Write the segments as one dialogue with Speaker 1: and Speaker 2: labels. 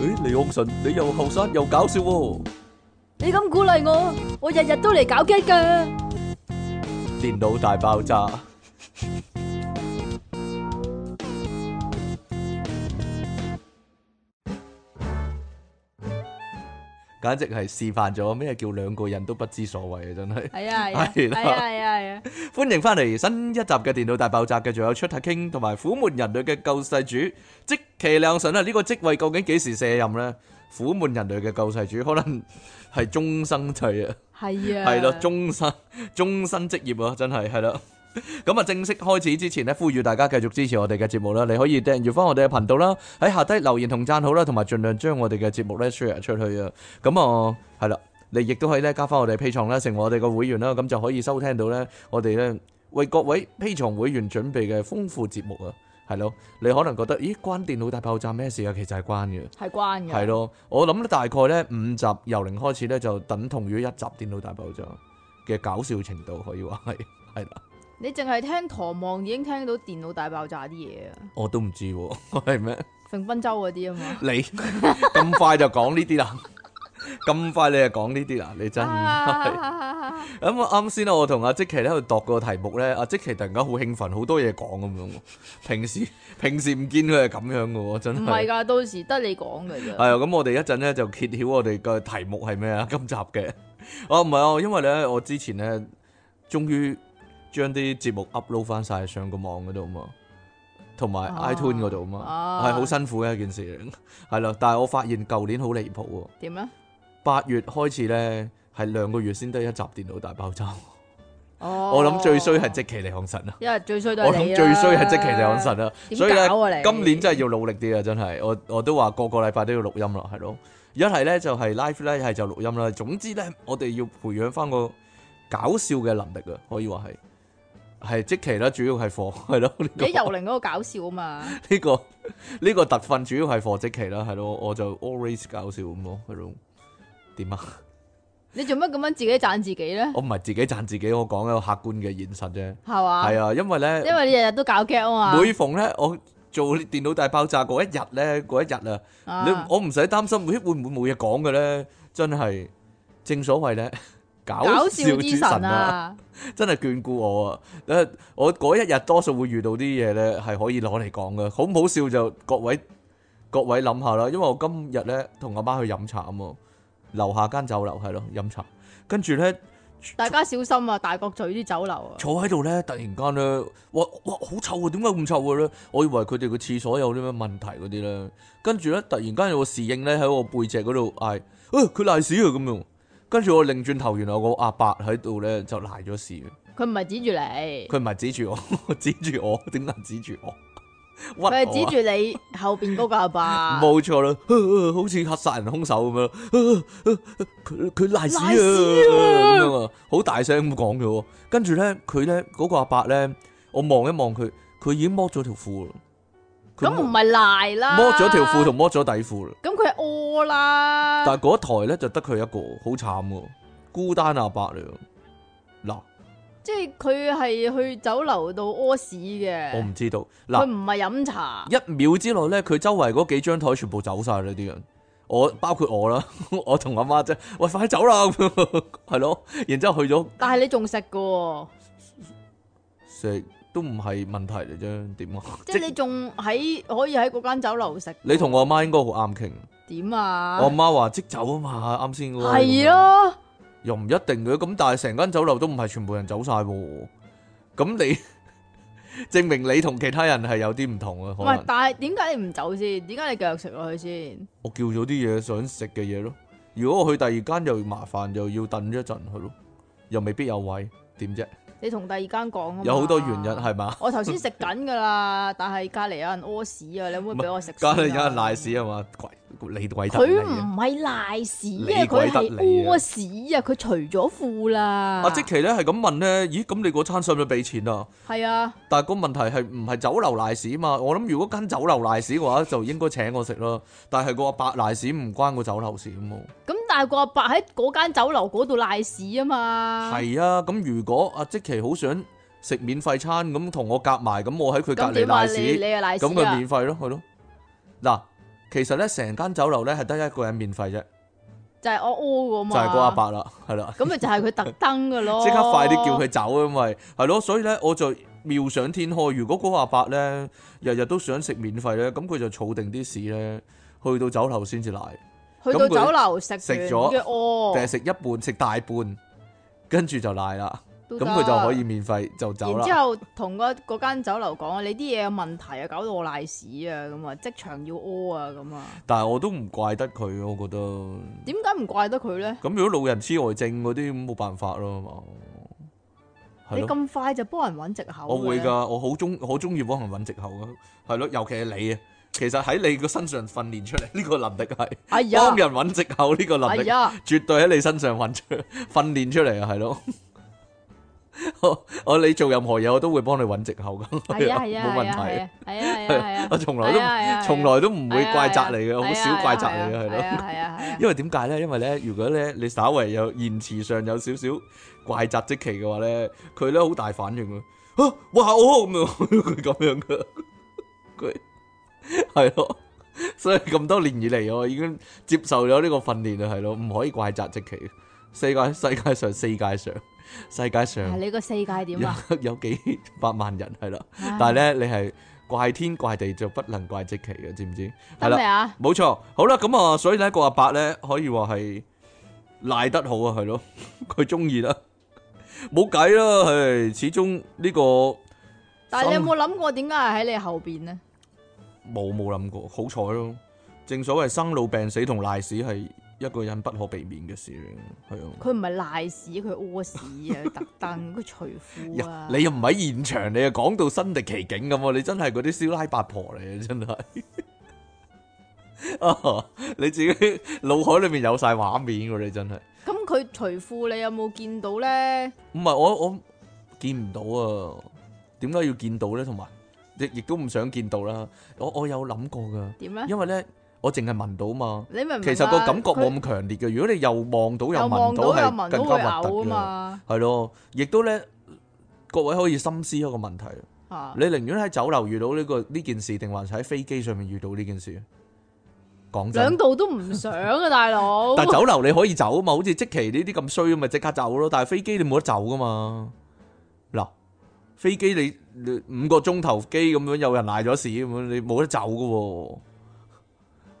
Speaker 1: 诶，李昂臣，你又後生又搞笑喎！
Speaker 2: 你咁鼓勵我，我日日都嚟搞 gag 噶。
Speaker 1: 電腦大爆炸。簡直係示範咗咩叫兩個人都不知所謂啊！真 係
Speaker 2: 係啊係啊
Speaker 1: 係啦
Speaker 2: 係啊係啊係啊，
Speaker 1: 歡迎翻嚟新一集嘅電腦大爆炸，繼續有出體傾同埋虎門人類嘅救世主即其亮神啊！呢、個職位究竟幾時卸任呢？虎門人類嘅救世主可能係終生制啊！
Speaker 2: 係啊，
Speaker 1: 系咯，終身 終身職業啊，真係係啦。 咁啊，正式開始之前呢，呼籲大家繼續支持我哋嘅節目啦。你可以訂閱翻我哋嘅頻道啦，喺下低留言同讚好啦，同埋盡量將我哋嘅節目咧 share 出去啊。咁啊，係啦，你亦都可以咧加翻我哋 P 床啦，成為我哋個會員啦，咁就可以收聽到咧我哋咧為各位 P 床會員準備嘅豐富節目啊。係咯，你可能覺得咦關電腦大爆炸咩事啊？其實係關嘅。
Speaker 2: 係關嘅，
Speaker 1: 係咯，我諗咧大概咧五集由零開始咧就等同於一集電腦大爆炸嘅搞笑程度，可以話係係啦，
Speaker 2: 你淨係聽唐望已經聽到電腦大爆炸啲嘢啊，
Speaker 1: 我都唔知喎， 係咩？
Speaker 2: 成分州嗰啲啊嘛。
Speaker 1: 你咁快就講呢啲啦， 咁快你就講呢啲啦，你真係。
Speaker 2: 啊
Speaker 1: 咁啊，啱先咧，我同阿即奇咧喺度度個題目咧，阿即奇突然間好興奮，好多嘢講咁樣喎。平時平時唔見佢係咁樣嘅喎，真
Speaker 2: 唔
Speaker 1: 係
Speaker 2: 係。㗎，到時得你講 㗎
Speaker 1: 係
Speaker 2: 咋。
Speaker 1: 啊，咁我哋一陣咧就揭曉我哋嘅題目係咩啊？ 今集嘅，哦唔係啊，因為咧我之前咧終於將啲節目 upload 翻晒上個網嗰度嘛，同埋
Speaker 2: 啊
Speaker 1: iTune 嗰度嘛，
Speaker 2: 啊
Speaker 1: 係好、辛苦嘅一件事 嚟，係啦。但係我發現舊年好離譜喎，
Speaker 2: 點咧？
Speaker 1: 八月開始咧係兩個月先得一集電腦大爆炸，
Speaker 2: 哦，
Speaker 1: 我諗最衰係即其利昂神啊！
Speaker 2: 因為最衰都
Speaker 1: 我
Speaker 2: 係你
Speaker 1: 諗
Speaker 2: 啦
Speaker 1: 最衰係即其利昂神啊，
Speaker 2: 點
Speaker 1: 所以咧
Speaker 2: 搞啊你
Speaker 1: 今年真係要努力啲啊，真係我我都話個個禮拜都要錄音啦，係咯，一係咧就係 live 咧，一係就錄音啦。總之咧，我哋要培養翻個搞笑嘅能力啊，可以話係係即其啦，主要係課 係咯呢個
Speaker 2: 你游靈嗰個搞笑啊嘛，
Speaker 1: 呢個呢個特訓主要係課即其啦，係咯，我就 always 搞笑咁咯，係咯。點啊？
Speaker 2: 你做乜咁樣自己讚自己咧？
Speaker 1: 我唔係自己讚自己，我講一個客觀嘅現實啫。
Speaker 2: 係嘛？
Speaker 1: 係啊，因為咧。
Speaker 2: 因為你日日都搞 g 啊嘛。
Speaker 1: 每逢咧我做電腦大爆炸嗰一日咧，嗰一日啊，
Speaker 2: 啊
Speaker 1: 你我唔使擔心會會唔會冇嘢講嘅咧，真係正所謂咧。 搞
Speaker 2: 搞
Speaker 1: 笑
Speaker 2: 笑
Speaker 1: 之
Speaker 2: 之
Speaker 1: 神
Speaker 2: 神
Speaker 1: 啊，
Speaker 2: 啊！
Speaker 1: 真係眷顧我啊！誒，我嗰一日多數會遇到啲嘢咧，係可以攞嚟講嘅，好唔好笑就各位各位諗下啦。因為我今日咧同阿媽去飲茶啊嘛，樓下間酒樓係咯飲茶，跟住咧
Speaker 2: 大家小心啊！大角咀啲酒樓啊，
Speaker 1: 坐喺度咧，突然間咧，哇哇好臭啊！點解咁臭嘅咧？我以為佢哋個廁所有啲咩問題嗰啲咧，跟住咧突然間有個侍應咧喺我背脊嗰度嗌：，誒佢賴屎啊咁樣。跟住我擰轉頭，原來我個阿伯喺度咧就賴咗屎嘅，
Speaker 2: 佢唔係指住你，
Speaker 1: 佢唔係指住我， 指住我，點解指住我？屈我
Speaker 2: 佢係
Speaker 1: 啊
Speaker 2: 指住你後邊嗰個阿 爸。
Speaker 1: 冇錯啦，好似黑殺人兇手咁樣， 佢佢賴屎啊
Speaker 2: 賴屎啊
Speaker 1: 咁樣啊，好大聲咁講嘅喎。跟住咧，佢咧嗰個阿伯咧，我望一望佢，佢已經剝咗條褲啦。佢
Speaker 2: 咁唔係啊賴啦，
Speaker 1: 剝咗條褲同剝咗底褲啦。
Speaker 2: 咁佢係屙啦。
Speaker 1: 但係嗰一台咧就得佢一個，好慘喎，孤單阿伯嚟喎。嗱，
Speaker 2: 即係佢係去酒樓度屙屎嘅，
Speaker 1: 我唔知道哦嗱
Speaker 2: 佢。唔係飲茶，
Speaker 1: 一秒之內咧，佢周圍嗰幾張台全部走晒啦，啲人。我包括我啦， 我同阿媽啫，喂，快走啦咁樣， 係咯。然之後去咗
Speaker 2: 但係你仲食嘅喎，
Speaker 1: 食都唔係問題嚟啫，點啊？
Speaker 2: 即係你仲喺可以喺嗰間酒樓食。
Speaker 1: 你同我阿媽應該好啱傾。
Speaker 2: 點
Speaker 1: 我阿
Speaker 2: 啊？
Speaker 1: 媽話即走啊嘛，啱先嗰個
Speaker 2: 係，咯，
Speaker 1: 又唔一定嘅。咁但係成間酒樓都唔係全部人走晒喎。咁你證明你同 其他人係有啲唔同啊？
Speaker 2: 唔
Speaker 1: 可
Speaker 2: 係，
Speaker 1: 能
Speaker 2: 但係點解你唔走先？點解你繼續食落去先？
Speaker 1: 我叫咗啲嘢想食嘅嘢咯。如果我去第二間又麻煩，又要等一陣去咯，又未必有位，點啫？
Speaker 2: 你同第二間講啊嘛
Speaker 1: 有好多原因係 嘛？
Speaker 2: 我頭先食緊噶啦，但係隔離有人屙屎啊！你可唔可以俾我食先
Speaker 1: 梗
Speaker 2: 啊？
Speaker 1: 係有人賴屎啊嘛，鬼你鬼得
Speaker 2: 佢
Speaker 1: 你啊！
Speaker 2: 唔係賴屎啊，
Speaker 1: 你鬼
Speaker 2: 佢
Speaker 1: 得
Speaker 2: 係
Speaker 1: 你啊哦
Speaker 2: 屙屎啊！佢除咗褲啦。
Speaker 1: 阿即奇咧係咁問咧，咦咁你嗰餐使唔使俾錢啊？
Speaker 2: 係啊，
Speaker 1: 但係個問題係唔係酒樓賴屎嘛？我諗如果間酒樓賴屎嘅話，就應該請我食咯。但係個阿伯賴屎唔關個酒樓事啊嘛。
Speaker 2: 咁但係個阿伯喺嗰間酒樓嗰度賴屎啊嘛。
Speaker 1: 係啊，咁如果阿即奇好想食免費餐，咁同我夾埋，咁我喺佢隔
Speaker 2: 咁
Speaker 1: 離
Speaker 2: 點啊？
Speaker 1: 賴
Speaker 2: 你
Speaker 1: 屎，
Speaker 2: 你又賴
Speaker 1: 咁
Speaker 2: 屎
Speaker 1: 佢
Speaker 2: 啊
Speaker 1: 免？費咯，係咯。嗱，其實咧成間酒樓咧係得一個人免費啫，
Speaker 2: 就係我屙
Speaker 1: 就
Speaker 2: 噶嘛。
Speaker 1: 係嗰阿伯啦，係啦，
Speaker 2: 咁咪就係佢特登噶咯。
Speaker 1: 即刻快啲叫佢走，因為係咯，所以咧我就妙想天開，如果嗰個阿伯咧日日都想食免費咧，咁佢就儲定啲屎咧，去到酒樓先至賴，
Speaker 2: 去
Speaker 1: 咁
Speaker 2: 到
Speaker 1: 佢
Speaker 2: 酒樓食
Speaker 1: 食
Speaker 2: 完
Speaker 1: 咗
Speaker 2: 嘅哦
Speaker 1: 定係
Speaker 2: 屙，
Speaker 1: 食一半食大半，跟住就賴啦，
Speaker 2: 都
Speaker 1: 咁
Speaker 2: 得啊
Speaker 1: 佢就可以。免費就走
Speaker 2: 然
Speaker 1: 啦
Speaker 2: 之。後同嗰嗰間酒樓講啊，你啲嘢有問題啊，搞到我賴屎啊，咁啊，即場要屙啊，咁啊，
Speaker 1: 但係我都唔怪得佢，我覺得。
Speaker 2: 點解唔怪得佢咧？
Speaker 1: 咁如果老人痴呆症嗰啲，咁冇辦法咯嘛。
Speaker 2: 你
Speaker 1: 係咯，
Speaker 2: 咁快就幫人揾藉口嘅？
Speaker 1: 我會㗎，我好中好中意幫人揾藉口㗎。係咯，尤其係你啊，其實喺你個身上訓練出嚟 呢個能力係
Speaker 2: 哎呀，
Speaker 1: 幫人揾藉口呢個
Speaker 2: 哎
Speaker 1: 能力，
Speaker 2: 呀，
Speaker 1: 絕對喺你身上揾出訓練出嚟啊，係咯。 我我你做任何嘢，我都會幫你揾藉口㗎，
Speaker 2: 係啊係啊，
Speaker 1: 冇問
Speaker 2: 係
Speaker 1: 題。
Speaker 2: 啊係啊係啊係 啊，啊
Speaker 1: 我從來都唔從來都唔會怪責你嘅，啊好少怪責你嘅，係咯。
Speaker 2: 係啊係啊，
Speaker 1: 因為點解咧？因為咧，如果咧你稍為有言辭上有少少怪責即期嘅話咧，佢咧好大反應啊！啊哇哦咁樣， 佢咁樣嘅，佢係咯，所以咁多年以嚟，我已經接受咗呢個訓練啊，係咯，唔可以怪責即期。世界世界上世界上世界
Speaker 2: 係
Speaker 1: 上
Speaker 2: 你個世界點啊？
Speaker 1: 有 有幾百萬人係啦，
Speaker 2: 唉
Speaker 1: 但係咧你係怪天怪地就不能怪即期嘅，知唔知？係
Speaker 2: 得
Speaker 1: 啦
Speaker 2: 未。啊？
Speaker 1: 冇錯，好啦，咁啊，所以呢個阿伯呢，可以話係賴得好啊，係咯，佢中意啦，冇計啦，係始終呢個
Speaker 2: 但係你有
Speaker 1: 心
Speaker 2: 冇諗過點解係喺你後邊呢？
Speaker 1: 冇冇諗過，好彩咯，正所謂生老病死同賴屎係一個人不可避免嘅事嚟，係啊。
Speaker 2: 佢唔係賴屎，佢屙屎啊！特登佢除 褲啊！
Speaker 1: 你又唔喺現場，你又講到身歷其境咁喎，你真係嗰啲燒拉八婆嚟嘅，真係。 啊！你自己腦海裏面有晒畫面喎，你真係。
Speaker 2: 咁佢除褲，你有冇見到咧？
Speaker 1: 唔係我我見唔到啊，點解要見到咧？同埋亦亦都唔想見到啦。我我有諗過噶，
Speaker 2: 點咧？
Speaker 1: 因為咧我淨係聞到嘛，
Speaker 2: 你啊明唔明啊
Speaker 1: 其實個感覺冇
Speaker 2: 佢
Speaker 1: 咁強烈嘅。如果你又望到
Speaker 2: 又
Speaker 1: 聞
Speaker 2: 望到又
Speaker 1: 係
Speaker 2: 聞到
Speaker 1: 更
Speaker 2: 佢
Speaker 1: 加核突
Speaker 2: 嘔啊
Speaker 1: 嘅，
Speaker 2: 嘛
Speaker 1: 係咯。亦都咧，各位可以深思一個問題：啊
Speaker 2: 嚇！
Speaker 1: 你寧願喺酒樓遇到呢個呢件事，定還是喺飛機上面遇到呢件事？啊講真
Speaker 2: 兩。度都唔想啊，大 佬！
Speaker 1: 但酒樓你可以走啊嘛，好似即期呢啲咁衰咁咪即刻走咯。但係飛機你冇得走噶嘛。嗱，飛機你你五個鐘頭機咁樣有人賴咗屎咁樣，你冇得走噶
Speaker 2: 咁又
Speaker 1: 喎。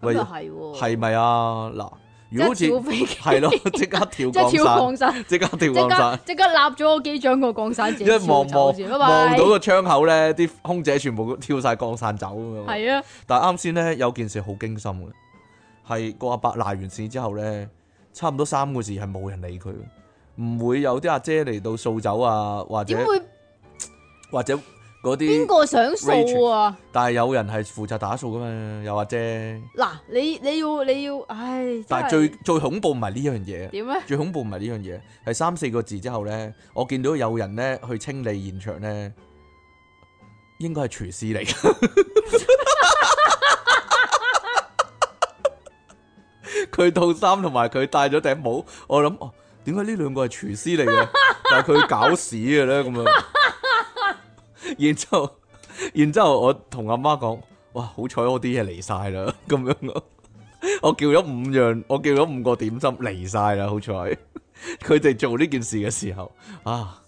Speaker 2: 係
Speaker 1: 喂，
Speaker 2: 喎，
Speaker 1: 係咪啊？嗱，如果好
Speaker 2: 即係跳
Speaker 1: 似
Speaker 2: 飛機，
Speaker 1: 係 咯，即刻跳
Speaker 2: 即係
Speaker 1: 降
Speaker 2: 跳降傘，
Speaker 1: 傘，即刻跳
Speaker 2: 即
Speaker 1: 降
Speaker 2: 刻
Speaker 1: 傘。
Speaker 2: 即刻立咗個機長個降傘自己
Speaker 1: 一望
Speaker 2: 跳走
Speaker 1: 望
Speaker 2: 先，拜
Speaker 1: 望
Speaker 2: 拜
Speaker 1: 到。個窗口咧，啲空姐全部跳晒降傘走咁樣。
Speaker 2: 係啊，
Speaker 1: 但係啱先咧有件事好驚心嘅，係個阿伯賴完屎之後咧，差唔多三個字係冇人理佢嘅，唔會有啲阿姐嚟到掃走啊，或者
Speaker 2: 點會
Speaker 1: 或者嗰
Speaker 2: 邊
Speaker 1: 啲，
Speaker 2: 個想數啊？
Speaker 1: 但係有人係負責打掃噶嘛，有阿姐。
Speaker 2: 嗱，你你要你要，唉，
Speaker 1: 但係
Speaker 2: 真
Speaker 1: 最最恐怖唔係呢樣嘢，
Speaker 2: 點咧？
Speaker 1: 最恐怖唔係呢樣嘢，係三四個字之後咧，我見到有人咧去清理現場咧，應該係廚師嚟嘅。 佢套衫同埋佢戴咗頂帽，我諗哦，點解呢兩個係廚師嚟嘅？但係佢搞屎嘅咧咁樣。 然之後，然之後我同阿媽講：，哇，好彩我啲嘢嚟晒啦， 咁樣咯。我叫咗五樣，我叫咗五個點心嚟晒啦，好彩。 佢哋做呢件事嘅時候，啊，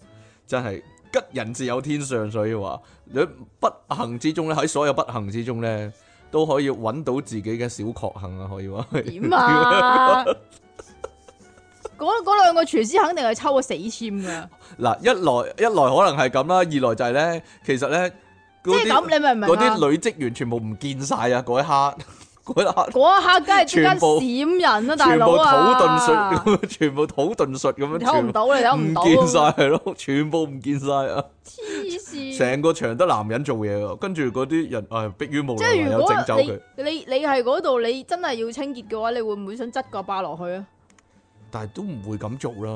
Speaker 1: 真係吉人自有天相，所以話你不幸之中咧，喺所有不幸之中咧，都可以揾到自己嘅小確幸啊，可以話。
Speaker 2: 點啊？嗰嗰兩個廚師肯定係抽個死簽噶，
Speaker 1: 嗱，一來一來可能係咁啦，二來就係咧，其實咧
Speaker 2: 即
Speaker 1: 嗰
Speaker 2: 係咁，
Speaker 1: 啲
Speaker 2: 你明唔
Speaker 1: 嗰
Speaker 2: 明啊？
Speaker 1: 啲女職員全部唔見晒啊！嗰一刻， 嗰一刻
Speaker 2: 嗰一刻梗係
Speaker 1: 全
Speaker 2: 間
Speaker 1: 部
Speaker 2: 閃人啦，大
Speaker 1: 全部
Speaker 2: 佬
Speaker 1: 土遁
Speaker 2: 啊！
Speaker 1: 術咁 樣，全部土遁術咁樣，
Speaker 2: 你唞
Speaker 1: 全
Speaker 2: 唔
Speaker 1: 部
Speaker 2: 到，你唞
Speaker 1: 唔
Speaker 2: 唔到，啊
Speaker 1: 見晒係咯， 全部唔見晒啊！
Speaker 2: 黐線！
Speaker 1: 成個場得男人做嘢啊，跟住嗰啲人唉，迫於無
Speaker 2: 即
Speaker 1: 奈
Speaker 2: 係
Speaker 1: 唯
Speaker 2: 如
Speaker 1: 啊有整走
Speaker 2: 果
Speaker 1: 佢。
Speaker 2: 你你你係嗰度，你真係要清潔嘅話，你會唔會想執個巴落去啊？
Speaker 1: 但係都唔會咁做啦。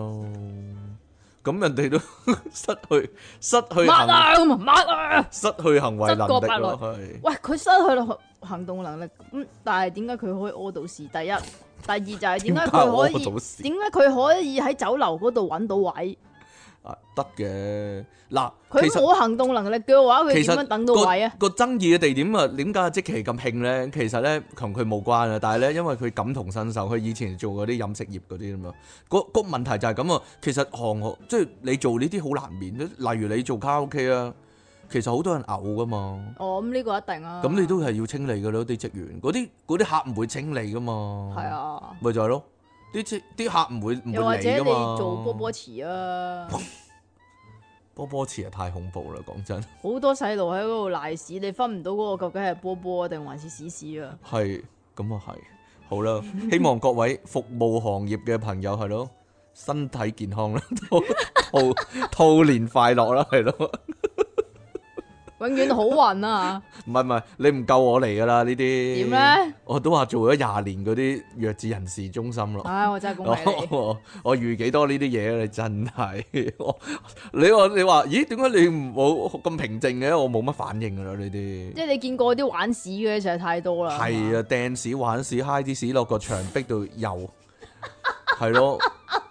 Speaker 1: 咁人 哋都失去失去
Speaker 2: 抹
Speaker 1: 行
Speaker 2: 啊咁啊，抹啊！
Speaker 1: 失去行為能
Speaker 2: 執個
Speaker 1: 力
Speaker 2: 八
Speaker 1: 咯，
Speaker 2: 落
Speaker 1: 係
Speaker 2: 喂，佢失去咗行動能力，咁但係點解佢可以屙到屎？第一，第二就係點解佢可
Speaker 1: 點解屙到
Speaker 2: 以
Speaker 1: 屎
Speaker 2: 點解佢可以喺酒樓嗰度揾到位？
Speaker 1: 啊得嘅。嗱，
Speaker 2: 佢
Speaker 1: 其實
Speaker 2: 冇行動能力嘅話，佢
Speaker 1: 其
Speaker 2: 點
Speaker 1: 實
Speaker 2: 樣等到位啊？
Speaker 1: 個爭議嘅地點啊，點解即期咁興咧？其實咧同佢冇關啊，但係咧因為佢感同身受，佢以前做嗰啲飲食業嗰啲咁啊。個個問題就係咁啊，其實行行即係你做呢啲好難免，例如你做卡拉 OK 啊，其實好多人嘔噶嘛，
Speaker 2: 哦，咁呢個一定啊。
Speaker 1: 咁你都係要清理噶咯啲職員，嗰啲嗰啲客唔會清理噶嘛，
Speaker 2: 係，啊。
Speaker 1: 咪就係咯，啲職啲客唔會唔
Speaker 2: 又或
Speaker 1: 會
Speaker 2: 者
Speaker 1: 理噶
Speaker 2: 你
Speaker 1: 嘛。
Speaker 2: 做波波池啊，
Speaker 1: 波波池啊，太恐怖啦！講真，
Speaker 2: 好多細路喺嗰度賴屎，你分唔到嗰個究竟係波波定還是屎屎啊？
Speaker 1: 係咁啊，係好啦，希望各位服務行業嘅朋友係咯，身體健康啦， 兔兔兔年快樂啦，係咯，
Speaker 2: 永遠好 運啊！
Speaker 1: 唔係唔係，你唔夠我嚟噶啦呢啲，
Speaker 2: 點咧？
Speaker 1: 我都話做咗廿年嗰啲弱智人士中心咯。
Speaker 2: 唉，我真係啊恭喜 你，
Speaker 1: 我我預幾多呢啲嘢啊你真係 我你話你話，咦？點解你唔冇咁平靜嘅？我冇乜反應噶啦呢啲。
Speaker 2: 即係你見過啲玩屎嘅實在太多啦。
Speaker 1: 係啊，掟屎玩屎，揩啲屎落個牆壁度游，係 咯。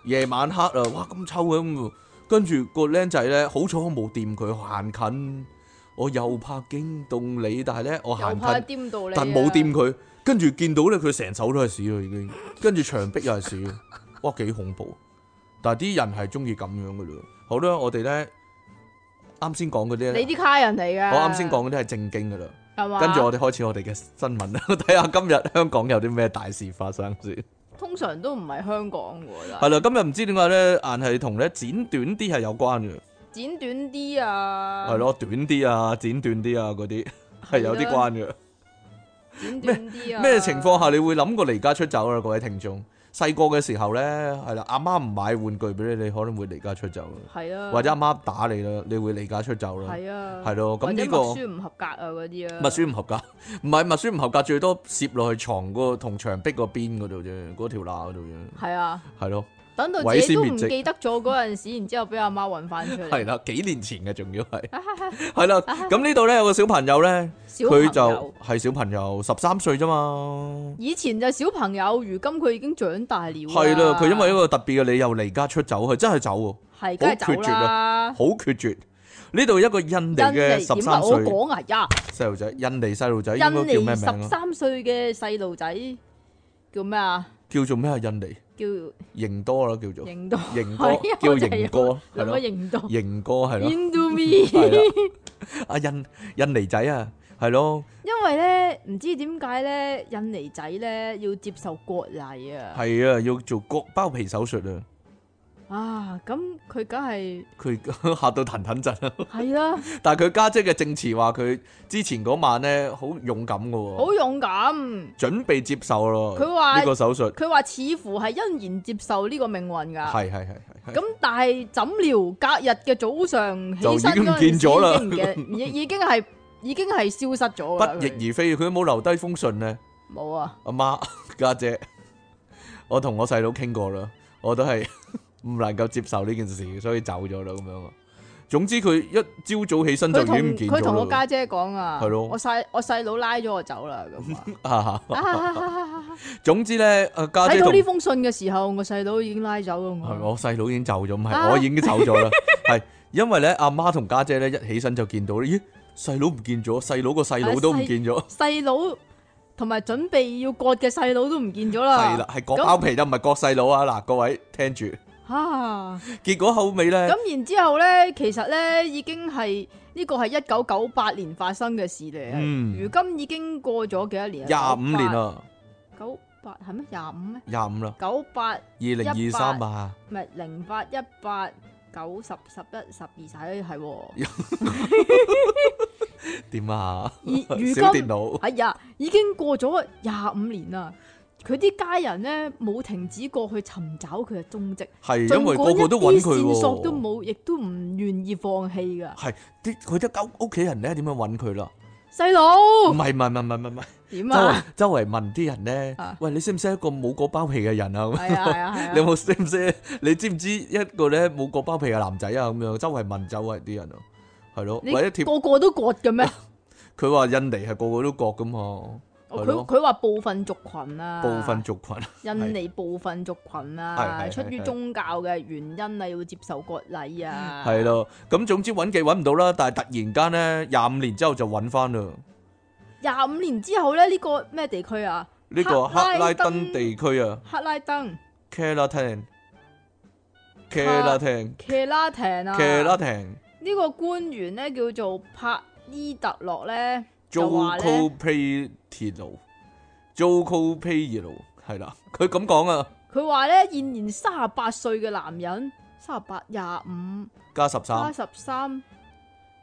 Speaker 1: 夜晚黑啊，哇咁臭嘅咁，跟住個僆仔咧，好彩我冇掂佢行近，我又怕驚動你，但係咧我
Speaker 2: 又
Speaker 1: 行
Speaker 2: 怕
Speaker 1: 近，
Speaker 2: 掂到你，啊
Speaker 1: 但冇掂。佢，跟住見到咧佢成手都係屎咯已經，跟住牆壁又係屎，哇幾恐怖！但係啲人係中意咁樣噶嘞。好啦，我哋咧啱先講嗰啲
Speaker 2: 你
Speaker 1: 咧，
Speaker 2: 啲卡人嚟嘅。
Speaker 1: 啊我啱先講嗰啲係正經噶啦。
Speaker 2: 係嘛？
Speaker 1: 跟住我哋開始我哋嘅新聞啦， 睇下今日香港有啲咩大事發生先。
Speaker 2: 通常都唔係香港嘅
Speaker 1: 係
Speaker 2: 喎，
Speaker 1: 啦，今日唔知點解咧，硬係同咧剪短啲係有關嘅，
Speaker 2: 剪短啲啊，
Speaker 1: 係，咯，短啲啊，剪短啲啊嗰啲係有啲關
Speaker 2: 啊
Speaker 1: 嘅。
Speaker 2: 剪短啲啊，
Speaker 1: 咩情況下你會諗過離家出走啊？各位聽眾，細個嘅時候咧，係啦，阿媽唔買玩具俾你，你可能會離家出走，
Speaker 2: 係啊，
Speaker 1: 或者阿媽打你啦，你會離家出走啦，
Speaker 2: 係啊，
Speaker 1: 係咯。咁
Speaker 2: 或者
Speaker 1: 呢個
Speaker 2: 默書唔合格啊嗰啲啊，
Speaker 1: 默書唔合格， 唔係默書唔合格，最多攝落去床個同牆壁個邊嗰度啫，嗰條罅嗰度啫，
Speaker 2: 係啊，
Speaker 1: 係咯。
Speaker 2: 等到
Speaker 1: 毀
Speaker 2: 自己
Speaker 1: 屍
Speaker 2: 都
Speaker 1: 滅
Speaker 2: 唔
Speaker 1: 跡
Speaker 2: 記得咗嗰陣時，然之後俾阿媽揾翻出嚟，啊
Speaker 1: 系 啦，幾年前嘅仲要係， 係啦，咁呢度咧有個小朋友咧，
Speaker 2: 小朋
Speaker 1: 佢
Speaker 2: 友
Speaker 1: 就係小朋友，十三歲啫嘛，
Speaker 2: 以前就小朋友，如今佢已經長大了，啊
Speaker 1: 係
Speaker 2: 係
Speaker 1: 啦，佢因為一個特別嘅理由離家出走，佢真係走喎，
Speaker 2: 係梗係
Speaker 1: 好決
Speaker 2: 走
Speaker 1: 絕
Speaker 2: 啦，
Speaker 1: 好決絕。呢度一個印尼
Speaker 2: 印尼
Speaker 1: 嘅
Speaker 2: 點
Speaker 1: 十
Speaker 2: 啊
Speaker 1: 三？
Speaker 2: 我
Speaker 1: 歲
Speaker 2: 講啊呀，
Speaker 1: 細路仔，印尼細路仔應該
Speaker 2: 印
Speaker 1: 叫
Speaker 2: 尼
Speaker 1: 咩
Speaker 2: 十
Speaker 1: 名啊？
Speaker 2: 三歲嘅細路仔叫咩啊？
Speaker 1: 叫做咩啊？印尼
Speaker 2: 叫
Speaker 1: 型多啦，叫做
Speaker 2: 認到，
Speaker 1: 型
Speaker 2: 係
Speaker 1: 哥
Speaker 2: 啊，
Speaker 1: 叫
Speaker 2: 我就係
Speaker 1: 型哥，係
Speaker 2: 有乜
Speaker 1: 咯，
Speaker 2: 認到
Speaker 1: 型哥係咯，
Speaker 2: ？Into me。
Speaker 1: 係啦，阿印印尼仔啊，係咯，
Speaker 2: 因為咧，唔知點解咧，印尼仔咧要接受割禮啊，
Speaker 1: 係啊，要做割包皮手術啊。
Speaker 2: 啊，咁佢梗係
Speaker 1: 佢 嚇到騰騰震啊！
Speaker 2: 係啦，
Speaker 1: 但係佢家姐嘅證詞話佢之前嗰晚咧好勇敢嘅喎，
Speaker 2: 好勇敢。
Speaker 1: 準備接受咯。
Speaker 2: 佢話
Speaker 1: 呢個手術
Speaker 2: 佢話似乎係欣然接受呢個命運㗎。
Speaker 1: 係係係係係
Speaker 2: 啊咁但係怎料隔日嘅早上起
Speaker 1: 就已
Speaker 2: 身
Speaker 1: 經唔
Speaker 2: 嗰陣時
Speaker 1: 見咗啦
Speaker 2: 已經唔嘅，已已經係已經係消失咗㗎啦。
Speaker 1: 不翼而飛。佢有冇留低封信咧？
Speaker 2: 佢冇啊，
Speaker 1: 阿媽 家姐，我同我細佬傾過啦，我都係 唔能夠接受呢件事，所以走咗啦咁樣啊。總之佢一朝早起身就
Speaker 2: 佢
Speaker 1: 已
Speaker 2: 同
Speaker 1: 經唔見
Speaker 2: 佢同我
Speaker 1: 咗啦。
Speaker 2: 家姐講啊，
Speaker 1: 係咯
Speaker 2: 我細我細佬拉咗我走啦咁
Speaker 1: 啊
Speaker 2: 啊啊啊啊啊啊啊。
Speaker 1: 總之咧，阿家姐
Speaker 2: 睇到
Speaker 1: 同
Speaker 2: 呢封信嘅時候，我細佬已經拉走啊咗我。
Speaker 1: 係我細佬已經走咗，唔係、
Speaker 2: 啊
Speaker 1: 我已經走 咗啦。係因為咧，阿媽同家姐咧一起身就見到咧，咦，細佬唔見咗，細佬個細佬都唔見咗，
Speaker 2: 細佬同埋準備要割嘅細佬都唔見咗啦。
Speaker 1: 係啦，係割包皮啦，唔係割細佬啊！嗱，各位聽住，
Speaker 2: 啊，
Speaker 1: 結果後尾咧，
Speaker 2: 咁然之後咧，其實咧已經係呢個係一九九八年發生嘅事嚟啊。
Speaker 1: 嗯
Speaker 2: 如今已經過咗幾多年
Speaker 1: 廿
Speaker 2: 啊？
Speaker 1: 五年啦，
Speaker 2: 98，九八係咩？廿五咩？
Speaker 1: 廿五啦，
Speaker 2: 九八
Speaker 1: 二零二三啊，
Speaker 2: 唔係零八一八九十十一十二十一係喎。
Speaker 1: 點啊？
Speaker 2: 而如
Speaker 1: 小電
Speaker 2: 今
Speaker 1: 腦
Speaker 2: 哎呀，已經過咗廿五年啦。佢啲家人咧冇停止過去尋找佢嘅蹤跡。
Speaker 1: 係
Speaker 2: 盡
Speaker 1: 因為
Speaker 2: 管
Speaker 1: 個
Speaker 2: 一
Speaker 1: 個都揾
Speaker 2: 啲
Speaker 1: 佢
Speaker 2: 線索都
Speaker 1: 喎，
Speaker 2: 冇，亦都唔願意放棄噶。
Speaker 1: 係啲佢啲屋屋企人咧點樣揾佢啦？
Speaker 2: 細
Speaker 1: 唔
Speaker 2: 佬
Speaker 1: 係唔係唔係唔係唔係。
Speaker 2: 點
Speaker 1: 周圍
Speaker 2: 啊？
Speaker 1: 周圍問啲人咧
Speaker 2: 啊，
Speaker 1: 喂，你識唔識一個冇割包皮嘅人啊？咁
Speaker 2: 係啊係啊係啊
Speaker 1: 你有冇識唔識？你知唔知一個咧冇割包皮嘅男仔啊？咁樣周圍問周圍啲人啊，係咯，
Speaker 2: 你
Speaker 1: 或者貼
Speaker 2: 個個都割嘅咩？
Speaker 1: 佢話印尼係個個都割噶嘛，
Speaker 2: 哦
Speaker 1: 係
Speaker 2: 佢
Speaker 1: 咯
Speaker 2: 佢話部分族群啊，
Speaker 1: 部分族群
Speaker 2: 印尼部分族群啊，
Speaker 1: 係係係
Speaker 2: 出於宗教嘅原因啊，要接受割禮啊，
Speaker 1: 係，咯。咁總之揾嘅揾唔到啦，但係突然間咧，廿五年之後就揾翻啦。
Speaker 2: 廿五年之後咧，呢個咩地區啊？
Speaker 1: 呢個
Speaker 2: 克
Speaker 1: 克
Speaker 2: 拉
Speaker 1: 拉
Speaker 2: 登
Speaker 1: 登地區啊
Speaker 2: 克拉登、
Speaker 1: ，Keratin，Keratin。Keratin
Speaker 2: 騎拉廷啊，
Speaker 1: 騎啦艇
Speaker 2: 呢個官員咧叫做帕伊特洛咧，就話咧
Speaker 1: Joko p a t i l o Joko p a t i l o 係啦，佢咁講啊，
Speaker 2: 佢話咧現年三十八歲嘅男人，三十八廿五
Speaker 1: 加十
Speaker 2: 加
Speaker 1: 三
Speaker 2: 十三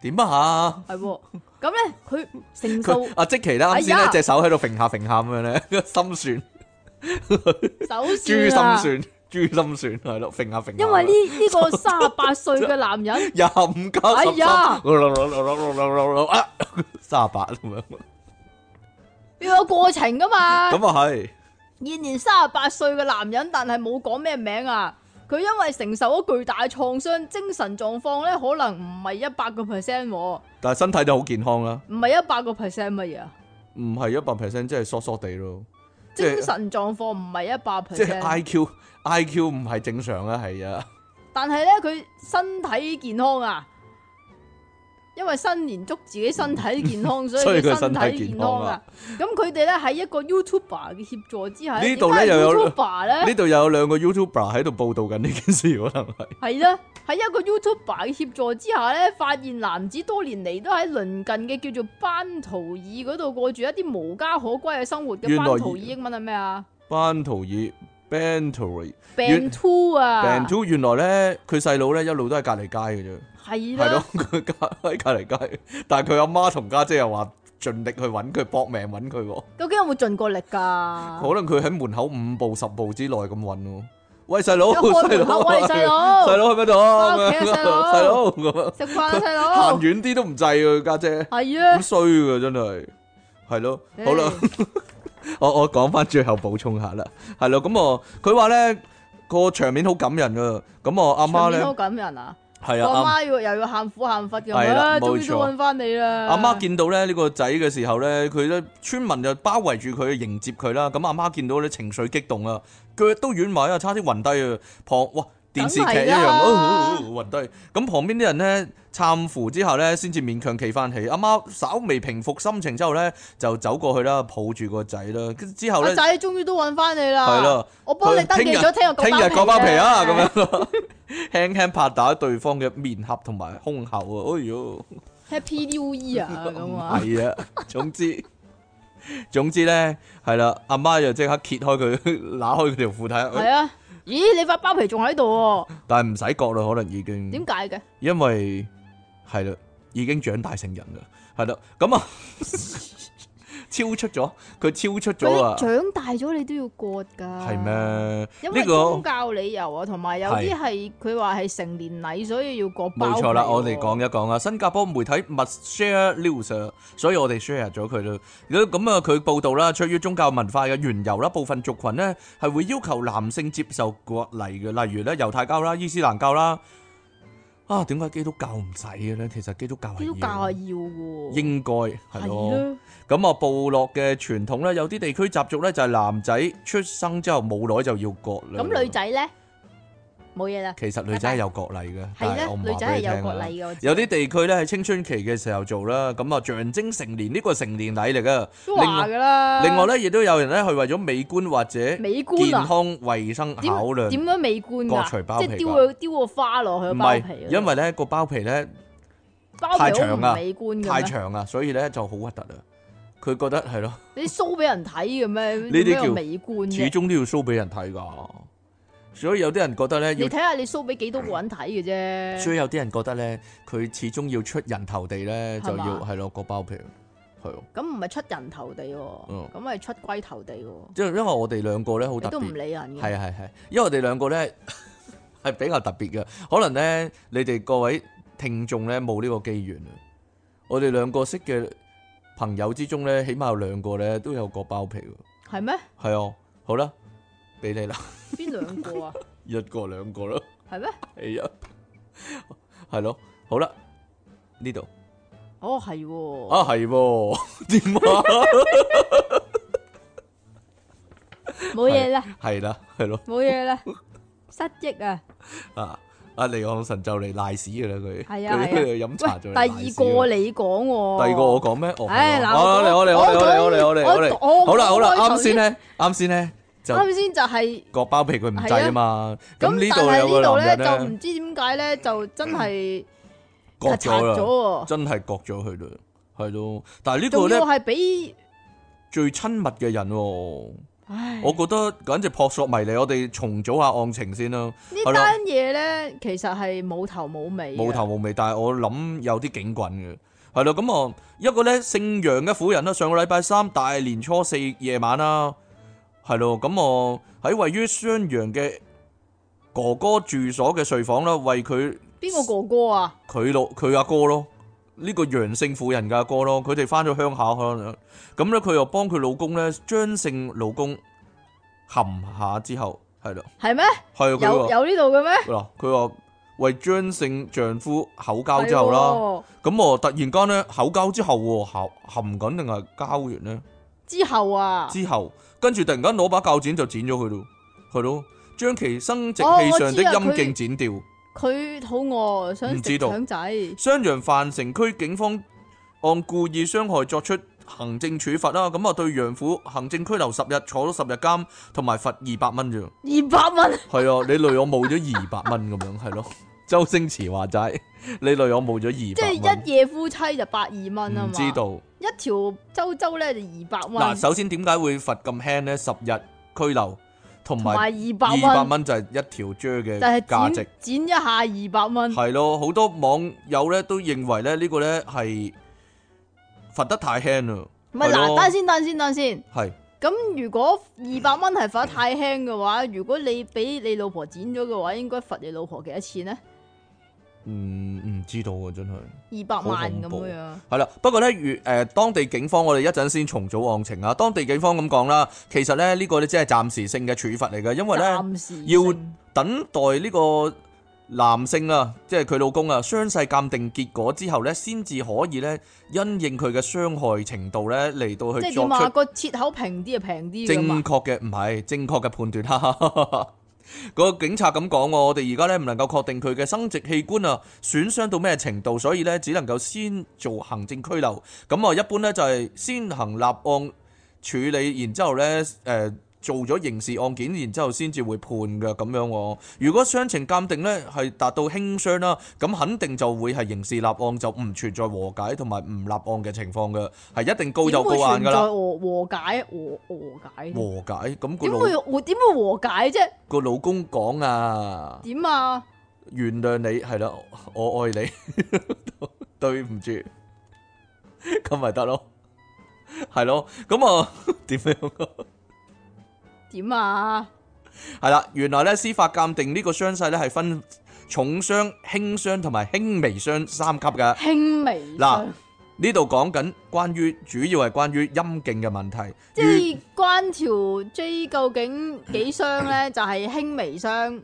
Speaker 1: 點啊？
Speaker 2: 係喎，咁咧佢承受
Speaker 1: 佢阿即奇啦，啱先
Speaker 2: 哎
Speaker 1: 咧
Speaker 2: 呀
Speaker 1: 隻手喺度揈下揈下咁樣咧， 心算
Speaker 2: 手
Speaker 1: 珠心
Speaker 2: 算啊，
Speaker 1: 算珠心算係咯，揈下揈下。
Speaker 2: 因為呢呢 個三十八歲嘅男人。
Speaker 1: 廿五加
Speaker 2: 哎
Speaker 1: 十
Speaker 2: 呀
Speaker 1: 三， 啊，三十八咁樣，
Speaker 2: 要有過程噶嘛。
Speaker 1: 咁啊係
Speaker 2: 現年三十八歲嘅男人，但係冇講咩名啊。佢因為承受咗巨大嘅創傷，精神狀況咧可能唔係一百個 percent，喎
Speaker 1: 但係身體就好健康啦，
Speaker 2: 唔係一百個 percent 乜嘢啊？
Speaker 1: 唔係一百 percent，即係疏疏地咯，即
Speaker 2: 精
Speaker 1: 係
Speaker 2: 神狀況唔係一百
Speaker 1: 即係
Speaker 2: percent，
Speaker 1: I Q I Q 唔係正常啊，係啊。
Speaker 2: 但係咧佢身體健康啊，因為新年祝自己身體健 康，所
Speaker 1: 所以
Speaker 2: 以
Speaker 1: 佢
Speaker 2: 佢
Speaker 1: 身
Speaker 2: 身
Speaker 1: 體
Speaker 2: 體
Speaker 1: 健
Speaker 2: 健
Speaker 1: 康
Speaker 2: 康
Speaker 1: 啊
Speaker 2: 啊。咁佢哋咧喺一個 YouTuber 嘅協助之下，
Speaker 1: 呢度呢
Speaker 2: 點解
Speaker 1: 又有
Speaker 2: YouTuber 咧
Speaker 1: 呢度有兩個 YouTuber 喺度報道緊呢件事，可能係
Speaker 2: 系啦，喺一個 YouTuber 嘅協助之下咧，發現男子多年嚟都喺鄰近嘅叫做班圖爾嗰度過住一啲無家可歸嘅生活嘅。
Speaker 1: 原來
Speaker 2: 班圖爾英文係咩啊
Speaker 1: 班圖爾 Bantory
Speaker 2: ？Band Two 啊
Speaker 1: Band，Two，原來咧佢細佬咧一路都喺隔離街嘅啫，
Speaker 2: 係
Speaker 1: 係咯
Speaker 2: 啦，
Speaker 1: 佢隔喺隔離街，但係佢阿媽同家姐又話盡力去揾佢，搏命揾佢喎。
Speaker 2: 究竟有冇盡過力㗎？
Speaker 1: 可能佢喺門口五步十步之內咁揾咯。喂，細佬，
Speaker 2: 一開
Speaker 1: 細
Speaker 2: 門口
Speaker 1: 佬，
Speaker 2: 喂細
Speaker 1: 細
Speaker 2: 佬，
Speaker 1: 佬喺邊度
Speaker 2: 返
Speaker 1: 啊？
Speaker 2: 屋企啊細佬
Speaker 1: 細佬咁樣
Speaker 2: 食飯啊細
Speaker 1: 行
Speaker 2: 佬，
Speaker 1: 遠啲都唔制啊，家姐
Speaker 2: 係
Speaker 1: 咁
Speaker 2: 啊，
Speaker 1: 衰噶真係，係咯，好啦。
Speaker 2: 唉
Speaker 1: 我我講翻最後補充下啦，係咯，咁我佢話咧個場面好感人啊，咁我阿媽
Speaker 2: 場面
Speaker 1: 咧
Speaker 2: 好感人啊！
Speaker 1: 係
Speaker 2: 我
Speaker 1: 啊，
Speaker 2: 阿媽要又要喊苦喊忽咁
Speaker 1: 係啦
Speaker 2: 啊，
Speaker 1: 冇
Speaker 2: 終於都
Speaker 1: 錯
Speaker 2: 揾翻你
Speaker 1: 阿
Speaker 2: 啦！
Speaker 1: 阿媽見到咧呢個仔嘅時候咧，佢咧村民就包圍住佢迎接佢啦，咁阿媽見到咧情緒激動啊，腳都軟埋啊，差啲暈低啊，旁哇電視劇一樣，
Speaker 2: 梗係啊啦
Speaker 1: 哦哦哦暈低，咁旁邊啲人咧攙扶之下咧，先至勉強企翻起，阿媽稍微平復心情之後咧，就走過去啦，抱住個仔啦，跟之後
Speaker 2: 阿
Speaker 1: 咧
Speaker 2: 仔終於都揾翻你啦！
Speaker 1: 係啦。
Speaker 2: 我幫你登記咗，聽日
Speaker 1: 聽日嗰包皮啊，咁
Speaker 2: 樣。
Speaker 1: 樣 咯，輕輕拍打對方嘅面盒同埋胸口啊，哎呦，
Speaker 2: Happy New Year 啊咁啊！
Speaker 1: 係啊，總之總之咧，係啦，阿媽就即刻揭開佢， 揦開佢條褲睇
Speaker 2: 系
Speaker 1: 下，
Speaker 2: 啊，咦，你塊包皮仲喺度喎？
Speaker 1: 但係唔使割啦，可能已經
Speaker 2: 點，解嘅？
Speaker 1: 因為係啦，已經長大成人啦，係啦，咁啊， 超出咗，佢超出咗
Speaker 2: 佢
Speaker 1: 啊，
Speaker 2: 長大咗你都要割㗎。
Speaker 1: 係？咩？
Speaker 2: 因
Speaker 1: 呢
Speaker 2: 為
Speaker 1: 個
Speaker 2: 宗教理由啊，同埋有啲係佢話係成年禮，所以要割包
Speaker 1: 冇錯啦，
Speaker 2: 皮喎
Speaker 1: 我哋講一講啊，新加坡媒體 Must Share News，啊所以我哋 share 咗佢啦。如果咁啊，佢報道啦，出於宗教文化嘅緣由啦，部分族群呢係會要求男性接受割禮嘅，例如咧猶太教啦、伊斯蘭教啦。啊，點解基督教唔使嘅咧？其實基督教
Speaker 2: 基督
Speaker 1: 係
Speaker 2: 教係
Speaker 1: 要，
Speaker 2: 要嘅喎。
Speaker 1: 應該係咯。
Speaker 2: 係
Speaker 1: 咁啊，部落嘅傳統咧，有啲地區習俗咧就係男仔出生之後冇耐就要割
Speaker 2: 咯。
Speaker 1: 啦。
Speaker 2: 咁女仔咧冇嘢啦。
Speaker 1: 其實女仔係有割禮嘅，
Speaker 2: 係
Speaker 1: 但
Speaker 2: 咧
Speaker 1: 係我唔，
Speaker 2: 女仔
Speaker 1: 話俾
Speaker 2: 係
Speaker 1: 你
Speaker 2: 有
Speaker 1: 聽
Speaker 2: 割
Speaker 1: 啊
Speaker 2: 禮嘅，我知
Speaker 1: 有啲地區咧喺青春期嘅時候做啦，咁啊象徵成年呢個係成年禮嚟噶。
Speaker 2: 都話㗎啦。
Speaker 1: 另外，咧，亦都有人咧係為咗美觀或者健
Speaker 2: 啊美觀啊，
Speaker 1: 康衞生
Speaker 2: 點
Speaker 1: 考量，
Speaker 2: 點
Speaker 1: 唔
Speaker 2: 樣美觀
Speaker 1: 割
Speaker 2: 㗎？
Speaker 1: 除包皮
Speaker 2: 即係丟
Speaker 1: 㗎
Speaker 2: 個丟個花落去個包皮啊
Speaker 1: 係
Speaker 2: 嗰度。
Speaker 1: 因為咧個包皮咧
Speaker 2: 包
Speaker 1: 太
Speaker 2: 皮好
Speaker 1: 長
Speaker 2: 唔
Speaker 1: 啊
Speaker 2: 美觀嘅
Speaker 1: 太
Speaker 2: 咩
Speaker 1: 長啊，所以咧就好核突啊。佢覺得係咯，
Speaker 2: 你 show 俾人睇嘅咩？呢
Speaker 1: 啲叫
Speaker 2: 美觀
Speaker 1: 始
Speaker 2: 啫。
Speaker 1: 終都要 show 俾人睇㗎。所以有啲人覺得咧
Speaker 2: 你
Speaker 1: 要
Speaker 2: 睇，下你 show 俾幾多個人睇嘅啫。
Speaker 1: 所以有啲人覺得咧佢始終要出人頭地咧就
Speaker 2: 係嘛
Speaker 1: 要係咯個包皮係啊咯，
Speaker 2: 咁唔係出人頭地喎，
Speaker 1: 嗯
Speaker 2: 咁係出龜頭地喎。
Speaker 1: 即係因為我哋兩個咧好
Speaker 2: 你
Speaker 1: 特
Speaker 2: 都
Speaker 1: 別
Speaker 2: 唔。理人
Speaker 1: 係
Speaker 2: 嘅，
Speaker 1: 係係，因為我哋兩個咧 係比較特別嘅，可能咧你哋各位聽眾咧冇呢個機緣啊。我哋兩個識嘅朋友之中咧，起碼有兩個咧都有個包皮喎。
Speaker 2: 係咩？
Speaker 1: 係啊，好啦，俾你啦，
Speaker 2: 邊兩個啊？
Speaker 1: 一個兩個啦，
Speaker 2: 係咩？
Speaker 1: 係啊，係咯，好啦，呢度
Speaker 2: 哦，係 喎。
Speaker 1: 啊係喎，點啊？
Speaker 2: 冇嘢啦，
Speaker 1: 系啦，系咯，
Speaker 2: 冇嘢啦，失憶啊！
Speaker 1: 啊，阿尼昂神就嚟賴屎噶啦佢，
Speaker 2: 係啊
Speaker 1: 佢
Speaker 2: 係啊
Speaker 1: 佢飲
Speaker 2: 喂
Speaker 1: 茶就，嚟
Speaker 2: 第
Speaker 1: 賴
Speaker 2: 二
Speaker 1: 屎
Speaker 2: 個啊
Speaker 1: 㗎啦
Speaker 2: 你講喎，
Speaker 1: 第二個我講咩？哦，
Speaker 2: 唉
Speaker 1: 係喎
Speaker 2: 嗱
Speaker 1: 好啦
Speaker 2: 我
Speaker 1: 嚟我嚟我嚟我嚟我嚟
Speaker 2: 我
Speaker 1: 我嚟，
Speaker 2: 我我
Speaker 1: 好啦好啦，
Speaker 2: 我頭
Speaker 1: 啱先
Speaker 2: 先
Speaker 1: 咧，啱先咧就
Speaker 2: 啱先就係
Speaker 1: 割包皮佢唔制啊嘛，咁
Speaker 2: 咁，但
Speaker 1: 呢
Speaker 2: 係
Speaker 1: 度有
Speaker 2: 呢度
Speaker 1: 個
Speaker 2: 咧
Speaker 1: 男
Speaker 2: 就
Speaker 1: 人
Speaker 2: 唔
Speaker 1: 咧
Speaker 2: 知點解咧就真係
Speaker 1: 割
Speaker 2: 拆
Speaker 1: 咗
Speaker 2: 咗
Speaker 1: 啦，
Speaker 2: 喎，
Speaker 1: 真係割咗佢啦，係咯，但係呢度
Speaker 2: 仲
Speaker 1: 咧
Speaker 2: 要係俾
Speaker 1: 最親密嘅人喎。
Speaker 2: 唉
Speaker 1: 我覺得簡直撲朔迷離，我哋重組下案情先啦，
Speaker 2: 呢
Speaker 1: 係啦
Speaker 2: 單嘢咧，其實係冇頭冇尾嘅，啊
Speaker 1: 冇頭冇尾，但係我諗有啲警棍嘅，係咯，咁啊一個咧姓楊嘅婦人啦，啊上個禮拜三大年初四夜晚啦，係咯，咁我喺位於襄陽嘅哥哥住所嘅睡房啦，為佢
Speaker 2: 邊個哥哥啊？
Speaker 1: 佢老佢阿哥咯，呢、個楊姓婦人嘅阿哥咯，佢哋翻咗鄉下可能，咁咧佢又幫佢老公咧張姓老公含下之後，係咯，
Speaker 2: 係咩？
Speaker 1: 係啊佢話
Speaker 2: 有。有呢度嘅咩？
Speaker 1: 嗱，佢話為張姓丈夫口交之後啦，
Speaker 2: 係喎，
Speaker 1: 咁我突然間咧口交之後喎，含含緊定係交完咧？
Speaker 2: 之後啊，
Speaker 1: 之後跟住突然間攞把鉸剪就剪咗佢咯，係咯，將其生殖
Speaker 2: 哦
Speaker 1: 器上
Speaker 2: 我
Speaker 1: 的
Speaker 2: 知啊
Speaker 1: 陰
Speaker 2: 佢
Speaker 1: 莖剪掉。
Speaker 2: 佢肚餓想
Speaker 1: 唔
Speaker 2: 食
Speaker 1: 知道
Speaker 2: 腸仔，
Speaker 1: 襄陽范城區警方按故意傷害作出行政處罰啦，咁啊對楊婦行政拘留十日，坐咗十日監，同埋罰二百蚊啫。
Speaker 2: 二百蚊
Speaker 1: 係 啊，你累我冇咗二百蚊咁樣，係咯。 周星馳話齋，你累我冇咗
Speaker 2: 即
Speaker 1: 二百蚊
Speaker 2: 係。一夜夫妻就百二蚊啊嘛，
Speaker 1: 唔知道。
Speaker 2: 一條周周咧就二百
Speaker 1: 嗱，
Speaker 2: 蚊，
Speaker 1: 首先點解會罰咁輕呢？十日拘留同
Speaker 2: 同
Speaker 1: 埋
Speaker 2: 埋二
Speaker 1: 二百
Speaker 2: 百蚊
Speaker 1: 蚊就係一條啫嘅
Speaker 2: 就
Speaker 1: 價
Speaker 2: 係
Speaker 1: 值
Speaker 2: 剪，剪一下二百蚊，
Speaker 1: 係咯。好多網友咧都認為咧呢個咧係罰得太輕啦。
Speaker 2: 唔係
Speaker 1: 係
Speaker 2: 嗱，
Speaker 1: 咯
Speaker 2: 等先等先等先。
Speaker 1: 係
Speaker 2: 咁如果二百蚊係罰得太輕嘅話，如果你俾你老婆剪咗嘅話，應該罰你老婆幾多錢呢？
Speaker 1: ừ, 嗯唔知道啊，真係
Speaker 2: 二百萬咁
Speaker 1: 好恐怖
Speaker 2: 樣樣。
Speaker 1: 係啦。不過咧，如誒當地警方，我哋一陣先重組案情啊。當地警方咁講啦，其實咧呢個咧只係暫時性嘅處罰嚟嘅，因為咧。
Speaker 2: 暫時
Speaker 1: 要
Speaker 2: 性
Speaker 1: 等待呢個男性啊，即係佢老公啊，傷勢鑑定結果之後呢，先至可以呢，因應佢嘅傷害程度呢，嚟到
Speaker 2: 即
Speaker 1: 去
Speaker 2: 係
Speaker 1: 作
Speaker 2: 點啊？
Speaker 1: 出
Speaker 2: 個切口平啲就啊平啲噶
Speaker 1: 正
Speaker 2: 嘛。
Speaker 1: 確嘅，唔係正確嘅判斷啦。 個警察咁講喎，我哋而家呢唔能夠確定佢嘅生殖器官啊損傷到咩程度，所以呢只能夠先做行政拘留。咁啊，一般呢就係先行立案處理，然之後呢，誒、做咗刑事案件，然之後先至會判嘅咁樣喎。如果傷情鑑定呢係達到輕傷啦，咁肯定就會係刑事立案，就唔存在和解同埋唔立案嘅情況嘅，係一定告就
Speaker 2: 點會
Speaker 1: 告硬
Speaker 2: 存
Speaker 1: 噶
Speaker 2: 在
Speaker 1: 啦。
Speaker 2: 和和解和和解？
Speaker 1: 和解咁個
Speaker 2: 點
Speaker 1: 老
Speaker 2: 會和點會和解啫？
Speaker 1: 個老公講啊，
Speaker 2: 點啊？
Speaker 1: 原諒你係啦，我愛你， 對唔住，咁咪得咯，係咯，咁啊點樣啊？
Speaker 2: 點啊？
Speaker 1: 係啦，原來咧司法鑑定呢個傷勢咧係分重傷、輕傷同埋輕微傷三級嘅。
Speaker 2: 輕微
Speaker 1: 嗱
Speaker 2: 上，
Speaker 1: 呢度講緊關於主要係關於陰莖嘅問題，
Speaker 2: 即係關條 J 究竟幾傷咧？就係輕微傷。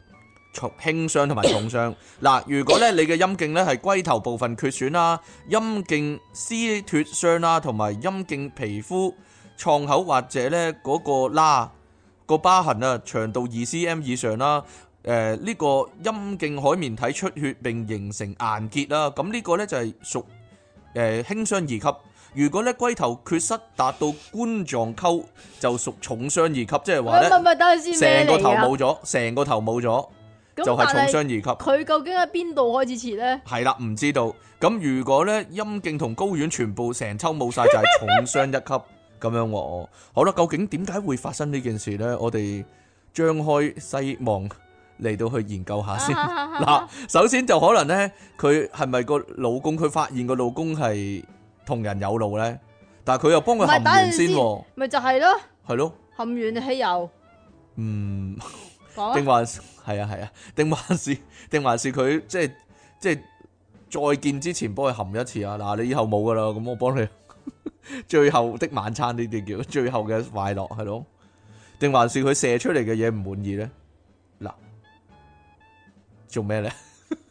Speaker 1: 重輕傷同埋重傷。嗱，如果咧你嘅陰莖咧係龜頭部分缺損啦、陰莖撕脱傷啦，同埋陰莖皮膚創口或者咧嗰個啦個疤痕啊，長度二 cm 以上啦。誒呢、個陰莖海綿體出血並形成硬結啦，咁呢個呢就係屬誒輕傷二級。如果呢龜頭缺失達到冠狀溝，就屬重傷二級，即係
Speaker 2: 唔
Speaker 1: 話
Speaker 2: 係唔
Speaker 1: 呢，
Speaker 2: 係，等陣先
Speaker 1: 成個
Speaker 2: 咩
Speaker 1: 頭
Speaker 2: 嚟
Speaker 1: 冇咗，成個頭冇咗。
Speaker 2: 噶？
Speaker 1: 就
Speaker 2: 咁
Speaker 1: 係重
Speaker 2: 但
Speaker 1: 傷
Speaker 2: 係
Speaker 1: 二級，
Speaker 2: 佢究竟喺邊度開始切咧？
Speaker 1: 係啦，唔知道。咁如果咧陰莖同睾丸全部成抽冇晒，就係重傷一級咁樣喎。好啦，究竟點解會發生呢件事呢？我哋張開西望嚟到去研究下先。
Speaker 2: 啊
Speaker 1: 嗱，首先就可能呢，佢係咪個老公？佢發現個老公係同人有路呢，但係佢又幫佢
Speaker 2: 唔係
Speaker 1: 含
Speaker 2: 等
Speaker 1: 完
Speaker 2: 陣
Speaker 1: 先
Speaker 2: 先
Speaker 1: 喎，
Speaker 2: 咪就係咯，
Speaker 1: 係咯，
Speaker 2: 含完汽油
Speaker 1: 嗯。
Speaker 2: 講
Speaker 1: 定
Speaker 2: 啊
Speaker 1: 還是係啊係 啊，定還是定還是佢即係即係再見之前幫佢含一次啊！嗱，你以後冇噶啦，咁我幫你 最後的晚餐呢啲叫 最後嘅快樂係咯？定還是佢射出嚟嘅嘢唔滿意咧？嗱，做咩咧？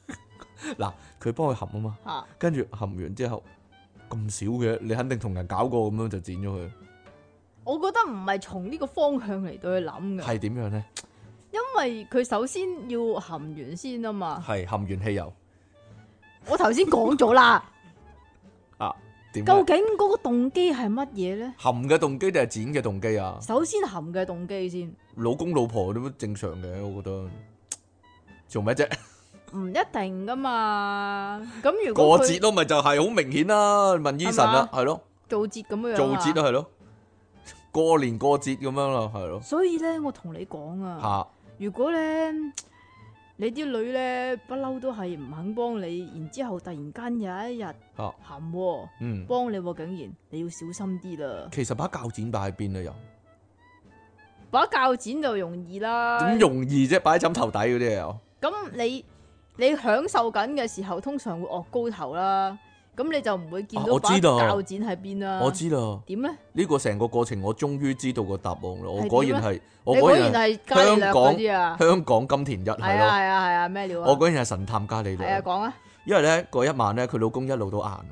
Speaker 1: 嗱，佢幫佢含啊嘛，
Speaker 2: 嚇
Speaker 1: 跟住含完之後咁少嘅，你肯定同人搞過咁樣就剪咗佢。
Speaker 2: 我覺得唔係從呢個方向嚟到去諗嘅，
Speaker 1: 係點樣呢？
Speaker 2: 因為佢首先要含完先啊嘛。
Speaker 1: 係含完汽油
Speaker 2: 我頭先講咗啦，
Speaker 1: 啊？ 點呢
Speaker 2: 究竟嗰個動機係乜嘢咧？
Speaker 1: 含嘅動機定係剪嘅動機啊？
Speaker 2: 首先含嘅動機先，
Speaker 1: 老公老婆都正常嘅，我覺得。做咩啫？
Speaker 2: 唔一定噶嘛。咁如
Speaker 1: 過
Speaker 2: 果
Speaker 1: 節
Speaker 2: 佢
Speaker 1: 咯，咪就係好明顯啦。問 Eason 啦，係咯，
Speaker 2: 做節咁樣樣啊
Speaker 1: 做節啦，係咯，過年過節咁樣啦，係咯，
Speaker 2: 所以咧，我同你講啊。
Speaker 1: 嚇
Speaker 2: 如果咧你啲女咧不嬲都係唔肯幫你，然之後突然間有一日
Speaker 1: 嚇，
Speaker 2: 含喎、
Speaker 1: 嗯。
Speaker 2: 幫你喎、竟然你要小心啲啦。
Speaker 1: 其實把鉸剪擺喺邊啊？又
Speaker 2: 把鉸剪就容易啦，
Speaker 1: 點容易啫？擺喺枕頭底嗰啲又
Speaker 2: 咁你你享受緊嘅時候，通常會惡高頭啦，咁你就唔會見
Speaker 1: 啊
Speaker 2: 到
Speaker 1: 我
Speaker 2: 把
Speaker 1: 知道
Speaker 2: 鉸剪喺邊啦。
Speaker 1: 我知啦。
Speaker 2: 點咧？
Speaker 1: 呢個成個過程，我終於知道個答案啦。我
Speaker 2: 係
Speaker 1: 果
Speaker 2: 點
Speaker 1: 然
Speaker 2: 咧
Speaker 1: 係，我
Speaker 2: 你
Speaker 1: 果
Speaker 2: 果
Speaker 1: 然
Speaker 2: 然
Speaker 1: 係
Speaker 2: 係加利
Speaker 1: 香
Speaker 2: 略
Speaker 1: 港
Speaker 2: 嗰啲啊，
Speaker 1: 香港金田一係
Speaker 2: 係啊
Speaker 1: 咯。
Speaker 2: 係啊係啊，咩料啊？
Speaker 1: 我果然係神探加利
Speaker 2: 係啊，
Speaker 1: 略，
Speaker 2: 講啊
Speaker 1: 因為咧嗰一晚咧，佢老公一路都硬啊，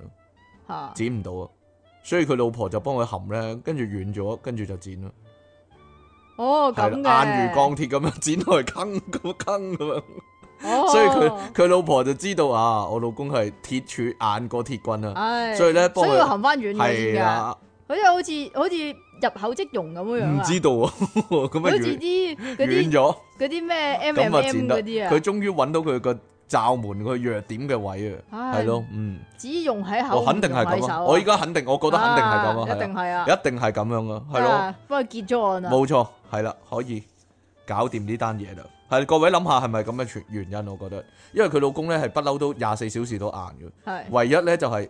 Speaker 2: 嚇，
Speaker 1: 剪唔到啊，所以佢老婆就幫佢含咧，跟住軟咗，跟住就剪啦，
Speaker 2: 哦
Speaker 1: 係
Speaker 2: 咁
Speaker 1: 啦，
Speaker 2: 嘅，
Speaker 1: 硬如鋼鐵咁樣 剪落去坑咁坑咁樣，
Speaker 2: 哦，
Speaker 1: 所以佢佢老婆就知道啊，我老公係鐵柱硬過鐵棍啊，
Speaker 2: 唉，
Speaker 1: 所以咧幫
Speaker 2: 所
Speaker 1: 佢
Speaker 2: 以要含翻軟佢先
Speaker 1: 係
Speaker 2: 㗎。
Speaker 1: 啦。
Speaker 2: 好似好似好似入口即溶咁樣樣
Speaker 1: 唔
Speaker 2: 啊！
Speaker 1: 知道啊， 咁
Speaker 2: 好
Speaker 1: 啊
Speaker 2: 似
Speaker 1: 軟
Speaker 2: 啲嗰
Speaker 1: 軟
Speaker 2: 啲
Speaker 1: 咗，
Speaker 2: 嗰啲咩 M
Speaker 1: 咁
Speaker 2: M
Speaker 1: 啊
Speaker 2: M
Speaker 1: 剪
Speaker 2: 嗰
Speaker 1: 得。
Speaker 2: 啲
Speaker 1: 佢
Speaker 2: 啊，
Speaker 1: 終於揾到佢個罩門佢弱點嘅位啊，
Speaker 2: 唉
Speaker 1: 係咯，嗯，
Speaker 2: 只用喺口，
Speaker 1: 我肯定係
Speaker 2: 唔
Speaker 1: 咁
Speaker 2: 用喺手啊
Speaker 1: 啊，我依家肯定，我覺得肯定係咁啊，
Speaker 2: 一定
Speaker 1: 係
Speaker 2: 係
Speaker 1: 啊
Speaker 2: 啊，
Speaker 1: 一定係咁樣啊，係咯。
Speaker 2: 啊，不過結咗案啦，
Speaker 1: 冇錯，係啦，可以搞掂呢單嘢啦。係各位諗下係咪咁嘅全原因？我覺得，因為佢老公咧係不嬲都廿四小時都硬嘅，
Speaker 2: 係
Speaker 1: 唯一咧就係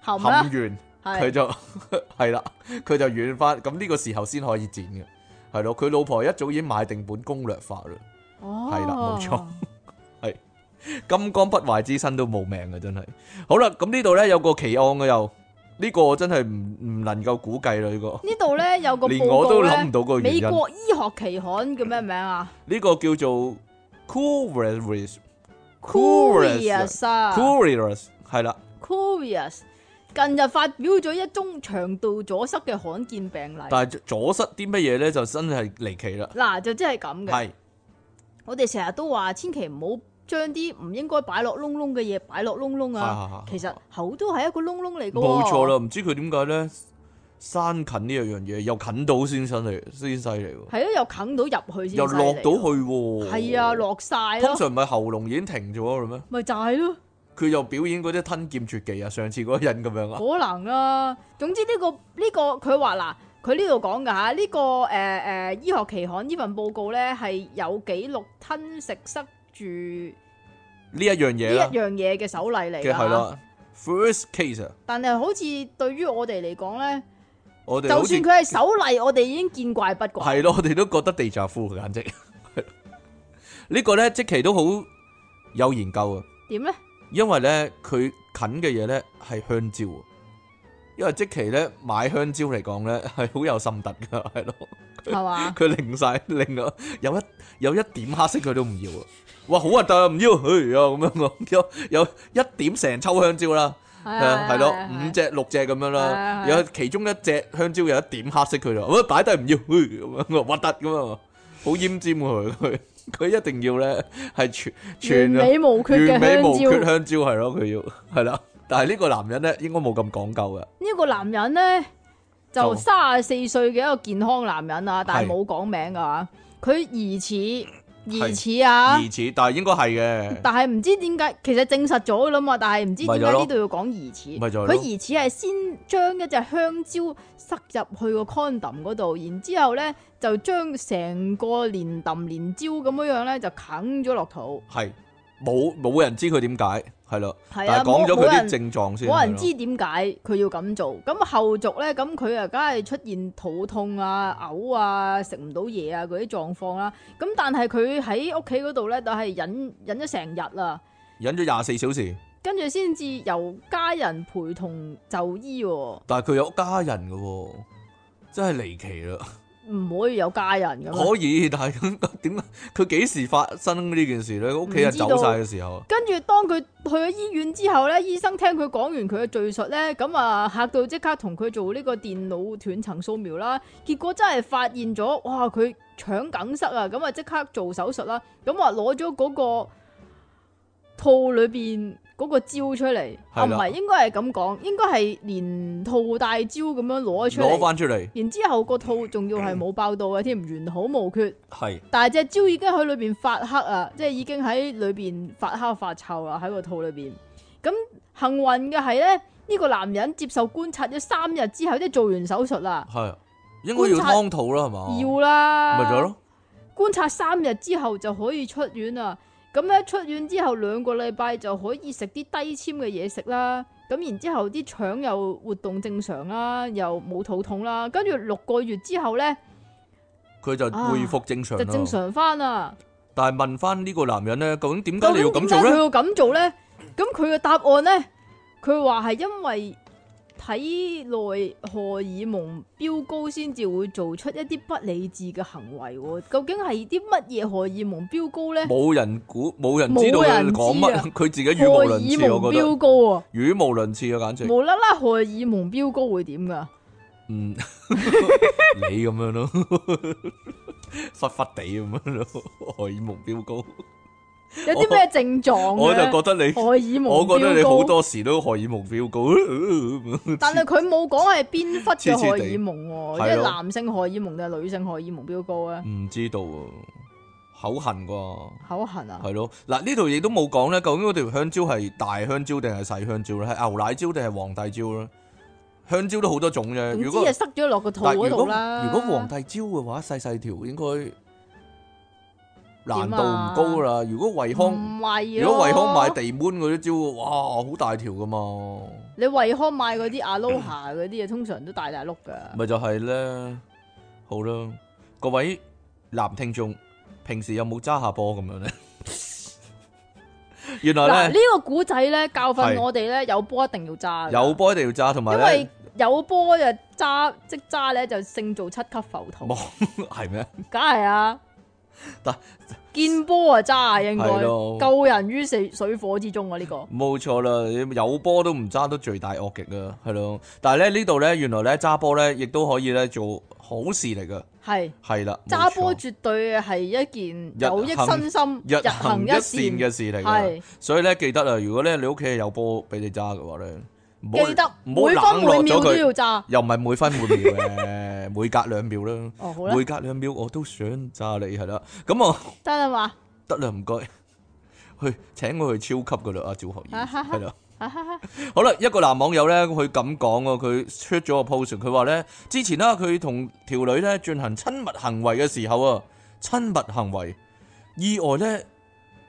Speaker 2: 含
Speaker 1: 含
Speaker 2: 啦，
Speaker 1: 完佢
Speaker 2: 係
Speaker 1: 就 係啦，佢就軟翻。咁呢個時候先可以剪嘅，係咯。佢老婆一早已經買定本攻略法啦，
Speaker 2: 哦，
Speaker 1: 係啦冇錯金剛不壞之身都冇命嘅，真係。好啦，咁呢度咧有個奇案嘅又，呢、個我真係唔唔能夠估計啦，呢、個
Speaker 2: 呢度咧有個
Speaker 1: 連我
Speaker 2: 報
Speaker 1: 都
Speaker 2: 告
Speaker 1: 諗唔
Speaker 2: 咧，
Speaker 1: 到個原
Speaker 2: 美
Speaker 1: 因。
Speaker 2: 國醫學期刊叫咩名啊
Speaker 1: 呢個叫做 Curious。
Speaker 2: ？Curious 啊
Speaker 1: Curious 係啦，
Speaker 2: ，Curious 近日發表咗一宗腸道阻塞嘅罕見病例，
Speaker 1: 但係阻塞啲乜嘢咧，就真係離奇啦。
Speaker 2: 嗱就真係咁嘅。
Speaker 1: 係
Speaker 2: 我哋成日都話，千祈唔好將啲唔應該擺落窿窿嘅嘢擺落窿窿啊！
Speaker 1: 啊
Speaker 2: 其實口都係一個窿窿嚟嘅。
Speaker 1: 冇錯啦，。唔知佢點解咧，山近呢樣嘢又近到先犀利，先犀利喎，
Speaker 2: 係咯，啊又啃到入去先。
Speaker 1: 又落到。去喎。
Speaker 2: 係啊，。落晒
Speaker 1: 通
Speaker 2: 咯，
Speaker 1: 常唔係喉嚨已經停咗啦咩？
Speaker 2: 咪就係咯，
Speaker 1: 佢又表演嗰啲吞劍絕技啊，上次嗰個人咁樣啊，
Speaker 2: 可能啦。總之呢個呢個，佢話嗱，佢呢度講㗎吓，呢個誒誒醫學期刊呢份報告咧係有記錄吞食塞住呢
Speaker 1: 呢一樣嘢
Speaker 2: 一
Speaker 1: 啦
Speaker 2: 樣嘢嘅首例嚟
Speaker 1: 嘅係
Speaker 2: 㗎。
Speaker 1: 啦，first case 啊，
Speaker 2: 但係好似對於我哋嚟講咧，
Speaker 1: 我
Speaker 2: 就
Speaker 1: 哋好
Speaker 2: 算
Speaker 1: 似
Speaker 2: 佢係首例，我哋已經見怪不 怪。
Speaker 1: 係咯，我哋都覺得地炸夫簡直。呢個咧，即期都好有研究啊，
Speaker 2: 點咧？
Speaker 1: 因為咧佢近嘅嘢咧係香蕉啊，因為即期咧買香蕉嚟講咧係好有心得噶， 係咯，
Speaker 2: 係嘛？
Speaker 1: 佢擰晒擰咗有一有一點黑色佢都唔要啊，哇好核突啊，唔要，哎呀咁樣啊，有有一點成抽香蕉啦，
Speaker 2: 係啊
Speaker 1: 係咯
Speaker 2: 係啊係啊
Speaker 1: 五隻六隻咁樣
Speaker 2: 係啊
Speaker 1: 啦，
Speaker 2: 係啊
Speaker 1: 有其中一隻香蕉有一點黑色佢就，我擺低唔要，哎咁樣核突咁啊，好奄尖喎佢佢 佢一定要咧係全全啊
Speaker 2: 完。美無缺嘅
Speaker 1: 完美無缺
Speaker 2: 香蕉。
Speaker 1: 香蕉係咯，佢要係啦。但係呢個男人咧，應該冇咁講究嘅。
Speaker 2: 呢個男人呢，就
Speaker 1: 就
Speaker 2: 三十四歲嘅一個健康男人啊，但係冇講名噶佢疑似疑似啊，
Speaker 1: 疑似，但係應該係嘅。
Speaker 2: 但係唔知點解，其實證實咗噶啦嘛，但係唔知點
Speaker 1: 咪
Speaker 2: 解
Speaker 1: 就係咯
Speaker 2: 呢度要講疑似。
Speaker 1: 咪就係咯
Speaker 2: 佢疑似係先將一隻香蕉塞入去個 condom 嗰度，然之後咧就將成個連揼連蕉咁樣樣咧就啃咗落肚。
Speaker 1: 係冇冇人知佢點解係啦。
Speaker 2: 係
Speaker 1: 但係
Speaker 2: 啊，
Speaker 1: 講咗
Speaker 2: 冇冇
Speaker 1: 佢啲
Speaker 2: 人
Speaker 1: 症狀先。
Speaker 2: 冇人
Speaker 1: 係咯
Speaker 2: 知點解佢要咁做，咁後續咧，咁佢啊，梗係出現肚痛啊、嘔啊、食唔到嘢啊嗰啲狀況啦。咁但係佢喺屋企嗰度咧，就係忍忍咗成日啦，
Speaker 1: 忍咗廿四小時，
Speaker 2: 跟住先至由家人陪同就醫喎、
Speaker 1: 但係佢有家人嘅喎，真係離奇啦。
Speaker 2: 唔可以有家人咁啊樣。
Speaker 1: 可以，但係咁點解 佢幾時發生呢件事咧？屋企人
Speaker 2: 唔知道
Speaker 1: 走晒嘅時候，
Speaker 2: 跟住當佢去咗醫院之後咧，醫生聽佢講完佢嘅敘述咧，咁啊嚇到即刻同佢做呢個電腦斷層掃描啦。結果真係發現咗，哇！佢腸梗塞啊，咁啊即刻做手術啦。咁話攞咗嗰個套裏邊嗰個蕉出嚟，
Speaker 1: 係
Speaker 2: 啊唔
Speaker 1: 啦
Speaker 2: 係應該係咁講，應該係連套帶蕉咁樣攞咗出
Speaker 1: 攞
Speaker 2: 嚟。
Speaker 1: 翻出嚟，
Speaker 2: 然之後個套仲要係冇爆到嘅添，完好無缺。
Speaker 1: 係
Speaker 2: 但系只蕉已經喺裏边發黑啊，即係已經喺裏边發黑發臭啦，喺個肚裏边。咁幸運嘅係咧，呢、呢個男人接受觀察咗三日之後，即係做完手術啦，
Speaker 1: 係應該要
Speaker 2: 觀察
Speaker 1: 劏肚啦，係嘛？
Speaker 2: 要啊啦，
Speaker 1: 哦咪就係咯，
Speaker 2: 觀察三日之後就可以出院啦。咁咧出院之後兩個禮拜就可以食啲低纖嘅嘢食啦。咁然之後啲腸又活動正常啦，又冇肚痛啦。跟住六個月之後咧
Speaker 1: 佢就恢復正常
Speaker 2: 啊就正
Speaker 1: 啦。
Speaker 2: 常翻啦。
Speaker 1: 但係問翻呢個男人咧，究竟點解
Speaker 2: 究
Speaker 1: 你要
Speaker 2: 竟
Speaker 1: 咁
Speaker 2: 點
Speaker 1: 做
Speaker 2: 解佢
Speaker 1: 咧？
Speaker 2: 要咁做咧？咁佢嘅答案咧，佢話係因為體內荷爾蒙飆高先至會做出一啲不理智嘅行為喎。究竟係啲乜嘢荷爾蒙飆高咧？
Speaker 1: 冇人估，冇人知道
Speaker 2: 冇人
Speaker 1: 佢講
Speaker 2: 知啊
Speaker 1: 乜，佢自己語
Speaker 2: 荷
Speaker 1: 無
Speaker 2: 爾
Speaker 1: 倫次，
Speaker 2: 蒙
Speaker 1: 我覺得
Speaker 2: 飆高啊！
Speaker 1: 語無倫次啊，簡直。
Speaker 2: 無啦啦荷爾蒙飆高會點噶？
Speaker 1: 嗯， 你咁樣咯， 忽忽地咁樣咯， 荷爾蒙飆高，
Speaker 2: 有啲咩症狀
Speaker 1: 我就
Speaker 2: 嘅？
Speaker 1: 覺得你，
Speaker 2: 荷爾蒙
Speaker 1: 我覺得你好
Speaker 2: 飆高，
Speaker 1: 多時都荷爾蒙飆高，咁
Speaker 2: 但係佢冇講係邊忽
Speaker 1: 黐
Speaker 2: 嘅
Speaker 1: 黐地
Speaker 2: 荷爾蒙喎，
Speaker 1: 係
Speaker 2: 即係
Speaker 1: 咯
Speaker 2: 男性荷爾蒙定係女性荷爾蒙飆高啊？
Speaker 1: 唔知道啊，口痕啩，
Speaker 2: 口痕啊？
Speaker 1: 係咯，嗱呢度亦都冇講咧，究竟嗰條香蕉係大香蕉定係細香蕉咧？係牛奶蕉定係皇帝蕉咧？香蕉都好多種啫，
Speaker 2: 總
Speaker 1: 如
Speaker 2: 之
Speaker 1: 果
Speaker 2: 啊，塞咗落個肚
Speaker 1: 但如
Speaker 2: 嗰
Speaker 1: 果
Speaker 2: 度啦。
Speaker 1: 如果皇帝蕉嘅話，細細條應該難
Speaker 2: 點
Speaker 1: 度唔
Speaker 2: 啊嗯
Speaker 1: 高啦。如果惠康。
Speaker 2: 唔係啊
Speaker 1: 如果惠康買
Speaker 2: 地，
Speaker 1: 地門嗰啲蕉，哇，好大條噶嘛，
Speaker 2: 你惠康買嗰啲 Aloha 嗰啲嘢，啊通常都大大碌噶。
Speaker 1: 咪就係咧。好啦，各位男聽眾，平時有冇揸下波咁樣咧？ 原
Speaker 2: 嗱，
Speaker 1: 來
Speaker 2: 呢
Speaker 1: 咧
Speaker 2: 個古仔咧教
Speaker 1: 係
Speaker 2: 訓我哋咧，有波一定要揸㗎。
Speaker 1: 有波一定要揸，同埋
Speaker 2: 因
Speaker 1: 咧
Speaker 2: 為有波就揸，即揸咧就勝造七級浮屠
Speaker 1: 冇， 係咩？
Speaker 2: 梗係啊
Speaker 1: 但。
Speaker 2: 見波啊揸啊，應該
Speaker 1: 係咯
Speaker 2: 救人於水水火之中啊！呢個
Speaker 1: 冇錯啦，有波都唔揸都罪大惡極啊，係咯。但係咧呢度咧，原來咧揸波咧，亦都可以咧做好事嚟噶，
Speaker 2: 係
Speaker 1: 係啦。冇
Speaker 2: 揸波
Speaker 1: 錯
Speaker 2: 絕對係一件
Speaker 1: 日
Speaker 2: 有益
Speaker 1: 行
Speaker 2: 身心、
Speaker 1: 日行
Speaker 2: 行
Speaker 1: 一
Speaker 2: 一
Speaker 1: 善
Speaker 2: 善
Speaker 1: 嘅事嚟㗎。
Speaker 2: 係
Speaker 1: 所以咧記得啊，如果咧你屋企有波俾你揸嘅話咧，唔好
Speaker 2: 記得
Speaker 1: 唔
Speaker 2: 每
Speaker 1: 好
Speaker 2: 分
Speaker 1: 冷落
Speaker 2: 每秒
Speaker 1: 咗
Speaker 2: 都要
Speaker 1: 佢，
Speaker 2: 揸。
Speaker 1: 又唔係每分每秒嘅， 每隔兩秒啦，
Speaker 2: 哦，好啦
Speaker 1: 每，隔兩秒我都想揸你係啦，咁我
Speaker 2: 得啦嘛。
Speaker 1: 得啦唔該，去請我去超級噶啦，阿趙學而係啦。
Speaker 2: 哈哈哈
Speaker 1: 好啦，一個男網友咧，佢咁講喎，佢出咗個 post，佢話咧，之前啦，佢同條女咧進行親密行為嘅時候啊，親密行為意外咧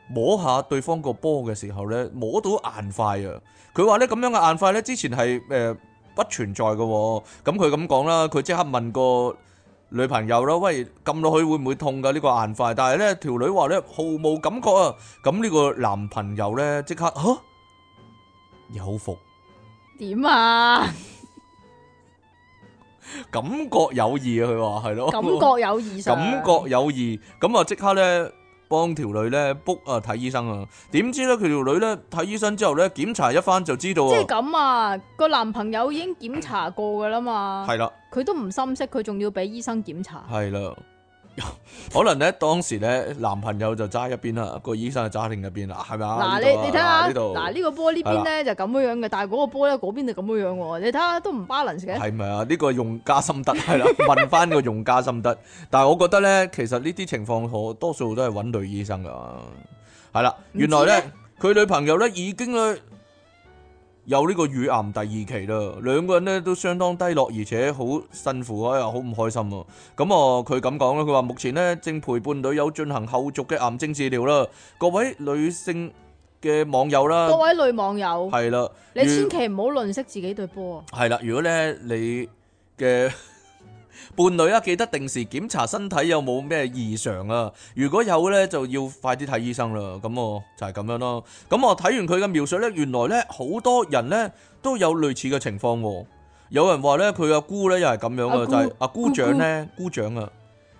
Speaker 1: 摸下對方個波嘅時候咧，摸到硬塊啊！佢話咧咁樣嘅硬塊咧，之前係誒、呃不存在嘅喎，咁佢咁講啦，佢即刻問個女朋友啦，喂，撳落去會唔會痛㗎？呢、個硬塊，但係咧條女話咧毫無感覺啊，咁呢個男朋友咧即刻嚇有伏。
Speaker 2: 點啊？
Speaker 1: 感覺有異啊，佢話係咯，
Speaker 2: 感覺有異常。
Speaker 1: 感覺有異，咁啊即刻咧幫條女咧 book 啊睇醫生啊，點知咧佢條女咧睇醫生之後咧檢查一番就知道
Speaker 2: 即係
Speaker 1: 啊，
Speaker 2: 咁啊！個男朋友已經檢查過㗎啦嘛，
Speaker 1: 係啦
Speaker 2: 佢都唔心息，佢仲要俾醫生檢查。
Speaker 1: 係啦， 可能咧當時咧男朋友就揸一邊啦，個醫生就揸另一邊啦，係咪啊？
Speaker 2: 嗱，
Speaker 1: 呢
Speaker 2: 你
Speaker 1: 度啊
Speaker 2: 你睇下，
Speaker 1: 呢度
Speaker 2: 嗱呢個波呢邊咧就咁樣樣嘅，但係嗰個波咧嗰邊就咁樣樣喎。你睇下都唔 balance 嘅，
Speaker 1: 係咪啊？呢個用家心 得係啦，問翻個用家心得。但係我覺得咧，其實呢啲情況我多數都係揾女醫生噶。係啦，
Speaker 2: 唔知
Speaker 1: 原來咧佢女朋友咧已經咧有呢個乳癌第二期啦，兩個人咧都相當低落，而且好辛苦啊，哎呀好唔開心啊。咁啊，佢咁講啦，佢話目前咧正陪伴女友進行後續嘅癌症治療啦。各位女性嘅網友啦
Speaker 2: 各，位女網友，
Speaker 1: 係啦，
Speaker 2: 你
Speaker 1: 如
Speaker 2: 千祈唔好吝惜自己對波啊！
Speaker 1: 系啦，如果咧你嘅 伴侶啊，記得定時檢查身體有冇咩異常啊。如果有咧，就要快啲睇醫生啦。咁我就係咁樣咯。咁我睇完佢嘅描述咧，原來咧好多人咧都有類似嘅情況喎。有人話咧，佢阿姑咧又係咁樣
Speaker 2: 阿
Speaker 1: 嘅，
Speaker 2: 姑
Speaker 1: 就係阿姑丈咧，姑丈啊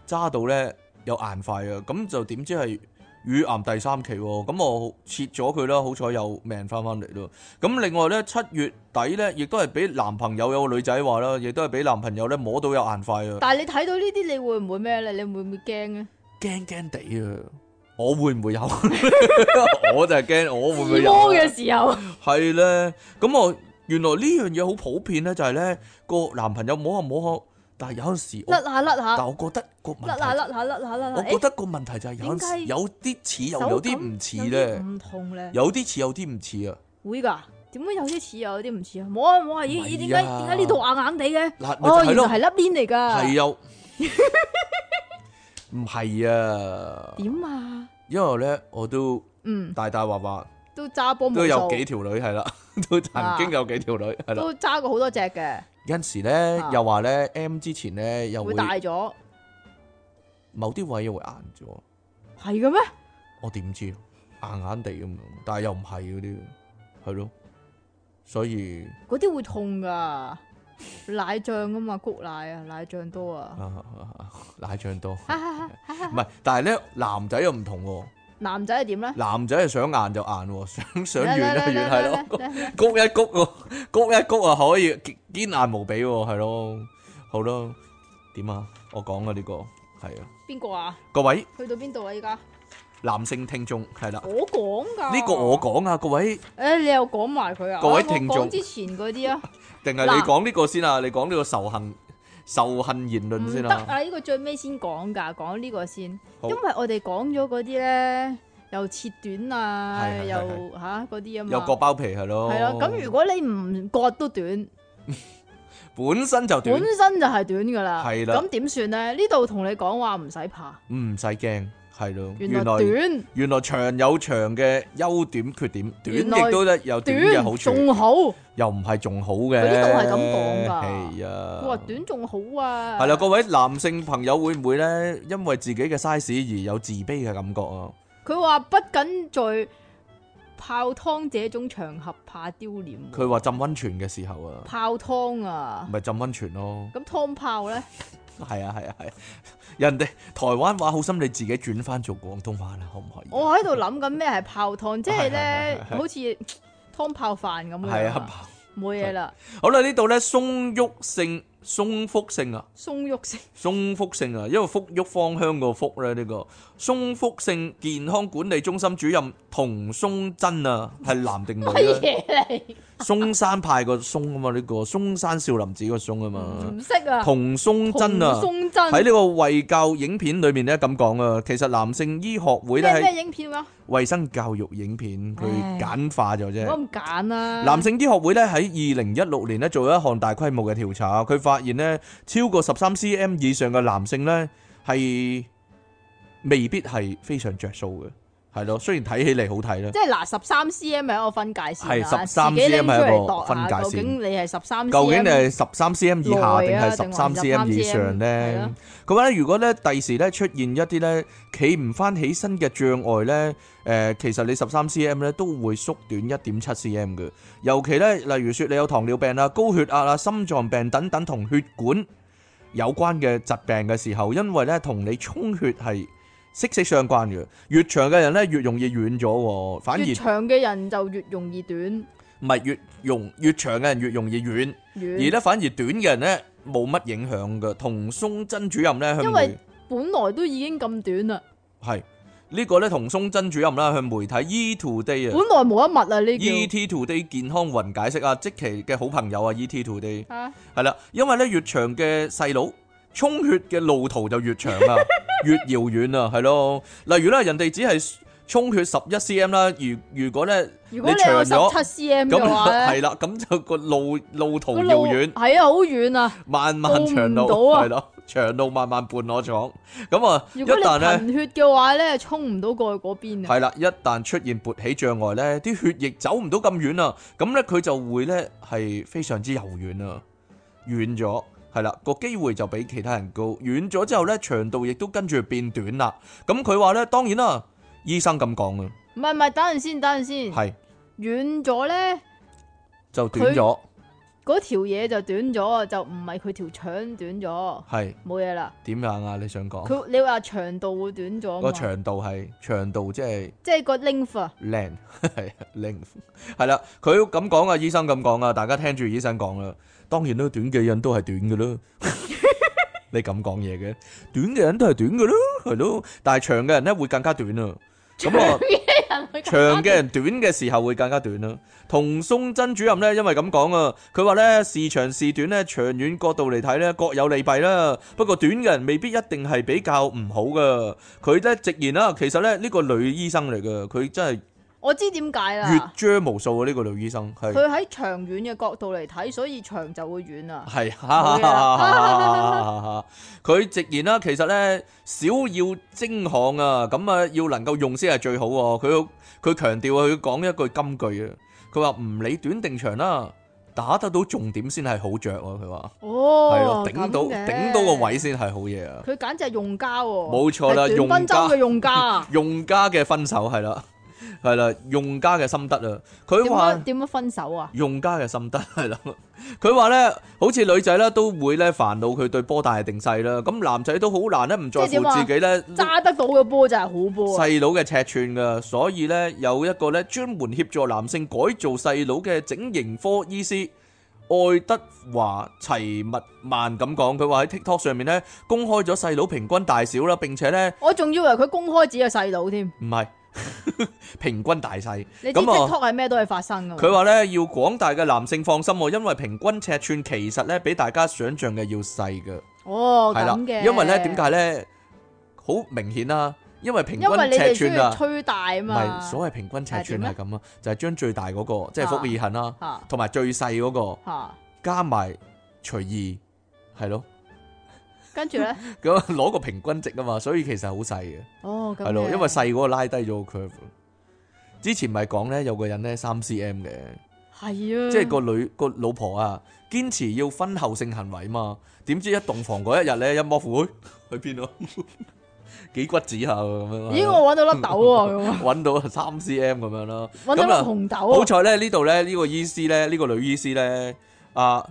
Speaker 1: 揸到咧有硬塊啊，咁就點知係乳癌第三期喎，咁我切咗佢啦，好彩有命翻翻嚟咯。咁另外咧，七月底咧，亦都係俾男朋友有個女仔話啦，亦都係俾男朋友咧摸到有硬塊啊，
Speaker 2: 但係你睇到呢啲，你會唔會咩咧？你會唔會驚咧？
Speaker 1: 驚驚地啊！我會唔會有？ 我就係驚我會唔會
Speaker 2: 自
Speaker 1: 有
Speaker 2: 摸
Speaker 1: 啊？
Speaker 2: 嘅時候，
Speaker 1: 係咧，咁我原來呢樣嘢好普遍咧，就係咧個男朋友摸下摸下，但係有陣時我
Speaker 2: 甩下甩下，
Speaker 1: 但我覺得個問
Speaker 2: 甩下甩
Speaker 1: 題，
Speaker 2: 下甩下甩
Speaker 1: 我
Speaker 2: 下，
Speaker 1: 覺得個問題就係有陣時
Speaker 2: 點解
Speaker 1: 有啲似又
Speaker 2: 手
Speaker 1: 有啲
Speaker 2: 感
Speaker 1: 唔似
Speaker 2: 有啲
Speaker 1: 咧，
Speaker 2: 唔同咧，
Speaker 1: 有啲似有啲唔似啊！
Speaker 2: 會㗎。點解有啲似又有啲唔似啊？摸下摸下，咦
Speaker 1: 唔係
Speaker 2: 咦，點解
Speaker 1: 啊
Speaker 2: 點解呢度硬硬地嘅？
Speaker 1: 嗱，
Speaker 2: 哦，
Speaker 1: 咪
Speaker 2: 原
Speaker 1: 就係咯，
Speaker 2: 來係甩邊嚟
Speaker 1: 係啊
Speaker 2: 㗎。
Speaker 1: 有， 唔係啊，
Speaker 2: 點啊？
Speaker 1: 因為咧我都
Speaker 2: 嗯，
Speaker 1: 大大話話
Speaker 2: 都揸波無
Speaker 1: 都啊有幾
Speaker 2: 數，
Speaker 1: 條女係啦， 都曾經有幾條女係啦，
Speaker 2: 都揸過好多隻嘅，
Speaker 1: 有陣時咧
Speaker 2: 啊
Speaker 1: 又話咧 M 之前咧又
Speaker 2: 會
Speaker 1: 會
Speaker 2: 大咗，
Speaker 1: 某啲位又會硬咗。
Speaker 2: 係嘅咩？
Speaker 1: 我點知？硬硬地咁樣，但係又唔係嗰啲，係咯。所以
Speaker 2: 嗰啲會痛㗎，奶醬啊嘛，谷奶啊，奶醬多啊。
Speaker 1: 啊， 奶醬 多，唔
Speaker 2: 哈哈哈哈
Speaker 1: 係。但係咧，男仔又唔同喎，
Speaker 2: 男仔係點咧？
Speaker 1: 男仔係想硬就硬喎，想想軟就軟，係咯。
Speaker 2: 咯。
Speaker 1: 谷一谷 喎，谷一谷啊，可以堅堅硬無比喎，係咯。好咯，點啊？我講啊呢個係啊，
Speaker 2: 邊個啊？
Speaker 1: 各位
Speaker 2: 去到邊度啊？依家
Speaker 1: 男性聽眾係啦，
Speaker 2: 我講㗎。
Speaker 1: 呢個我。講啊，各位
Speaker 2: 誒，你又講埋佢啊？
Speaker 1: 各位
Speaker 2: 啊我
Speaker 1: 聽眾
Speaker 2: 講之前嗰啲啊，
Speaker 1: 定係你
Speaker 2: 嗱
Speaker 1: 講呢個先啊？你講呢個仇恨仇恨言
Speaker 2: 唔
Speaker 1: 論先
Speaker 2: 得
Speaker 1: 啊？
Speaker 2: 啊！呢個最尾先講㗎，講呢個先，
Speaker 1: 好
Speaker 2: 因為我哋講咗嗰啲咧，又切短啊，
Speaker 1: 係係係
Speaker 2: 又
Speaker 1: 係
Speaker 2: 吓嗰啲啊嘛。
Speaker 1: 有割包皮係咯，
Speaker 2: 係啊，咁如果你唔割都短，
Speaker 1: 本身就
Speaker 2: 本
Speaker 1: 短，
Speaker 2: 身就係短㗎啦。
Speaker 1: 係啦
Speaker 2: 咁點算咧？呢度同你講話唔使怕，
Speaker 1: 唔使驚，係咯。
Speaker 2: 原來
Speaker 1: 原
Speaker 2: 短
Speaker 1: 來原來長有長嘅優點缺點，短
Speaker 2: 原來
Speaker 1: 亦都咧有短嘅好
Speaker 2: 短
Speaker 1: 處，
Speaker 2: 仲好。
Speaker 1: 又唔係仲好嘅。
Speaker 2: 佢呢度係咁講㗎
Speaker 1: 係啊，
Speaker 2: 佢話短仲好啊。
Speaker 1: 係啦，各位男性朋友會唔會咧，因為自己嘅 size 而有自卑嘅感覺啊？
Speaker 2: 佢話不僅在泡湯這種場合怕丟臉喎，
Speaker 1: 佢話浸温泉嘅時候啊，
Speaker 2: 泡湯啊，
Speaker 1: 咪浸温泉咯。
Speaker 2: 咁湯泡咧，
Speaker 1: 係啊，係啊，係 啊。人哋台灣話好心，你自己轉翻做廣東話啦，可唔可以？啊
Speaker 2: 我喺度諗緊咩係泡湯，即係咧
Speaker 1: 係係係係
Speaker 2: 好似湯泡飯咁
Speaker 1: 係
Speaker 2: 樣
Speaker 1: 啊
Speaker 2: 啊，。冇嘢啦，
Speaker 1: 好啦，呢度咧松郁性、松福性啊，
Speaker 2: 鬆肉性
Speaker 1: 松福性啊，因為福郁芳香個福咧呢、個松福性健康管理中心主任童松真啊，係男定女
Speaker 2: 乜
Speaker 1: 咧？
Speaker 2: 嘢嚟？
Speaker 1: 松山派個松啊嘛，呢、個松山少林寺個松啊嘛，
Speaker 2: 唔識啊，
Speaker 1: 童松真啊，
Speaker 2: 松
Speaker 1: 喺
Speaker 2: 真
Speaker 1: 呢個衛教影片裏面咧咁講啊，其實男性醫學會咧
Speaker 2: 咩
Speaker 1: 喺
Speaker 2: 咩影片啊？
Speaker 1: 衛生教育影片佢
Speaker 2: 唉
Speaker 1: 簡化咗啫
Speaker 2: 我。唔揀啦，
Speaker 1: 男性醫學會咧喺二零一六年咧做咗一項大規模嘅調查，佢發現咧超過十三 cm 以上嘅男性咧係未必係非常着數嘅，係咯。雖然睇起嚟好睇啦，
Speaker 2: 即係嗱十三 cm 係一個分界線啊，
Speaker 1: 係13
Speaker 2: 自己拎
Speaker 1: cm 係
Speaker 2: 出
Speaker 1: 一
Speaker 2: 嚟
Speaker 1: 個
Speaker 2: 度
Speaker 1: 分界
Speaker 2: 下，
Speaker 1: 線
Speaker 2: 究竟你係十三，
Speaker 1: 究竟你係十三 cm 以下定係
Speaker 2: 內啊定
Speaker 1: 十
Speaker 2: 還
Speaker 1: 三
Speaker 2: 是
Speaker 1: cm 以上
Speaker 2: 係
Speaker 1: 咧
Speaker 2: 咯？
Speaker 1: 佢話咧，如果咧第時咧出現一啲咧企唔翻起身嘅障礙咧，誒、其實你十三 cm 咧都會縮短一點七 cm 嘅。尤其咧，例如說你有糖尿病啊、高血壓啊、心臟病等等同血管有關嘅疾病嘅時候，因為咧同你充血係息息相關嘅。越長嘅人咧越容易軟咗喎，反而
Speaker 2: 越長嘅人就越容易短
Speaker 1: 唔係越容越長嘅人越容易軟，而
Speaker 2: 軟。
Speaker 1: 咧反而短嘅人咧冇乜影響嘅。同松真主任咧向
Speaker 2: 因
Speaker 1: 媒
Speaker 2: 為本來都已經咁短啦，
Speaker 1: 係呢個咧，同松真主任啦向媒體 E Today
Speaker 2: 本
Speaker 1: 啊
Speaker 2: 來冇一物啊呢叫
Speaker 1: ，ET Today 健康雲解釋啊，即其嘅好朋友啊，ET Today
Speaker 2: 啊，
Speaker 1: 係啦，因為咧越長嘅細佬，充血嘅路途就越長啊，越遙遠啊，係咯。例如咧，人哋只係充血十一 cm 啦，如如果咧
Speaker 2: 如果你有
Speaker 1: 你長
Speaker 2: 十
Speaker 1: 咗
Speaker 2: 七 cm
Speaker 1: 咁
Speaker 2: 嘅 話
Speaker 1: 係
Speaker 2: 咧，
Speaker 1: 啦，咁就個路路途
Speaker 2: 個
Speaker 1: 哦遙
Speaker 2: 路
Speaker 1: 遠。
Speaker 2: 係啊好遠啊！
Speaker 1: 漫漫長路
Speaker 2: 到唔到啊
Speaker 1: 係咯，長路漫漫伴我闖。咁啊，一
Speaker 2: 如果你
Speaker 1: 旦咧。
Speaker 2: 貧血嘅話咧，衝唔到過去嗰邊啊，
Speaker 1: 係啦，一旦出現勃起障礙咧，啲血液走唔到咁遠啦，咁咧佢就會咧係非常之柔軟啊，軟咗係啦，個機會就比其他人高，軟咗之後咧長度亦都跟住變短啦。咁佢話咧，當然啦，醫生咁講啊，
Speaker 2: 唔嗯係唔係，等陣先，等陣先，
Speaker 1: 係
Speaker 2: 遠咗咧，
Speaker 1: 就短咗，
Speaker 2: 嗰條嘢就短咗，就唔係佢條腸短咗，
Speaker 1: 係
Speaker 2: 冇嘢啦。
Speaker 1: 點樣啊？你想講
Speaker 2: 佢你話長度會短
Speaker 1: 個
Speaker 2: 咗嘛？
Speaker 1: 長度係長度即係。
Speaker 2: 即係個 length 啊，
Speaker 1: 靚係靚係啦，佢咁講啊，醫生咁講啊，大家聽住醫生講啦。當然啦，短嘅人都係短嘅 啦。你咁講嘢嘅，短嘅人都係短嘅啦，係咯。但係長嘅人咧會更加短啊。咁啊，長嘅人短嘅時候會更加短啦。童松真主任咧，因為咁講啊，佢話咧是長是短咧，長遠角度嚟睇咧，各有利弊啦。不過短嘅人未必一定係比較唔好噶。佢咧直言啊啦，其實咧呢個女醫生嚟嘅，佢真係。
Speaker 2: 我知點解
Speaker 1: 越
Speaker 2: 啦。
Speaker 1: 張無數啊！呢個女醫生係
Speaker 2: 佢喺長遠嘅角度嚟睇，所以長就會遠啊。
Speaker 1: 係
Speaker 2: 冇嘢啊啦，
Speaker 1: 佢直言啦，其實咧少要精悍啊，咁啊要能夠用先係最好喎。佢佢強調啊，佢講一句金句啊，佢話唔理短定長啦，打得到重點先係好着啊。佢話係
Speaker 2: 哦
Speaker 1: 咯，，頂到
Speaker 2: 咁嘅
Speaker 1: 頂到個位。先係好嘢啊！
Speaker 2: 佢簡直係用家喎，
Speaker 1: 冇錯啦
Speaker 2: 係
Speaker 1: 用
Speaker 2: 短
Speaker 1: 家。
Speaker 2: 賓州嘅用家啊
Speaker 1: 用家嘅分手係啦，係啦，用家嘅心得啊， 佢
Speaker 2: 點
Speaker 1: 話
Speaker 2: 樣。點樣分手啊？
Speaker 1: 用家嘅心得係啦。 佢話咧，好似女仔咧都會咧煩惱佢對波大定細啦，咁男仔都好難咧唔在
Speaker 2: 即係點
Speaker 1: 乎
Speaker 2: 啊
Speaker 1: 自己咧
Speaker 2: 揸得到嘅波就係好波啊！
Speaker 1: 細佬嘅尺寸噶，所以咧有一個咧專門協助男性改造細佬嘅整形科醫師。愛德華齊密曼咁講，佢話喺 TikTok 上面咧公開咗細佬平均大小啦，並且咧
Speaker 2: 我仲以為佢公開自己嘅細佬添，
Speaker 1: 唔係 平均大細。
Speaker 2: 你知
Speaker 1: 咁啊
Speaker 2: TikTok 係咩都係發生噶嘛？
Speaker 1: 佢話咧要廣大嘅男性放心喎，因為平均尺寸其實咧比大家想象嘅要細嘅，
Speaker 2: 哦
Speaker 1: 係啦、
Speaker 2: 咁嘅，
Speaker 1: 因為咧點？解咧好明顯啦、因為平
Speaker 2: 因為
Speaker 1: 均
Speaker 2: 你
Speaker 1: 尺
Speaker 2: 哋中
Speaker 1: 寸啊
Speaker 2: 意，吹大啊
Speaker 1: 唔
Speaker 2: 嘛，
Speaker 1: 係所謂平均尺寸
Speaker 2: 係
Speaker 1: 係
Speaker 2: 點咧
Speaker 1: 咁啊，就係將最大嗰、個即係
Speaker 2: 啊
Speaker 1: 福爾肯啦，
Speaker 2: 嚇
Speaker 1: 同埋最細嗰、個
Speaker 2: 嚇，
Speaker 1: 加埋隨意係咯，
Speaker 2: 跟 住咧，
Speaker 1: 咁攞個平均值啊嘛，所以其實好細嘅。
Speaker 2: 哦咁
Speaker 1: 係咯，
Speaker 2: 嘅
Speaker 1: 因為細嗰個拉低咗個 curve。之前咪講咧，有個人咧三 cm 嘅，
Speaker 2: 係啊，
Speaker 1: 即係個女個老婆啊，堅持要婚後性行為嘛，點知一洞房嗰一日咧，一摸褲，去邊咯， 幾骨子下喎咁樣。
Speaker 2: 咦我揾到粒豆 喎，咁啊
Speaker 1: 揾到三 cm 咁樣啦，
Speaker 2: 揾到
Speaker 1: 咁啊
Speaker 2: 粒紅豆
Speaker 1: 好
Speaker 2: 啊，
Speaker 1: 彩咧呢度咧呢個醫師咧呢個女醫師咧啊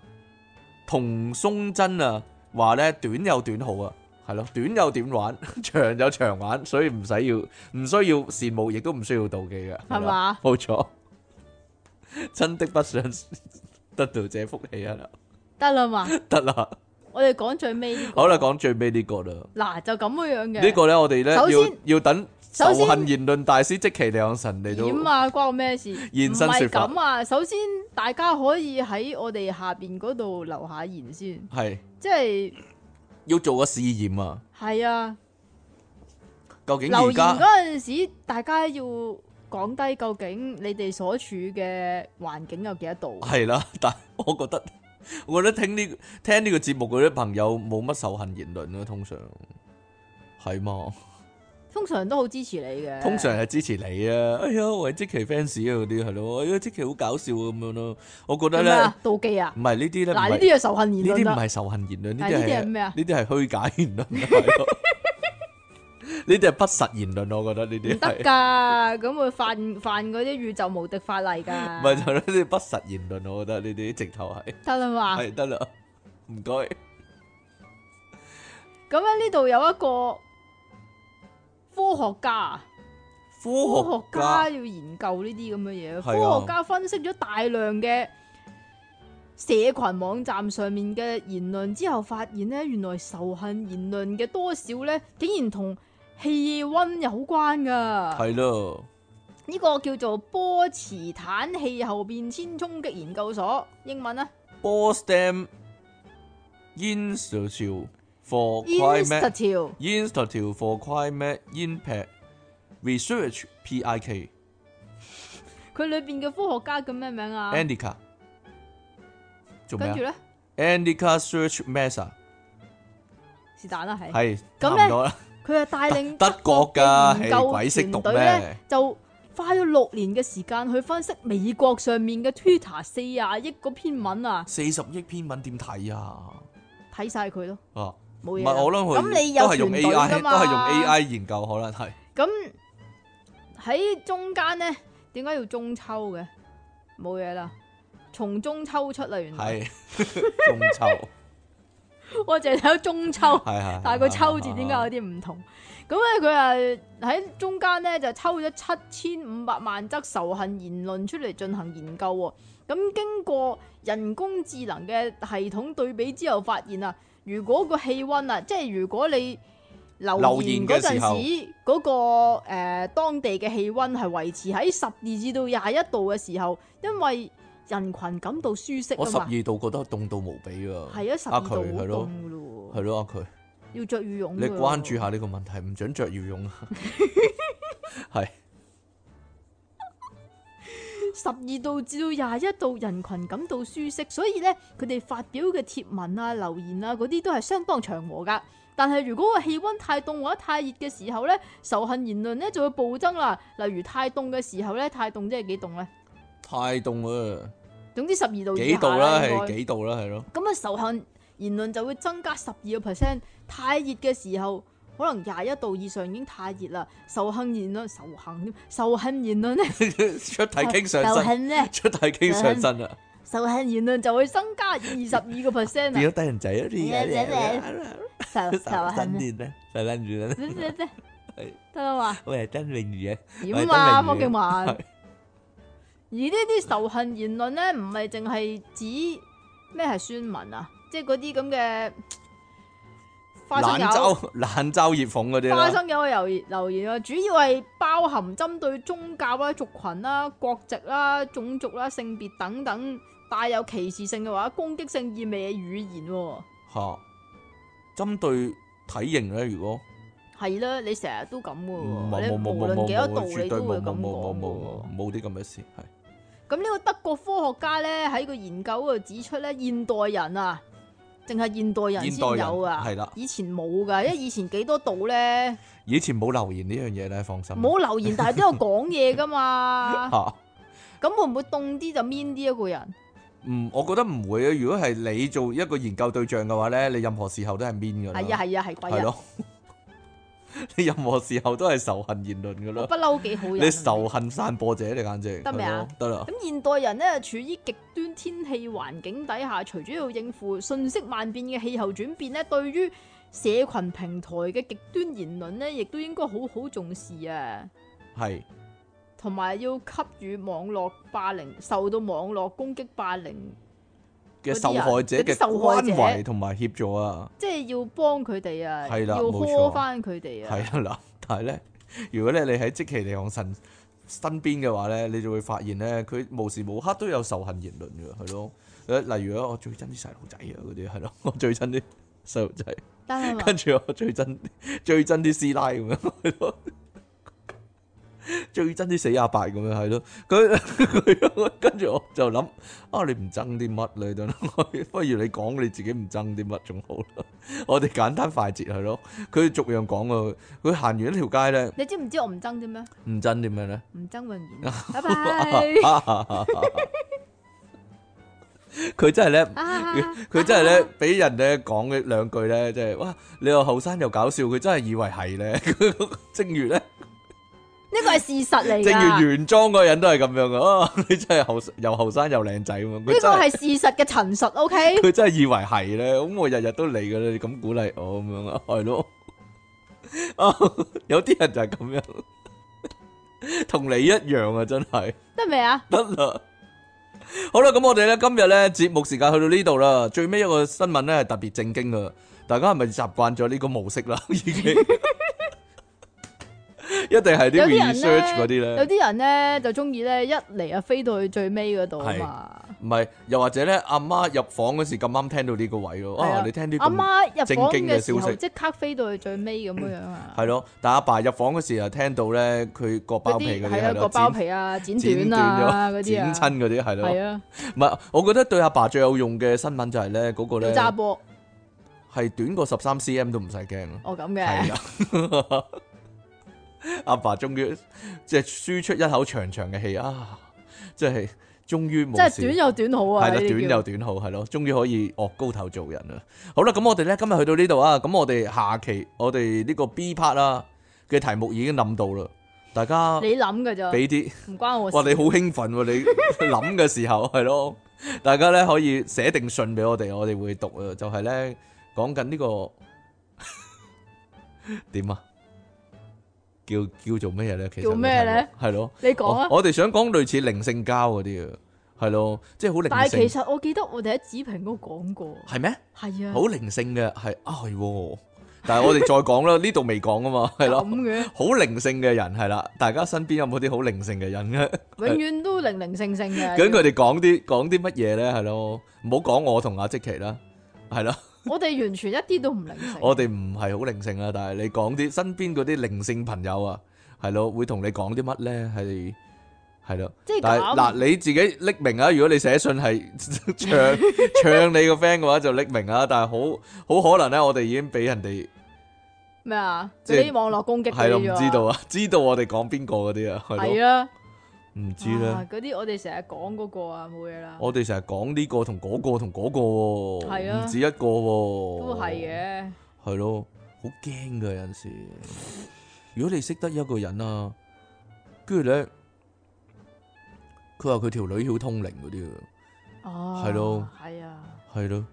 Speaker 1: 童松真啊話咧短有短好啊。係咯，短有短玩， 長有長玩，所以唔使要，唔需要羨慕，亦都唔需要妒忌嘅，係
Speaker 2: 係
Speaker 1: 啦
Speaker 2: 嘛？
Speaker 1: 冇錯，真的不想得到這福氣啊！
Speaker 2: 得啦嘛，
Speaker 1: 得啦，
Speaker 2: 我哋講最尾呢個
Speaker 1: 好啦，講最尾呢個啦，
Speaker 2: 嗱就咁樣樣嘅
Speaker 1: 呢個咧我哋咧
Speaker 2: 首先
Speaker 1: 要要等
Speaker 2: 首
Speaker 1: 仇
Speaker 2: 先
Speaker 1: 恨言論大師即其兩神嚟
Speaker 2: 點
Speaker 1: 到
Speaker 2: 啊，關我咩事？
Speaker 1: 現身
Speaker 2: 唔係
Speaker 1: 說法
Speaker 2: 咁啊，首先大家可以喺我哋下邊嗰度留下言先，
Speaker 1: 係
Speaker 2: 即係
Speaker 1: 要做個試驗啊！
Speaker 2: 係啊。
Speaker 1: 究竟
Speaker 2: 留
Speaker 1: 而
Speaker 2: 言
Speaker 1: 家
Speaker 2: 嗰阵时，大家要講低究竟你哋所處嘅環境有幾多度？
Speaker 1: 係 啦，但我覺得我覺得聽呢聽呢個節目嗰啲朋友冇乜仇恨言論啦，通常係嘛，
Speaker 2: 通常都好支持你嘅。
Speaker 1: 通常係支持你啊！哎呀，為即其 fans 啊嗰啲係咯，哎呀，即其好搞笑啊咁樣咯，我覺得
Speaker 2: 係咩
Speaker 1: 咧
Speaker 2: 啊。妒忌啊！
Speaker 1: 唔係呢啲咧，唔
Speaker 2: 嗱，呢
Speaker 1: 係
Speaker 2: 啲就仇恨言
Speaker 1: 呢
Speaker 2: 論啊
Speaker 1: 啲唔
Speaker 2: 啦。
Speaker 1: 係仇恨言論，呢
Speaker 2: 係
Speaker 1: 啲
Speaker 2: 呢啲
Speaker 1: 係
Speaker 2: 係咩啊
Speaker 1: 呢啲係虛假言論，係 咯呢啲係不實言論，我覺得呢
Speaker 2: 唔
Speaker 1: 啲
Speaker 2: 得
Speaker 1: 係
Speaker 2: 㗎，咁會犯犯嗰啲宇宙無敵法例㗎。
Speaker 1: 咪就係呢啲不實言論，我覺得呢啲直頭係
Speaker 2: 得啦嘛。
Speaker 1: 係得啦，唔該，
Speaker 2: 咁咧呢度有一個科學家，啊科
Speaker 1: 科
Speaker 2: 學
Speaker 1: 學家
Speaker 2: 家要研究呢啲咁嘅
Speaker 1: 係
Speaker 2: 嘢。
Speaker 1: 啊
Speaker 2: 科學家分析咗大量嘅社群網站上面嘅言論之後，發現呢，原來仇恨言論嘅多少呢，竟然同氣温有關噶。
Speaker 1: 係咯，
Speaker 2: 呢個叫做波茨坦氣候變遷衝擊研究所，英文呢啊
Speaker 1: Boston Institute for
Speaker 2: i n s t i
Speaker 1: Climate
Speaker 2: t u t e
Speaker 1: Institute for Climate Impact Research PIK
Speaker 2: 佢裏邊嘅科學家叫咩名啊？
Speaker 1: Andica 做咩
Speaker 2: 跟
Speaker 1: 啊
Speaker 2: 住呢，
Speaker 1: ？Andica Search Mesa
Speaker 2: 是但啦，係。
Speaker 1: 係
Speaker 2: 咁
Speaker 1: 差唔
Speaker 2: 呢
Speaker 1: 多啦。
Speaker 2: 佢係帶領
Speaker 1: 德國㗎
Speaker 2: 嘅研
Speaker 1: 係鬼識讀
Speaker 2: 究團隊
Speaker 1: 咩
Speaker 2: 咧，就花咗六年嘅時間去分析美國上面嘅 Twitter 四廿億嗰篇文啊，
Speaker 1: 四十億篇文點睇啊？
Speaker 2: 睇晒佢咯，
Speaker 1: 啊，唔
Speaker 2: 冇嘢啦。
Speaker 1: 係我諗佢
Speaker 2: 咁你有
Speaker 1: 都係用
Speaker 2: 團隊㗎
Speaker 1: AI，都
Speaker 2: 嘛
Speaker 1: 係用 AI 研究，可能係
Speaker 2: 咁喺中間咧，點解要中秋嘅？冇嘢啦。從中抽出啦，原來
Speaker 1: 係中秋，
Speaker 2: 我淨係睇到中秋，
Speaker 1: 係係。
Speaker 2: 但係個秋字點解有
Speaker 1: 係？
Speaker 2: 啲唔同？咁咧佢啊啊喺中間咧就抽咗七千五百萬則仇恨言論出嚟進行研究喎。咁經過人工智能嘅系統對比之後，發現啊，如果個氣温啊，即係如果你留
Speaker 1: 留
Speaker 2: 言
Speaker 1: 言嘅
Speaker 2: 嗰陣
Speaker 1: 時候
Speaker 2: 時，嗰、個誒、呃、當地嘅氣温係維持喺十二至到廿一度嘅時候，因為人群感到舒適
Speaker 1: 我十
Speaker 2: 啊嘛，
Speaker 1: 二度覺得凍到無比啊！
Speaker 2: 係啊，十
Speaker 1: 阿
Speaker 2: 二度好
Speaker 1: 佢係咯
Speaker 2: 凍噶咯喎，
Speaker 1: 係咯，阿佢，
Speaker 2: 要着羽絨㗎
Speaker 1: 你
Speaker 2: 喎。
Speaker 1: 關注下呢個問題，唔准着羽絨 啊！ 係
Speaker 2: 十二度至到廿一度，人群感到舒適，所以咧佢哋發表嘅貼文啊、留言啊嗰啲都係相當祥和噶。但係如果個氣温太凍或者太熱嘅時候咧，仇恨言論咧就會暴增啦。例如太凍嘅時候咧，太凍即係幾凍咧？
Speaker 1: 太凍啊！
Speaker 2: 總之十二度以
Speaker 1: 幾
Speaker 2: 下
Speaker 1: 度啦？
Speaker 2: 應該
Speaker 1: 係幾度啦？係 咯，
Speaker 2: 咁啊，仇恨言論就會增加十二個 percent。太熱嘅時候，可能廿一度以上已經太熱啦。仇恨言論、仇恨添、仇恨 言論咧，
Speaker 1: 出體傾上
Speaker 2: 仇
Speaker 1: 身，
Speaker 2: 恨咧，
Speaker 1: 出體傾上身啊！
Speaker 2: 仇恨言論就會增加二十二個 percent 啊
Speaker 1: 變。咗低人仔啊！啲
Speaker 2: 仇仇
Speaker 1: 嘢，新
Speaker 2: 恨啊，
Speaker 1: 年咧，就跟住咧，
Speaker 2: 你你你
Speaker 1: 係
Speaker 2: 得啦嘛？
Speaker 1: 我係真榮譽啊！
Speaker 2: 點啊，
Speaker 1: 係
Speaker 2: 方
Speaker 1: 真
Speaker 2: 敬
Speaker 1: 明
Speaker 2: 文？
Speaker 1: 係
Speaker 2: 而呢啲仇恨言論咧，唔係淨係指咩係宣文啊，即係嗰啲咁嘅花生
Speaker 1: 冷
Speaker 2: 友、
Speaker 1: 嘲 冷嘲熱諷嗰啲
Speaker 2: 花
Speaker 1: 啦，
Speaker 2: 生友嘅留言留言啊，主要係包含針對宗教啦、族群啦、國籍啦、種族啦、性別等等帶有歧視性嘅話，攻擊性意味嘅語言喎。
Speaker 1: 嚇針對體型咧，如果嗯
Speaker 2: 係啦，你成日都咁嘅
Speaker 1: 冇
Speaker 2: 喎，
Speaker 1: 冇
Speaker 2: 哦你無
Speaker 1: 冇冇
Speaker 2: 論
Speaker 1: 冇
Speaker 2: 幾多
Speaker 1: 冇
Speaker 2: 度，
Speaker 1: 絕
Speaker 2: 你
Speaker 1: 對
Speaker 2: 都會
Speaker 1: 冇
Speaker 2: 咁
Speaker 1: 冇
Speaker 2: 講
Speaker 1: 冇冇
Speaker 2: 嘅喎
Speaker 1: 冇冇啲咁嘅事係。
Speaker 2: 咁呢個德國科學家咧喺個研究嗰度指出咧，現代人啊，淨係現代人先有啊，
Speaker 1: 現代人係啦
Speaker 2: 以前冇噶，因為以前幾多度咧
Speaker 1: 以前冇留言呢樣嘢咧，放心。
Speaker 2: 冇留言，但係都有講嘢噶 嘛。
Speaker 1: 嚇，
Speaker 2: 咁會唔會凍啲就 mean 啲一啊個人？
Speaker 1: 唔，我覺得唔會啊。如果係你做一個研究對象嘅話咧，你任何時候都係 mean 噶啦。
Speaker 2: 係啊係啊係鬼
Speaker 1: 係
Speaker 2: 啊！
Speaker 1: 咯， 你任何時候都係仇恨言論噶
Speaker 2: 我
Speaker 1: 啦
Speaker 2: 不。嬲幾好人。啊
Speaker 1: 你仇恨散播者，你簡直
Speaker 2: 得未啊
Speaker 1: 係咯得啦，
Speaker 2: 咁現代人咧處於極端天氣環境底下，除咗要應付瞬息萬變嘅氣候轉變咧，對於社群平台嘅極端言論咧，亦都應該好好重視啊！
Speaker 1: 係
Speaker 2: 同埋要給予網絡霸凌、受到網絡攻擊霸凌，
Speaker 1: 嘅
Speaker 2: 嗰啲
Speaker 1: 受
Speaker 2: 人
Speaker 1: 害者
Speaker 2: 嗰啲
Speaker 1: 嘅
Speaker 2: 受害
Speaker 1: 關
Speaker 2: 者
Speaker 1: 懷同埋協助啊，
Speaker 2: 即係要幫佢哋啊，
Speaker 1: 係啦
Speaker 2: 要
Speaker 1: 冇
Speaker 2: 呵
Speaker 1: 錯
Speaker 2: 翻佢哋啊。
Speaker 1: 係啦嗱。但係咧，如果咧你喺即其利昂神身邊嘅話咧，你就會發現咧，佢無時無刻都有仇恨言論嘅，係咯。誒例如咧，我最憎啲細路仔啊，嗰啲係咯，我最憎啲 細路仔，
Speaker 2: 得啦嘛
Speaker 1: 跟，住我最憎最憎啲師奶咁樣，係咯。最憎啲死阿伯咁樣係咯，佢佢跟住我就諗啊，你唔憎啲乜你等我，不如你講你自己唔憎啲乜仲好啦。我哋簡單快捷係咯，佢逐樣講啊，佢行完一條街咧，
Speaker 2: 你知唔知我唔憎啲咩？
Speaker 1: 唔憎點樣咧？
Speaker 2: 唔憎永遠，拜啊拜
Speaker 1: 佢真係咧。
Speaker 2: 啊！
Speaker 1: 佢真係咧，俾人咧講嘅兩句咧，即係哇，你又後生又搞笑，佢真係以為係咧。 正如咧，
Speaker 2: 呢個係啊事實
Speaker 1: 正
Speaker 2: 嚟
Speaker 1: 如
Speaker 2: 㗎，
Speaker 1: 原裝嗰個人都係咁樣嘅。 啊，你真係後又後生又靚仔咁樣。
Speaker 2: 呢
Speaker 1: 佢
Speaker 2: 個
Speaker 1: 真係
Speaker 2: 係事實嘅陳述。O K，
Speaker 1: 佢真係以為係咧。咁我日日都嚟嘅啦，你咁鼓勵我咁樣啊，係咯。 啊，有啲人就係咁樣，同你一樣啊，真係。
Speaker 2: 得未啊？
Speaker 1: 得啦。好啦，咁我哋咧今日咧節目時間去到呢度啦，最尾一個新聞咧係特別正經噶，大家係咪習慣咗呢個模式啦？已 經一定係
Speaker 2: 有
Speaker 1: 啲
Speaker 2: 啲人
Speaker 1: research 嗰啲
Speaker 2: 咧，有
Speaker 1: 咧，
Speaker 2: 啲人咧就中意咧一嚟啊飛到去最尾嗰度啊
Speaker 1: 係
Speaker 2: 嘛。
Speaker 1: 唔係又或者咧阿媽入房嗰時咁啱聽到呢個位咯，
Speaker 2: 係
Speaker 1: 啊
Speaker 2: 啊
Speaker 1: 你聽啲
Speaker 2: 阿
Speaker 1: 咁
Speaker 2: 媽入房
Speaker 1: 正經嘅
Speaker 2: 嘅時
Speaker 1: 消
Speaker 2: 候
Speaker 1: 息
Speaker 2: 即刻飛到去最尾咁樣啊。
Speaker 1: 係咯，但阿爸入房嗰時又聽到咧佢個
Speaker 2: 嗰
Speaker 1: 包皮
Speaker 2: 啲
Speaker 1: 嗰
Speaker 2: 係
Speaker 1: 啲
Speaker 2: 啊
Speaker 1: 係
Speaker 2: 個
Speaker 1: 咯，
Speaker 2: 包皮啊剪
Speaker 1: 剪剪
Speaker 2: 短啊
Speaker 1: 咗
Speaker 2: 嗰啲
Speaker 1: 剪
Speaker 2: 啊，
Speaker 1: 親嗰啲係
Speaker 2: 係
Speaker 1: 咯，
Speaker 2: 啊
Speaker 1: 唔係我覺得對阿爸最有用嘅新聞就係咧嗰個
Speaker 2: 要
Speaker 1: 咧
Speaker 2: 揸波
Speaker 1: 係短過十三 cm 都唔使驚咯。
Speaker 2: 哦咁
Speaker 1: 係啊
Speaker 2: 嘅，
Speaker 1: 啦， 阿爸終於即係輸出一口長長嘅氣啊！即係終於
Speaker 2: 即
Speaker 1: 冇
Speaker 2: 係
Speaker 1: 事，
Speaker 2: 短又短好啊，
Speaker 1: 係啦，
Speaker 2: 呢啲
Speaker 1: 短
Speaker 2: 叫
Speaker 1: 又短好，係咯，終於可以惡高頭做人啦。好啦，咁我哋咧今日去到呢度啊，咁我哋下期我哋呢個 B part 啦嘅題目已經諗到啦，大家
Speaker 2: 你諗嘅咋，啊
Speaker 1: 俾啲
Speaker 2: 唔關我
Speaker 1: 哇，你
Speaker 2: 事。
Speaker 1: 好興奮喎！你諗嘅時候係咯，大家咧可以寫定信俾我哋，我哋會讀啊。就係咧講緊呢個 點啊？叫叫做乜嘢咧？其實
Speaker 2: 叫咩咧？
Speaker 1: 係咯，
Speaker 2: 你講
Speaker 1: 我
Speaker 2: 啊！
Speaker 1: 我哋想講類似靈性交嗰啲啊，係咯，即係好
Speaker 2: 但
Speaker 1: 靈
Speaker 2: 係其
Speaker 1: 性，
Speaker 2: 實我記得我哋喺子平嗰度講過，
Speaker 1: 係咩？
Speaker 2: 係啊，
Speaker 1: 好靈性嘅係啊係喎，但係我哋再講啦，呢度未講啊嘛，係咯
Speaker 2: 咁。嘅，
Speaker 1: 好靈性嘅人係啦，大家身邊有冇啲好靈性嘅人咧？
Speaker 2: 永遠都零零性性嘅。
Speaker 1: 究竟佢哋講啲講啲乜嘢咧？係咯，唔好講我同阿積奇啦， 係啦，
Speaker 2: 我哋完全一啲都唔零性。
Speaker 1: 我哋唔係好靈性啦，但係你講啲身邊嗰啲靈性朋友啊，係咯，會同你講啲乜咧？係係咯，
Speaker 2: 即係
Speaker 1: 但係
Speaker 2: 咁
Speaker 1: 嗱，你自己匿名啊！如果你寫信係 唱唱你個 friend 嘅話，就匿名啊！但係好好可能咧，我哋已經俾人哋
Speaker 2: 咩啊？
Speaker 1: 即係
Speaker 2: 嗰啲網絡攻擊
Speaker 1: 係
Speaker 2: 嗰
Speaker 1: 咯，
Speaker 2: 啲
Speaker 1: 唔
Speaker 2: 啊
Speaker 1: 知道啊， 知道我哋講邊個嗰啲啊，係
Speaker 2: 係
Speaker 1: 咯，
Speaker 2: 啊，
Speaker 1: 唔知咧。
Speaker 2: 啊嗰啲我哋成日講嗰個啊，冇嘢啦，
Speaker 1: 我哋成日講呢個同嗰個同嗰個
Speaker 2: 係
Speaker 1: 喎，
Speaker 2: 啊
Speaker 1: 唔止一個喎。
Speaker 2: 都係。嘅。
Speaker 1: 係咯，好驚㗎有陣時。如果你識得一個人啊，跟住咧，佢話佢條女曉通靈嗰啲啊，
Speaker 2: 哦，
Speaker 1: 係咯，
Speaker 2: 係啊，
Speaker 1: 係咯，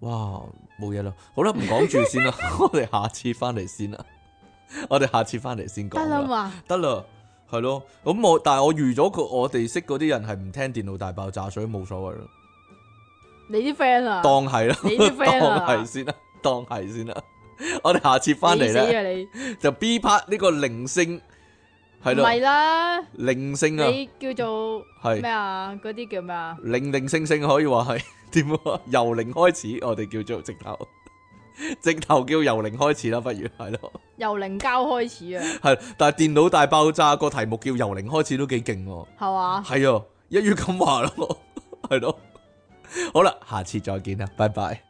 Speaker 1: 哇，冇嘢啦。好啦，唔講住先 啦，我哋下次翻嚟先啦。我哋下次翻嚟先
Speaker 2: 得
Speaker 1: 講
Speaker 2: 啦
Speaker 1: 啦，
Speaker 2: 嘛，
Speaker 1: 得啦，係咯。咁我但係我預咗佢，我哋識嗰啲人係唔聽電腦大爆炸，所以冇所謂啦，
Speaker 2: 你啲 friend 啊，
Speaker 1: 當係啦。
Speaker 2: 你啲 friend
Speaker 1: 當
Speaker 2: 啊
Speaker 1: 係，先啦，當係先啦。我哋下次翻嚟
Speaker 2: 你死
Speaker 1: 咧，
Speaker 2: 啊你，
Speaker 1: 就 B part 呢個靈性係
Speaker 2: 唔
Speaker 1: 咯，
Speaker 2: 係啦，
Speaker 1: 靈性啊，
Speaker 2: 你叫做咩
Speaker 1: 係
Speaker 2: 啊？嗰啲叫咩啊？
Speaker 1: 靈靈性性可以話係 點啊？由零開始，我哋叫做直頭， 直頭叫由零開始啦，不如係咯，
Speaker 2: 由零交開始啊，
Speaker 1: 係。但係電腦大爆炸個題目叫由零開始都幾勁喎，
Speaker 2: 係 嘛？
Speaker 1: 係啊，一於咁話咯，係咯。好啦，下次再見啦，拜拜。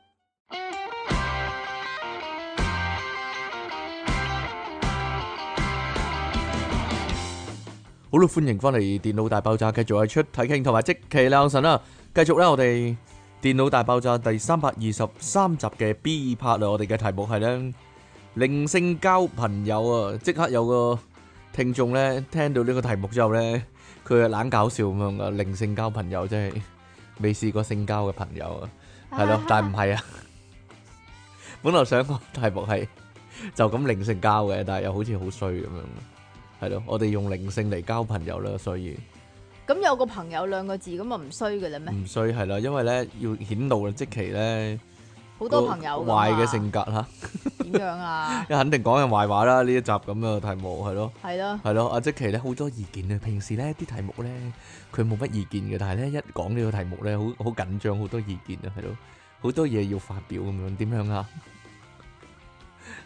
Speaker 1: 好啦，歡迎翻嚟《電腦大爆炸》，繼續係出體傾同埋即期啦，神啦，繼續咧我哋《電腦大爆炸》第三百二十三集嘅 B part 啊，我哋嘅題目係咧靈性交朋友啊，即刻有個聽眾咧聽到呢個題目之後咧，佢係懶搞笑咁樣噶，靈性交朋友真係未試過性交嘅朋友啊，係咯，但唔係啊， 本來想個題目係就咁靈性交嘅，但係又好似好衰咁樣。系咯，我哋用靈性嚟交朋友啦，所以
Speaker 2: 咁有個朋友兩個字咁啊，唔衰嘅啦咩？
Speaker 1: 唔衰係啦，因為咧要顯露啦，即期咧
Speaker 2: 好多朋友㗎嘛
Speaker 1: 壞嘅性格吓，
Speaker 2: 點樣 啊？
Speaker 1: 一肯定講人壞話啦。呢一集咁嘅題目係咯，
Speaker 2: 係咯，
Speaker 1: 係咯，阿即期咧好多意見啊。平時咧啲題目咧佢冇乜意見嘅，但係咧一講呢個題目咧好好緊張，好多意見啊，係咯，好多嘢要發表咁樣，點樣啊？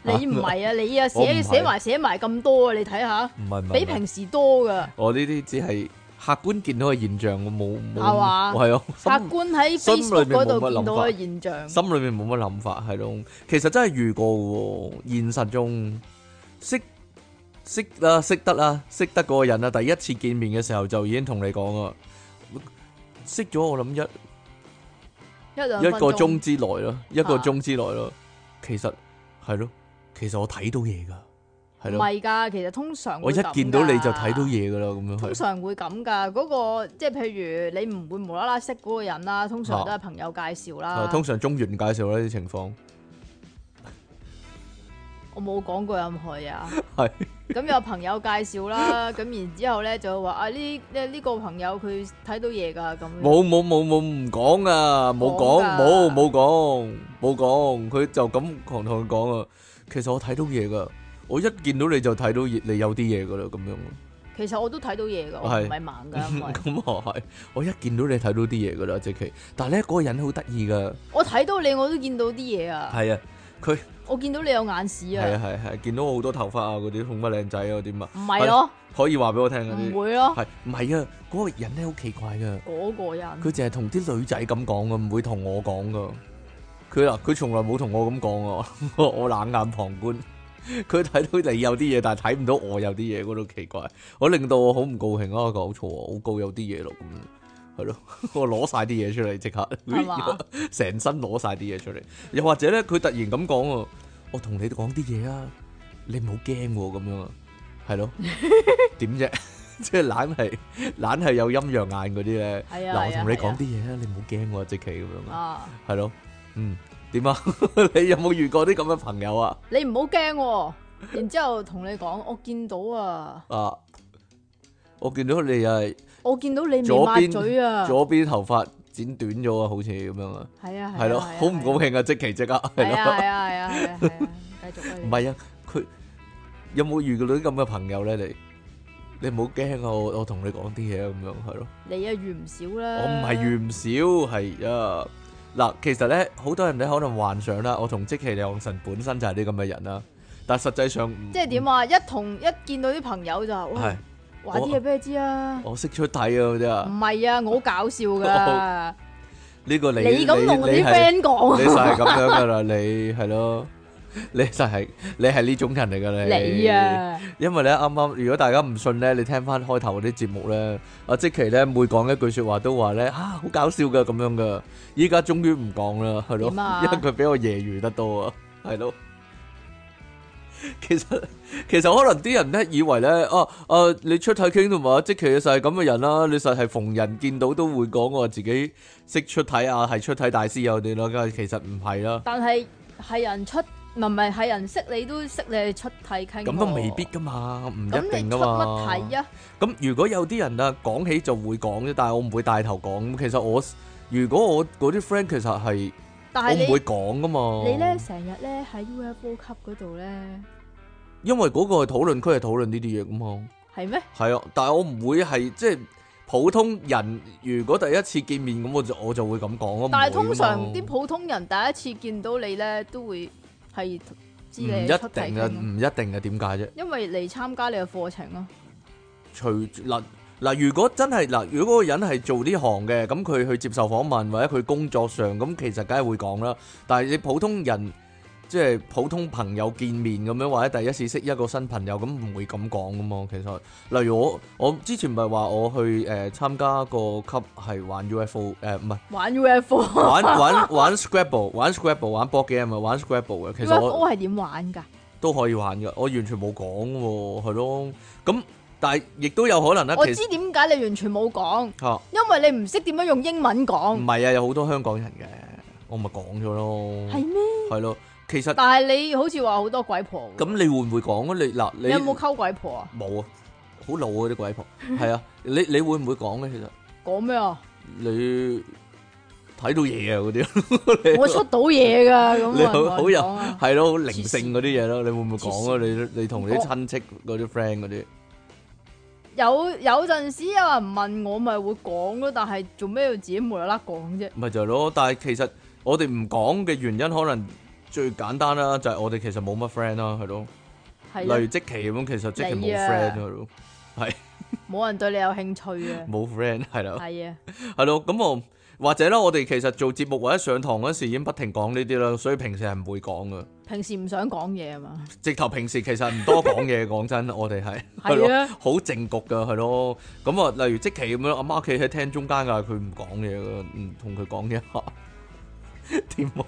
Speaker 2: 你唔係啊，你啊
Speaker 1: 我唔
Speaker 2: 寫
Speaker 1: 係
Speaker 2: 寫埋寫埋咁多啊，你睇下，
Speaker 1: 唔係唔係唔
Speaker 2: 比
Speaker 1: 係
Speaker 2: 平時多噶。
Speaker 1: 我呢啲只係客觀見到嘅現象，我冇冇
Speaker 2: 係嘛
Speaker 1: 係啊，
Speaker 2: 客
Speaker 1: 心
Speaker 2: 觀喺
Speaker 1: 心裏
Speaker 2: Facebook
Speaker 1: 面冇
Speaker 2: 嗰
Speaker 1: 乜
Speaker 2: 度見
Speaker 1: 諗
Speaker 2: 到
Speaker 1: 法
Speaker 2: 嘅現象，
Speaker 1: 心裏面冇乜諗法，係咯。其實真係遇過嘅喎，現實中識識啦，識得啦，識得嗰個人啦，第一次見面嘅時候就已經同你講啊，識咗我諗一
Speaker 2: 一兩
Speaker 1: 一
Speaker 2: 分
Speaker 1: 個鐘之內咯，一個鐘之內咯。其實係咯，其實我睇到嘢㗎，係
Speaker 2: 唔
Speaker 1: 咯，
Speaker 2: 係㗎，其實通常
Speaker 1: 我
Speaker 2: 會
Speaker 1: 一
Speaker 2: 咁
Speaker 1: 見到你
Speaker 2: 㗎
Speaker 1: 就睇到。嘢㗎啦，咁樣
Speaker 2: 通
Speaker 1: 係
Speaker 2: 常會咁㗎，嗰個即係譬如你唔會無啦啦識嗰個人啦，通常都係朋友介紹
Speaker 1: 啊。
Speaker 2: 啦。
Speaker 1: 通常中原介紹呢啲情況
Speaker 2: 我冇講過任何嘢啊。
Speaker 1: 係
Speaker 2: 咁有朋友介紹啦， 咁然之後咧就話啊呢呢呢個朋友佢睇到嘢㗎咁樣。
Speaker 1: 冇冇冇冇唔講啊，冇講
Speaker 2: 講㗎
Speaker 1: 冇冇講冇講，佢就咁狂同佢講啊。其實我睇到嘢噶，我一見到你就睇到嘢你有啲嘢噶啦，咁樣咯。
Speaker 2: 其實我都睇到嘢㗎，我
Speaker 1: 係
Speaker 2: 唔係盲㗎， 因為
Speaker 1: 咁我係，我一見到你睇到啲嘢噶啦，即其。但係咧，嗰個人好得意噶，
Speaker 2: 我睇到你我都見到啲嘢啊，
Speaker 1: 係啊，佢
Speaker 2: 我見到你有眼屎
Speaker 1: 係
Speaker 2: 啊，
Speaker 1: 啊係係，見到我好多頭髮啊嗰啲，好乜靚仔啊嗰啲嘛，
Speaker 2: 唔係咯，
Speaker 1: 可以話俾我聽嗰
Speaker 2: 唔
Speaker 1: 啲。
Speaker 2: 會咯，
Speaker 1: 係唔係啊？嗰個人咧好奇怪噶。
Speaker 2: 嗰個人
Speaker 1: 佢淨係同啲女仔咁講噶，唔會同我講噶。佢嗱，佢從來冇同我咁講啊， 我冷眼旁觀。佢睇到你有啲嘢，但係睇唔到我有啲嘢，嗰度奇怪。我令到我好唔高興啊！搞錯啊，我告有啲嘢咯，咁係咯， 我攞晒啲嘢出嚟即刻
Speaker 2: 係嘛，
Speaker 1: 成身攞晒啲嘢出嚟。又或者咧，佢突然咁講啊，我同 你講啲嘢啊，你唔好驚喎，咁樣啊，係咯，點啫？ 即係懶係懶係有陰陽眼嗰啲咧。
Speaker 2: 係啊，
Speaker 1: 嗱，我同你講
Speaker 2: 啲
Speaker 1: 啲嘢啦，你唔好驚我即期咁樣啊，
Speaker 2: 啊，
Speaker 1: 係咯，嗯，點啊？ 你有冇遇過啲咁嘅朋友啊？
Speaker 2: 你唔好驚喎。然之後同你講，我見到啊，
Speaker 1: 啊，我見到你啊，
Speaker 2: 我見到你未
Speaker 1: 左
Speaker 2: 抹
Speaker 1: 邊
Speaker 2: 嘴啊，
Speaker 1: 左邊頭髮剪短咗啊，好似咁樣啊，
Speaker 2: 係啊，
Speaker 1: 係咯，好唔高
Speaker 2: 興，
Speaker 1: 興啊！即期即刻係
Speaker 2: 係
Speaker 1: 咯。
Speaker 2: 啊係啊係啊係啊係啊，繼續啊
Speaker 1: 唔
Speaker 2: 你，
Speaker 1: 係啊，佢有冇遇到啲咁嘅朋友咧？你你唔好驚啊！我我同你講啲嘢咁樣係咯，
Speaker 2: 你啊遇唔少啦，
Speaker 1: 我唔係遇唔少係啊。嗱，其實咧好多人咧可能幻想啦，我同即其兩神本身就係啲咁嘅人啦，但實際上唔
Speaker 2: 即係點啊？一同一見到啲朋友就話喂
Speaker 1: 係
Speaker 2: 話啲嘢俾你知啊，
Speaker 1: 我識出體啊嗰啲
Speaker 2: 唔
Speaker 1: 啊，
Speaker 2: 係啊，我好搞笑 噶，
Speaker 1: 呢個你
Speaker 2: 你咁同
Speaker 1: 你
Speaker 2: 啲
Speaker 1: 係
Speaker 2: friend 講
Speaker 1: 你就係咁樣噶啦，你係咯，你就係你係呢種人嚟噶
Speaker 2: 啊
Speaker 1: 啦，
Speaker 2: 你啊，
Speaker 1: 因為咧啱啱，如果大家唔信咧，你聽翻開頭嗰啲節目咧，阿即奇咧每講一句説話都話咧啊好搞笑噶咁樣噶，依家終於唔講啦，係咯，
Speaker 2: 點啊
Speaker 1: 因為佢俾我揶揄得多啊，係咯。其實其實可能啲人咧以為咧啊啊你出體傾同埋阿即奇嘅實係咁嘅人啦，你實係逢人見到都會講我自己識出體啊，係出體大師有啲咯，但係其實唔係啦，
Speaker 2: 但係係人出唔係唔係係人識你都識你係出體傾喎，
Speaker 1: 咁都未必噶嘛，唔
Speaker 2: 咁
Speaker 1: 一定
Speaker 2: 你
Speaker 1: 噶
Speaker 2: 出
Speaker 1: 嘛。
Speaker 2: 乜體啊？
Speaker 1: 咁如果有啲人啊講起就會講啫，但係我唔會帶頭講。咁其實我如果我嗰啲 friend 其實係
Speaker 2: 但
Speaker 1: 我
Speaker 2: 係
Speaker 1: 唔會
Speaker 2: 啊你
Speaker 1: 講噶嘛。
Speaker 2: 你咧成日咧喺 UFO 級嗰度咧
Speaker 1: 因為嗰個討論區係討論呢啲嘢噶嘛。
Speaker 2: 係咩？
Speaker 1: 係啊，但係我唔會係即係普通人。如果第一次見面咁，我就我就會咁講咯。
Speaker 2: 但係
Speaker 1: 唔會㗎
Speaker 2: 通
Speaker 1: 嘛
Speaker 2: 常啲普通人第一次見到你咧都會係知
Speaker 1: 唔
Speaker 2: 你
Speaker 1: 一
Speaker 2: 係出體
Speaker 1: 定啊，
Speaker 2: 傾咯，
Speaker 1: 唔一定啊，點解啫？
Speaker 2: 因為嚟參加你嘅課程咯。
Speaker 1: 除嗱嗱，如果真係嗱，如果嗰個人係做呢行嘅，咁佢去接受訪問或者佢工作上，咁其實梗係會講啦。但係你普通人，即係普通朋友見面咁樣，或者第一次識一個新朋友，咁唔會咁講噶嘛。其實，例如我我之前唔係話我去誒、呃、參加個級係玩 UFO 誒 唔係
Speaker 2: 玩 UFO，UFO
Speaker 1: 玩玩玩 Scrabble 玩 Scrabble 玩 board game 啊玩 Scrabble 嘅，其實我。啊
Speaker 2: 係點玩㗎？
Speaker 1: 都可以玩噶，我完全冇講喎，係咯。咁但係亦都有可能咧，
Speaker 2: 我
Speaker 1: 其實
Speaker 2: 知點解你完全冇講，
Speaker 1: 嚇。
Speaker 2: 因為你唔識點樣用英文
Speaker 1: 唔
Speaker 2: 講，
Speaker 1: 係啊，有好多香港人嘅，我咪講咗咯，
Speaker 2: 係咩？
Speaker 1: 係咯。其實
Speaker 2: 但係你好似話好多鬼婆喎，
Speaker 1: 咁你會唔會講啊？你嗱你
Speaker 2: 你有冇溝鬼婆啊？
Speaker 1: 冇啊？好老啊啲 鬼婆，係啊，你你會唔會講咧？其實
Speaker 2: 講咩啊？
Speaker 1: 你睇到嘢啊嗰啲，
Speaker 2: 我出啊到嘢㗎，咁
Speaker 1: 你
Speaker 2: 我
Speaker 1: 好好有
Speaker 2: 啊！
Speaker 1: 係咯，好靈性嗰啲嘢咯，你會唔會講啊？你你同你啲
Speaker 2: 我
Speaker 1: 親戚嗰啲 friend 嗰啲，
Speaker 2: 有有陣時有人問我，咪會講咯，但係做咩要自己無啦啦講啫？
Speaker 1: 咪就係咯。但係其實我哋唔講嘅原因，可能最簡單啦，就係我哋其實冇乜 friend 啦，係咯。例
Speaker 2: 係
Speaker 1: 如
Speaker 2: 啊
Speaker 1: 即期咁，其實即期
Speaker 2: 你
Speaker 1: 冇
Speaker 2: 啊
Speaker 1: friend 係咯，！
Speaker 2: 冇人對你有興趣啊
Speaker 1: 冇 friend 係啦。
Speaker 2: 係啊，
Speaker 1: 係咯，咁我或者咧，我哋其實做節目或者上堂嗰時已經不停講呢啲啦，所以平時係唔會講噶。
Speaker 2: 平時唔想講嘢啊嘛，
Speaker 1: 直頭平時其實唔多講嘢，講真，我哋係係
Speaker 2: 係
Speaker 1: 咯，
Speaker 2: 啊，
Speaker 1: 好靜局噶，係咯。咁啊，例如即期咁樣，阿媽企喺廳中間噶，佢唔講嘢噶，唔同佢講 嘢嚇。點啊？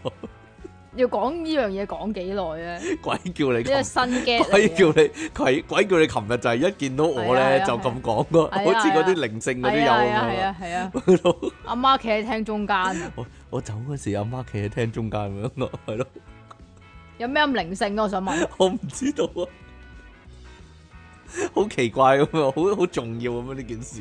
Speaker 2: 要講呢樣嘢講幾耐啊？
Speaker 1: 鬼叫你
Speaker 2: 呢個
Speaker 1: 琴，
Speaker 2: 新 get 嚟
Speaker 1: 鬼
Speaker 2: 嘅
Speaker 1: 叫你，鬼鬼叫你琴日就係一見到我
Speaker 2: 係啊
Speaker 1: 咧
Speaker 2: 係啊
Speaker 1: 就咁講噶，
Speaker 2: 啊
Speaker 1: 好似嗰啲靈性嗰啲有
Speaker 2: 係
Speaker 1: 咁
Speaker 2: 啊係
Speaker 1: 樣
Speaker 2: 啊 係啊，
Speaker 1: 係咯。
Speaker 2: 阿媽企喺廳 中間，
Speaker 1: 我我走嗰時，阿媽企喺廳中間咁樣咯，係咯。
Speaker 2: 有咩咁靈性啊？我想問，
Speaker 1: 我唔知道啊，好奇怪咁啊，好好重要咁啊呢件事，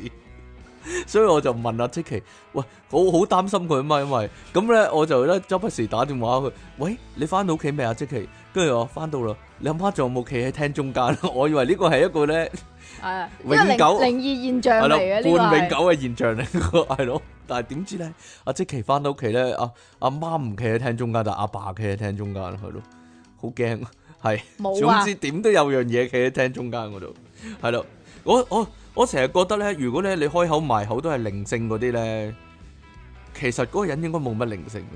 Speaker 1: 所以我就問阿即奇，喂，我好擔心佢啊嘛，因為咁咧我就咧周不時打電話佢，喂，你翻到屋企未啊？即奇，跟住我翻到啦，你阿媽仲有冇企喺廳中間？ 我以為呢個係一個咧
Speaker 2: 誒，
Speaker 1: 永久
Speaker 2: 因為靈靈
Speaker 1: 係
Speaker 2: 異現象嚟
Speaker 1: 咯
Speaker 2: 嘅呢個
Speaker 1: 半永久
Speaker 2: 係，
Speaker 1: 嘅 現象嚟個係咯，但係點知咧阿即奇翻到屋企咧，阿阿媽唔企喺廳中間，但係阿爸企喺廳中間，係咯，好驚係。
Speaker 2: 冇
Speaker 1: 總
Speaker 2: 啊
Speaker 1: 之，點都有樣嘢企喺廳中間嗰度，係咯。我我我成日覺得咧，如果咧你開口埋口都係靈性嗰啲咧，其實嗰個人應該冇乜靈性嘅。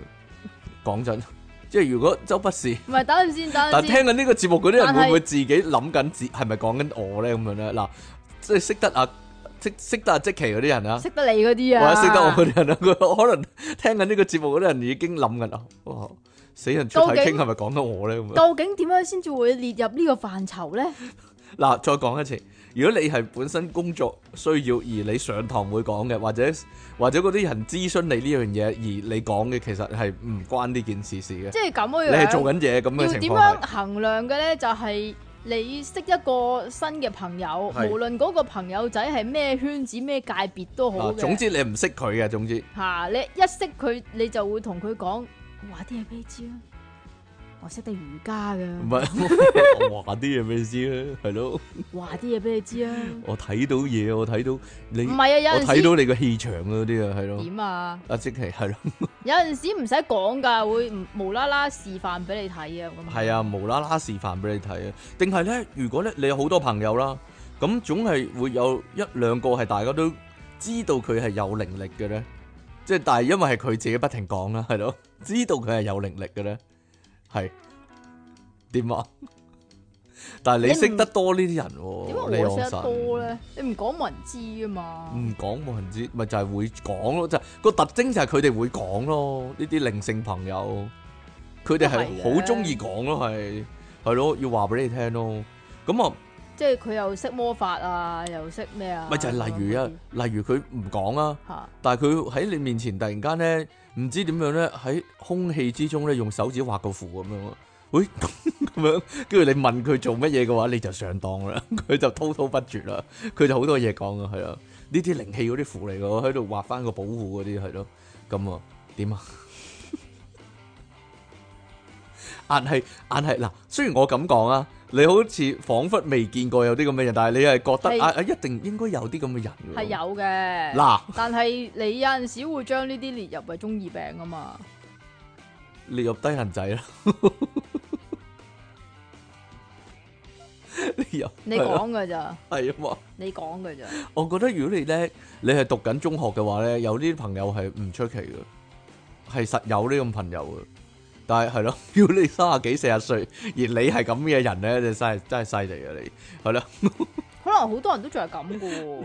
Speaker 1: 講真，即係如果周不時，
Speaker 2: 唔係等陣先，等
Speaker 1: 但係
Speaker 2: 陣
Speaker 1: 聽
Speaker 2: 先，
Speaker 1: 緊呢個節目嗰啲人
Speaker 2: 但係
Speaker 1: 會唔會自己諗緊自係咪講緊我咧咁樣咧？嗱，即係識得啊，識識得阿即奇嗰啲人啊。
Speaker 2: 識得你嗰啲啊，
Speaker 1: 或者識得我嗰啲人啊， 佢可能聽緊呢個節目嗰啲人已經諗緊啊，哇！死人出體
Speaker 2: 究
Speaker 1: 傾
Speaker 2: 竟
Speaker 1: 係咪講緊我咧咁樣？
Speaker 2: 究竟點樣先至會列入呢個範疇咧？
Speaker 1: 嗱，再講一次，如果你係本身工作需要而你上堂會講嘅，或者或者嗰啲人諮詢你呢樣嘢而你講嘅，其實係唔關呢件事事嘅。
Speaker 2: 即係咁
Speaker 1: 你
Speaker 2: 樣。
Speaker 1: 係做緊嘢咁
Speaker 2: 要
Speaker 1: 嘅情
Speaker 2: 點
Speaker 1: 況係
Speaker 2: 樣衡量嘅咧？就係、你識一個新嘅朋友，
Speaker 1: 係
Speaker 2: 無論嗰個朋友仔係咩圈子、咩界別都好
Speaker 1: 嗱，
Speaker 2: 嘅。
Speaker 1: 總之你唔識佢嘅，總 之
Speaker 2: 吓、你一識佢，你就會同佢講，我話啲嘢俾你知啦。啊我識得瑜伽
Speaker 1: 唔
Speaker 2: 㗎，
Speaker 1: 係我話啲嘢咩意思咧？係咯，
Speaker 2: 話啲嘢俾你知啊。
Speaker 1: 我睇到嘢，我睇到你
Speaker 2: 唔，係啊，有
Speaker 1: 我睇
Speaker 2: 陣時
Speaker 1: 到你個氣場嗰啲啊，係咯，
Speaker 2: 點啊？
Speaker 1: 阿即係係咯。
Speaker 2: 有陣時唔使講㗎，會唔無啦啦示範俾你睇啊。咁
Speaker 1: 係啊，無啦啦示範俾你睇啊。定係咧，如果咧你有好多朋友啦，咁總係會有一兩個係大家都知道佢係有靈力嘅咧，即係但係因為係佢自己不停講啦，係咯， 知道佢係有靈力嘅咧，係點啊？但係你
Speaker 2: 你唔
Speaker 1: 識得多呢啲人
Speaker 2: 點解
Speaker 1: 喎，你
Speaker 2: 我識
Speaker 1: 講
Speaker 2: 得多咧？你唔講冇人知啊嘛。
Speaker 1: 唔講冇人知，咪就係會講咯，就係個特徵就係佢哋會講咯。呢啲靈性朋友，佢哋係
Speaker 2: 都係嘅
Speaker 1: 好中意講咯，係係咯，要話俾你聽咯。咁啊，
Speaker 2: 即係佢又識魔法啊，又識咩啊？
Speaker 1: 咪就係例如啊，例如佢唔講啊，
Speaker 2: 嚇
Speaker 1: 但係佢喺你面前突然間咧，唔知點樣咧，喺空氣之中咧用手指畫個符咁樣啊，喂 咁樣，跟住你問佢做乜嘢嘅話，你就上當啦， 佢就滔滔不絕啦，佢就好多嘢講啊，係啊，呢啲靈氣嗰啲符嚟嘅，喺度畫翻個保護嗰啲係咯，咁啊點啊？ 硬係硬係嗱，雖然我咁講啊，你好似彷彿未見過有啲咁嘅人，但係你係覺
Speaker 2: 係
Speaker 1: 得啊啊一定應該有啲咁嘅人㗎喎
Speaker 2: 係有嘅。
Speaker 1: 嗱。
Speaker 2: 但係你有陣時會將呢啲列入為中二病啊嘛，
Speaker 1: 列入低人仔 啦。列入
Speaker 2: 你講噶咋，
Speaker 1: 係啊嘛，
Speaker 2: 你講噶咋，
Speaker 1: 我覺得如果你咧，你係讀緊中學嘅話咧，有啲朋友係唔出奇嘅，係實有呢種朋友嘅。但係係咯， 如果你三十幾四十歲，而你係咁嘅人咧，你真係真係犀利啊！你係啦，
Speaker 2: 可能好多人都仲係咁噶喎，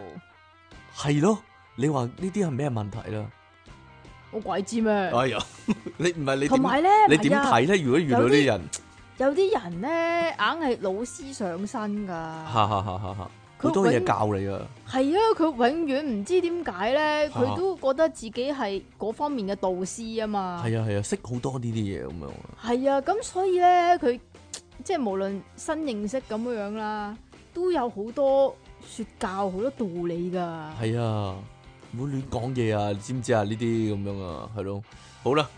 Speaker 1: 係咯，你話呢啲係咩問題啦？
Speaker 2: 我鬼知咩？
Speaker 1: 哎呀， 你唔係你
Speaker 2: 同
Speaker 1: 點
Speaker 2: 埋咧，
Speaker 1: 你
Speaker 2: 唔係
Speaker 1: 點
Speaker 2: 啊？
Speaker 1: 睇咧？如果遇到呢啲人，
Speaker 2: 有啲人咧，硬係老師上身噶，
Speaker 1: 哈哈哈哈哈，
Speaker 2: 佢
Speaker 1: 好多嘢
Speaker 2: 永
Speaker 1: 教你啊！
Speaker 2: 係啊，佢永遠唔知點解咧，
Speaker 1: 嚇
Speaker 2: 佢都覺得自己係嗰方面嘅導師啊嘛，
Speaker 1: 係啊係啊，識好多呢啲嘢咁樣啊。
Speaker 2: 係啊，咁所以咧，佢即係無論新認識咁樣樣啦，都有好多説教，好多道 理噶。
Speaker 1: 係啊，唔好亂講嘢啊，你知唔知啊？呢啲咁樣啊，係咯，好啦。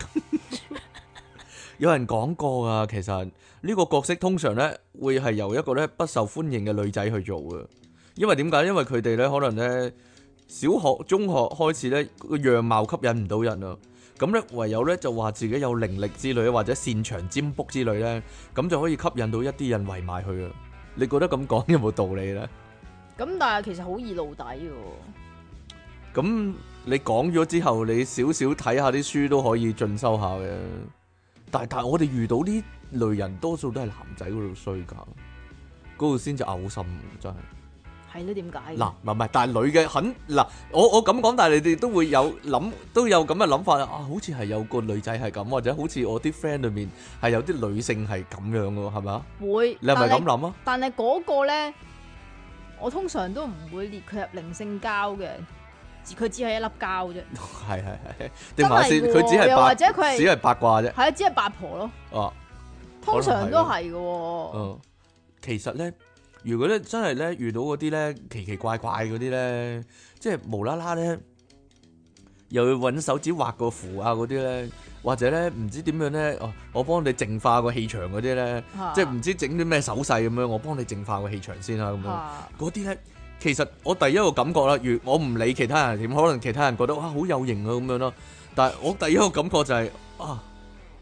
Speaker 1: 有人講過啊，其實呢個角色通常呢會係由一個呢不受歡迎嘅女仔去做嘅，因為點解？因為佢哋呢可能呢小學、中學開始呢個樣貌吸引唔到人啊，咁呢唯有呢就話自己有靈力之類或者擅長占卜之類呢，咁就可以吸引到一啲人圍埋佢啊。你覺得咁講有冇道理呢？
Speaker 2: 咁但係其實好易露底喎，
Speaker 1: 咁你講咗之後，你少少睇下啲書都可以進修下嘅。但但我哋遇到呢類人，多數都係男仔嗰度衰㗎，嗰度先至嘔心，真係。
Speaker 2: 係咧點解？
Speaker 1: 嗱，唔係唔係，但係女嘅肯嗱，我我咁講，但係你哋都會有諗，都有咁嘅諗法啊，好似係有個女仔係咁，或者好似我啲 friend 裏面係有啲女性係咁樣嘅喎，係咪啊？
Speaker 2: 會，
Speaker 1: 你係咪
Speaker 2: 但
Speaker 1: 咁諗啊？
Speaker 2: 但係嗰個咧，我通常都唔會列佢入靈性膠嘅，只佢只係一粒膠啫，
Speaker 1: 係係係，定
Speaker 2: 真
Speaker 1: 話先
Speaker 2: 係嘅
Speaker 1: 佢只
Speaker 2: 喎
Speaker 1: 係
Speaker 2: 又
Speaker 1: 八，
Speaker 2: 或者
Speaker 1: 只
Speaker 2: 佢係
Speaker 1: 係八卦啫，
Speaker 2: 係啊，只係八婆咯，
Speaker 1: 哦。
Speaker 2: 通常都
Speaker 1: 可能
Speaker 2: 係嘅喎。
Speaker 1: 嗯，其實咧，如果咧真係咧遇到嗰啲咧奇奇怪怪嗰啲咧，即係無啦啦咧，又要揾手指畫個符啊嗰啲咧，或者咧唔知點樣咧，哦，我幫你淨化個氣場嗰啲咧，
Speaker 2: 嚇
Speaker 1: 即係唔知整啲咩手勢咁樣，我幫你淨化個氣場先啊啦咁樣。
Speaker 2: 嚇
Speaker 1: 嗰啲咧，其實我第一個感覺啦，如我唔理其他人點，可能其他人覺得哇好有型啊咁樣咯，但係我第一個感覺就係、啊，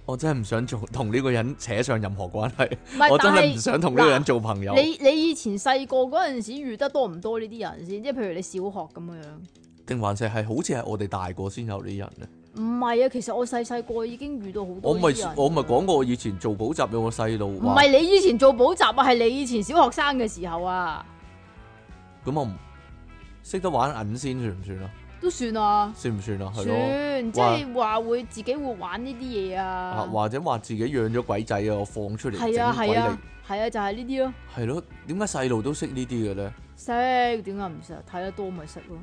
Speaker 1: 我真係唔想做同呢個人扯上任何關係。
Speaker 2: 唔係，
Speaker 1: 我真
Speaker 2: 但
Speaker 1: 係唔
Speaker 2: 係
Speaker 1: 想同呢個人做朋友。
Speaker 2: 你你以前細個嗰陣時遇得多唔多呢啲人先？即係譬如你小學咁樣。
Speaker 1: 定還是係好似係我哋大個先有呢啲人咧？
Speaker 2: 唔係啊，其實我細細個已經遇到好
Speaker 1: 我
Speaker 2: 多呢
Speaker 1: 咪
Speaker 2: 啲人
Speaker 1: 我咪講過，我以前做補習有個細路
Speaker 2: 唔
Speaker 1: 話，
Speaker 2: 係你以前做補習啊，係你以前小學生嘅時候啊，
Speaker 1: 咁我唔識得玩銀先算唔算啊？
Speaker 2: 都算啊，
Speaker 1: 算唔算啊？係
Speaker 2: 算，
Speaker 1: 咯。
Speaker 2: 即係話會自己會玩呢啲嘢
Speaker 1: 啊，
Speaker 2: 啊，
Speaker 1: 或者話自己養咗鬼仔啊，我放出嚟整
Speaker 2: 係啊
Speaker 1: 鬼
Speaker 2: 係
Speaker 1: 嚟
Speaker 2: 啊，係啊，就係呢啲咯，
Speaker 1: 係咯？點解細路都識呢啲嘅咧？
Speaker 2: 食點解唔食？睇得多咪食咯。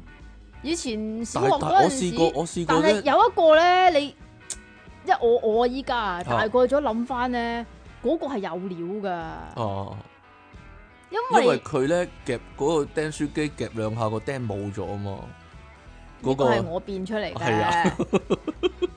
Speaker 2: 以前小
Speaker 1: 但
Speaker 2: 學
Speaker 1: 係但係
Speaker 2: 嗰
Speaker 1: 我
Speaker 2: 陣
Speaker 1: 試過，
Speaker 2: 時，
Speaker 1: 我試
Speaker 2: 但
Speaker 1: 過
Speaker 2: 係
Speaker 1: 咧，
Speaker 2: 有一個咧，你即係我我依家啊大個咗諗翻咧，嗰個係有料噶，
Speaker 1: 哦，因為
Speaker 2: 因為
Speaker 1: 佢咧夾嗰個釘書機夾兩下個釘冇咗啊嘛，嗰
Speaker 2: 呢個係
Speaker 1: 個
Speaker 2: 我變出嚟
Speaker 1: 係啊
Speaker 2: 嘅，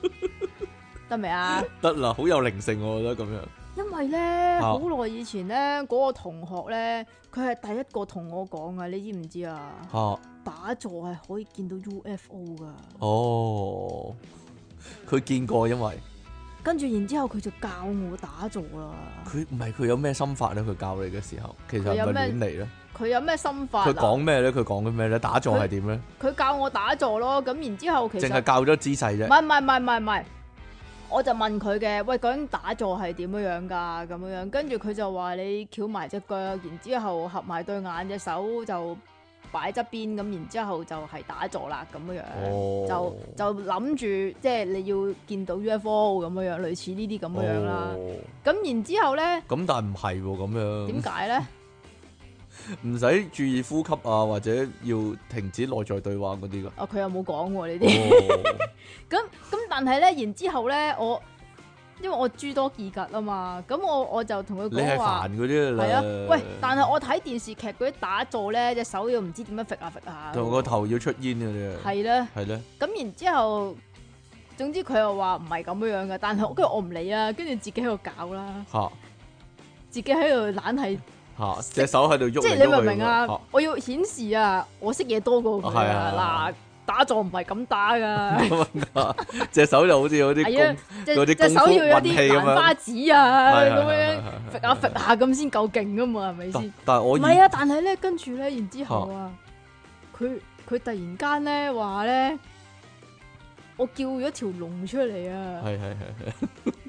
Speaker 2: 得未啊？
Speaker 1: 得啦，好有靈性我覺得咁樣。
Speaker 2: 因為
Speaker 1: 啊
Speaker 2: 咧，好耐以前咧，嗰個同學咧，佢係第一個同我講噶，你知唔知啊？
Speaker 1: 嚇
Speaker 2: 打坐係可以見到 UFO 噶，
Speaker 1: 哦，佢見過，因為
Speaker 2: 跟住然之後佢就教我打坐啦。
Speaker 1: 佢唔係佢有咩心法咧？佢教你嘅時候，其實
Speaker 2: 佢有
Speaker 1: 係
Speaker 2: 咩
Speaker 1: 咪亂嚟咧？
Speaker 2: 佢有咩心法啊
Speaker 1: 佢講咩咧？佢講緊咩咧？打坐係點咧？
Speaker 2: 佢教我打坐咯，咁然之後其
Speaker 1: 淨
Speaker 2: 實
Speaker 1: 係教咗姿勢
Speaker 2: 唔
Speaker 1: 啫。
Speaker 2: 係唔係唔係唔係唔係，我就問佢嘅，喂，究竟打坐係點樣樣㗎？咁樣樣，跟住佢就話你翹埋隻腳，然之後合埋對眼，隻手就擺側邊，咁然之後就係打坐啦，咁樣樣。
Speaker 1: 哦，
Speaker 2: 就就諗住即係你要見到 UFO 咁樣樣，類似呢啲咁樣樣啦。
Speaker 1: 哦
Speaker 2: 咁、然之後咧，
Speaker 1: 咁但係唔係喎，咁樣
Speaker 2: 點解 咧？
Speaker 1: 唔使注意呼吸啊，或者要停止內在對話嗰 啲噶。
Speaker 2: 哦，佢又冇講喎呢啲。
Speaker 1: 哦，
Speaker 2: 咁咁，但係咧，然之後咧，我因為我諸多意格啊嘛，咁我我就同佢
Speaker 1: 你係
Speaker 2: 講話
Speaker 1: 煩嗰啲啦。
Speaker 2: 係啊，喂！但係我睇電視劇嗰啲打坐咧，隻手要唔知點樣揈下揈下，
Speaker 1: 同個頭要出煙嗰啲啊。
Speaker 2: 係咧。
Speaker 1: 係咧，
Speaker 2: 咁然之後，總之佢又話唔係咁樣樣嘅，但係我跟住我唔理啦，跟住自己喺度搞啦，
Speaker 1: 嚇
Speaker 2: 自己喺度懶係，
Speaker 1: 嚇隻手喺度喐
Speaker 2: 即係
Speaker 1: 嚟
Speaker 2: 你
Speaker 1: 喐
Speaker 2: 明唔
Speaker 1: 去
Speaker 2: 明
Speaker 1: 喎
Speaker 2: 啊
Speaker 1: 嚇？
Speaker 2: 我要顯示啊，我識嘢多過佢
Speaker 1: 係啊係
Speaker 2: 啊！
Speaker 1: 啊
Speaker 2: 嗱，打坐唔係咁打 噶。
Speaker 1: 隻手就好似 有啲
Speaker 2: 係啊
Speaker 1: 弓，
Speaker 2: 隻
Speaker 1: 嗰啲
Speaker 2: 隻手
Speaker 1: 功夫
Speaker 2: 要有
Speaker 1: 運氣
Speaker 2: 啲
Speaker 1: 咁樣
Speaker 2: 蘭花指啊，
Speaker 1: 係係係
Speaker 2: 咁樣
Speaker 1: 係係
Speaker 2: 揈下揈下咁先夠勁噶嘛，係咪先
Speaker 1: 但？但係我
Speaker 2: 唔係啊，但係咧，跟住咧，然之後
Speaker 1: 嚇
Speaker 2: 啊，佢佢突然間咧話咧，我叫咗條龍出嚟啊，
Speaker 1: 係係係 係，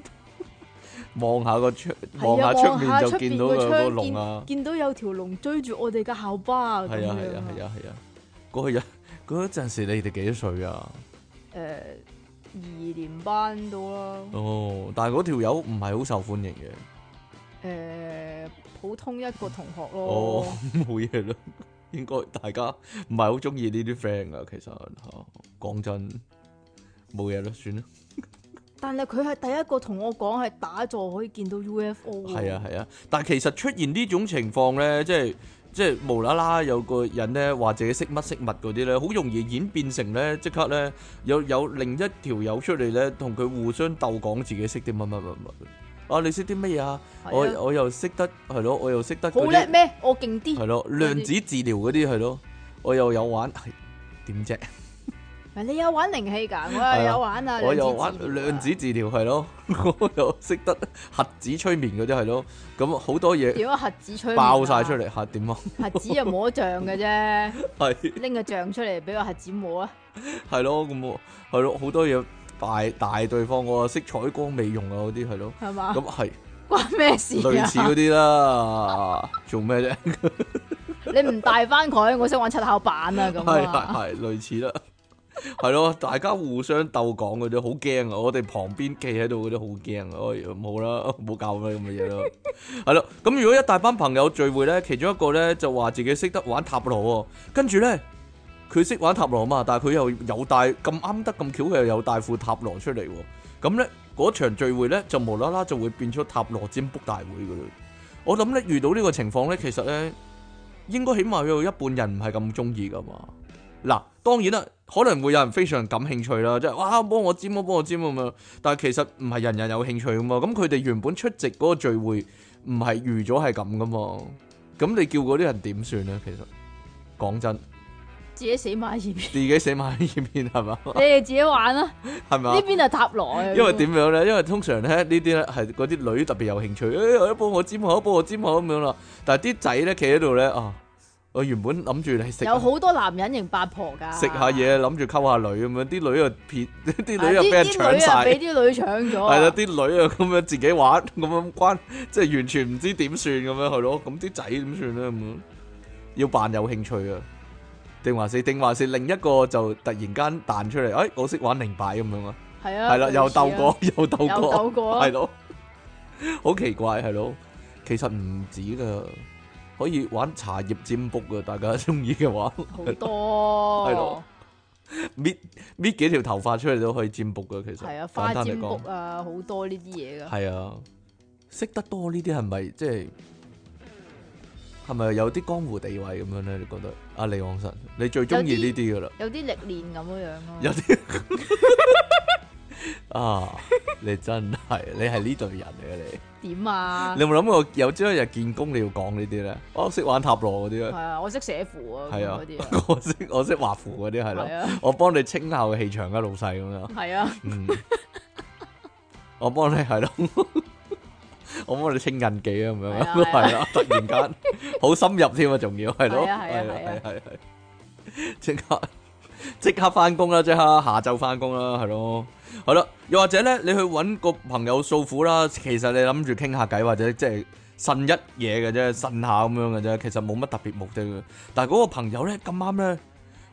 Speaker 1: 望下個窗，
Speaker 2: 係啊
Speaker 1: 望下出
Speaker 2: 望
Speaker 1: 面
Speaker 2: 下
Speaker 1: 就
Speaker 2: 出
Speaker 1: 見
Speaker 2: 面
Speaker 1: 到
Speaker 2: 個
Speaker 1: 個
Speaker 2: 窗
Speaker 1: 個龍啊！
Speaker 2: 見到有條龍追住我哋嘅校巴咁
Speaker 1: 係啊係
Speaker 2: 樣
Speaker 1: 啊係啊係啊！嗰日嗰陣時你哋幾多歲啊？
Speaker 2: 誒二年班到啦，
Speaker 1: 哦，但係嗰條友唔係好受歡迎嘅。
Speaker 2: 誒普通一個同學咯
Speaker 1: 哦，，冇嘢啦，應該大家唔係好中意呢啲 friend 噶，其實嚇講真冇嘢啦，算啦，
Speaker 2: 但係佢係第一個同我講係打坐可以見到 UFO 喎
Speaker 1: 係啊係啊，但係其實出現呢種情況咧，即係即係無啦啦有個人咧話自己識乜識物嗰啲咧，好容易演變成咧即刻咧有有另一條友出嚟咧，同佢互相鬥講自己識啲乜乜乜乜啊！你識啲乜嘢啊？
Speaker 2: 係啊
Speaker 1: 我我又識得係咯，我又識得
Speaker 2: 好
Speaker 1: 嗰
Speaker 2: 叻
Speaker 1: 啲。
Speaker 2: 咩？我勁
Speaker 1: 系
Speaker 2: 啲。
Speaker 1: 咯，量子治療嗰啲係咯，我又有玩，係點啫？
Speaker 2: 你有玩靈氣㗎，我
Speaker 1: 啊
Speaker 2: 又有玩啊。
Speaker 1: 我又
Speaker 2: 量
Speaker 1: 玩
Speaker 2: 子治療啊
Speaker 1: 量子治療係 咯，我又識得核子催眠嗰啲係咯，咁好多嘢
Speaker 2: 點啊？核子吹
Speaker 1: 爆晒出，嚟嚇點啊？
Speaker 2: 核子又摸像嘅啫，
Speaker 1: 係
Speaker 2: 拎個像出嚟俾個核子摸啊！
Speaker 1: 係咯，咁我係咯，好多嘢大大對方，我識彩光美容啊嗰啲係咯，
Speaker 2: 係嘛？
Speaker 1: 咁係
Speaker 2: 關咩事
Speaker 1: 類似
Speaker 2: 啊
Speaker 1: 嗰？啲啦，做咩啫？
Speaker 2: 你唔帶翻佢，我識玩七巧板啊咁
Speaker 1: 係係
Speaker 2: 啊！
Speaker 1: 係類似啦，係咯，大家互相鬥講嗰啲好驚啊！我哋旁邊企喺度嗰啲好驚啊！哎呀唔好啦，唔好搞啦咁嘅嘢啦。係咯，咁如果一大班朋友聚會咧，其中一個咧就話自己識得玩塔羅喎，跟住咧佢識玩塔羅嘛，但係佢又有帶咁啱得咁巧，佢又有帶副塔羅出嚟喎。咁咧嗰場聚會咧就無啦啦就會變咗塔羅占卜大會噶啦。我諗咧遇到呢個情況咧，其實咧應該起碼有一半人唔係咁中意噶嘛。嗱，當然啦，可能會有人非常感興趣啦，即係哇幫我占啊，幫我占咁樣。但係其實唔係人人有興趣噶嘛。咁佢哋原本出席嗰個聚會唔係預咗係咁噶嘛。咁你叫嗰啲人點算咧？其實講真，
Speaker 2: 自己死埋喺前邊，
Speaker 1: 自己死埋喺呢邊係嘛，
Speaker 2: 你哋自己玩啦。呢
Speaker 1: 係嘛？
Speaker 2: 邊係塔羅啊，
Speaker 1: 因為點樣咧？因為通常咧呢啲咧係嗰啲女特別有興趣，誒、我幫我尖口，幫我尖口咁樣啦。但係啲仔咧企喺度咧啊，我原本諗住你食
Speaker 2: 有好多男人型八婆㗎，
Speaker 1: 食下嘢，諗住溝下女咁樣，啲女又撇， 啲
Speaker 2: 啊，
Speaker 1: 女又俾人
Speaker 2: 啲
Speaker 1: 搶
Speaker 2: 女啊
Speaker 1: 晒
Speaker 2: 俾，啲女搶咗啊，
Speaker 1: 係啦，啲女啊咁樣自己玩，咁樣關， 即係完全唔知點算咁樣係咯。咁啲仔點算咧？咁樣要扮有興趣啊？定還是定還是另一個就突然間彈出嚟，誒、我識玩靈擺咁樣啊！
Speaker 2: 係啊，
Speaker 1: 系啦，又鬥
Speaker 2: 過，
Speaker 1: 過， 又鬥
Speaker 2: 又
Speaker 1: 過，
Speaker 2: 鬥過啊
Speaker 1: 係咯，好奇怪係咯，其實唔止噶，可以玩茶葉占卜噶，大家中意嘅話，
Speaker 2: 好多
Speaker 1: 係咯搣搣幾條頭髮出嚟都可以占卜噶。其實
Speaker 2: 係啊，
Speaker 1: 簡
Speaker 2: 花
Speaker 1: 單嚟
Speaker 2: 占卜
Speaker 1: 講
Speaker 2: 啊，好多呢啲嘢噶。
Speaker 1: 係啊，識得多呢啲係咪即係係咪有啲江湖地位咁樣咧？你覺得阿李昂臣，你最中意呢啲噶啦？
Speaker 2: 有啲歷練咁樣樣咯
Speaker 1: 有，啲 啊，你真係你係呢隊人嚟嘅你，
Speaker 2: 點啊
Speaker 1: 你？有冇諗過有朝一日見工你要講呢啲咧？我識玩塔羅嗰啲
Speaker 2: 係
Speaker 1: 啊，
Speaker 2: 啊，我識寫符啊，
Speaker 1: 係
Speaker 2: 咁
Speaker 1: 啊
Speaker 2: 嗰啲啊，，
Speaker 1: 我識我識畫符嗰啲 係
Speaker 2: 係
Speaker 1: 咯，
Speaker 2: 啊，
Speaker 1: 我幫你清下個氣場啊嘅老細咁樣，
Speaker 2: 係啊，
Speaker 1: 嗯，我幫你係咯， 我幫你清印記啊咁
Speaker 2: 係
Speaker 1: 樣，
Speaker 2: 啊係 啊
Speaker 1: 係啦，突然間好深入添啊，仲要係咯，
Speaker 2: 係啊係啊係啊
Speaker 1: 係係係即刻。 即刻翻工啦，即刻下晝翻工啦，係咯，係咯，又或者咧，你去揾個朋友訴苦啦，其實你諗住傾下偈或者即係呻一嘢嘅啫，呻下咁樣嘅啫，其實冇乜特別目的嘅。但係嗰個朋友咧咁啱咧，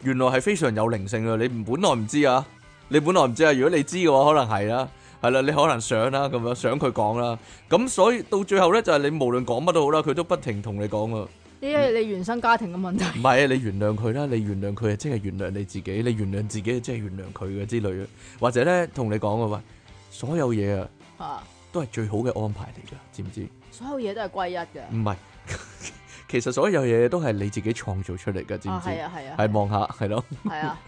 Speaker 1: 原來係非常有靈性嘅，你唔本來唔知啊，你本來唔知啊，如果你知嘅話，可能係啦。係啦，你可能想啦，咁樣想佢講啦，咁所以到最後咧，就係、你無論講乜都好啦，佢都不停同你講啊。
Speaker 2: 呢係你原生家庭嘅問題。
Speaker 1: 唔係啊，你原諒佢啦，你原諒佢啊，即係原諒你自己，你原諒自己啊，即係原諒佢嘅之類嘅，或者咧同你講啊，喂，所有嘢啊
Speaker 2: 啊！
Speaker 1: 都係最好嘅安排嚟㗎，知唔知？
Speaker 2: 所有嘢都係歸一嘅，
Speaker 1: 唔係， 其實所有嘢都係你自己創造出嚟㗎，知唔
Speaker 2: 啊
Speaker 1: 知？
Speaker 2: 係啊係啊，
Speaker 1: 係望下，係咯，
Speaker 2: 係啊，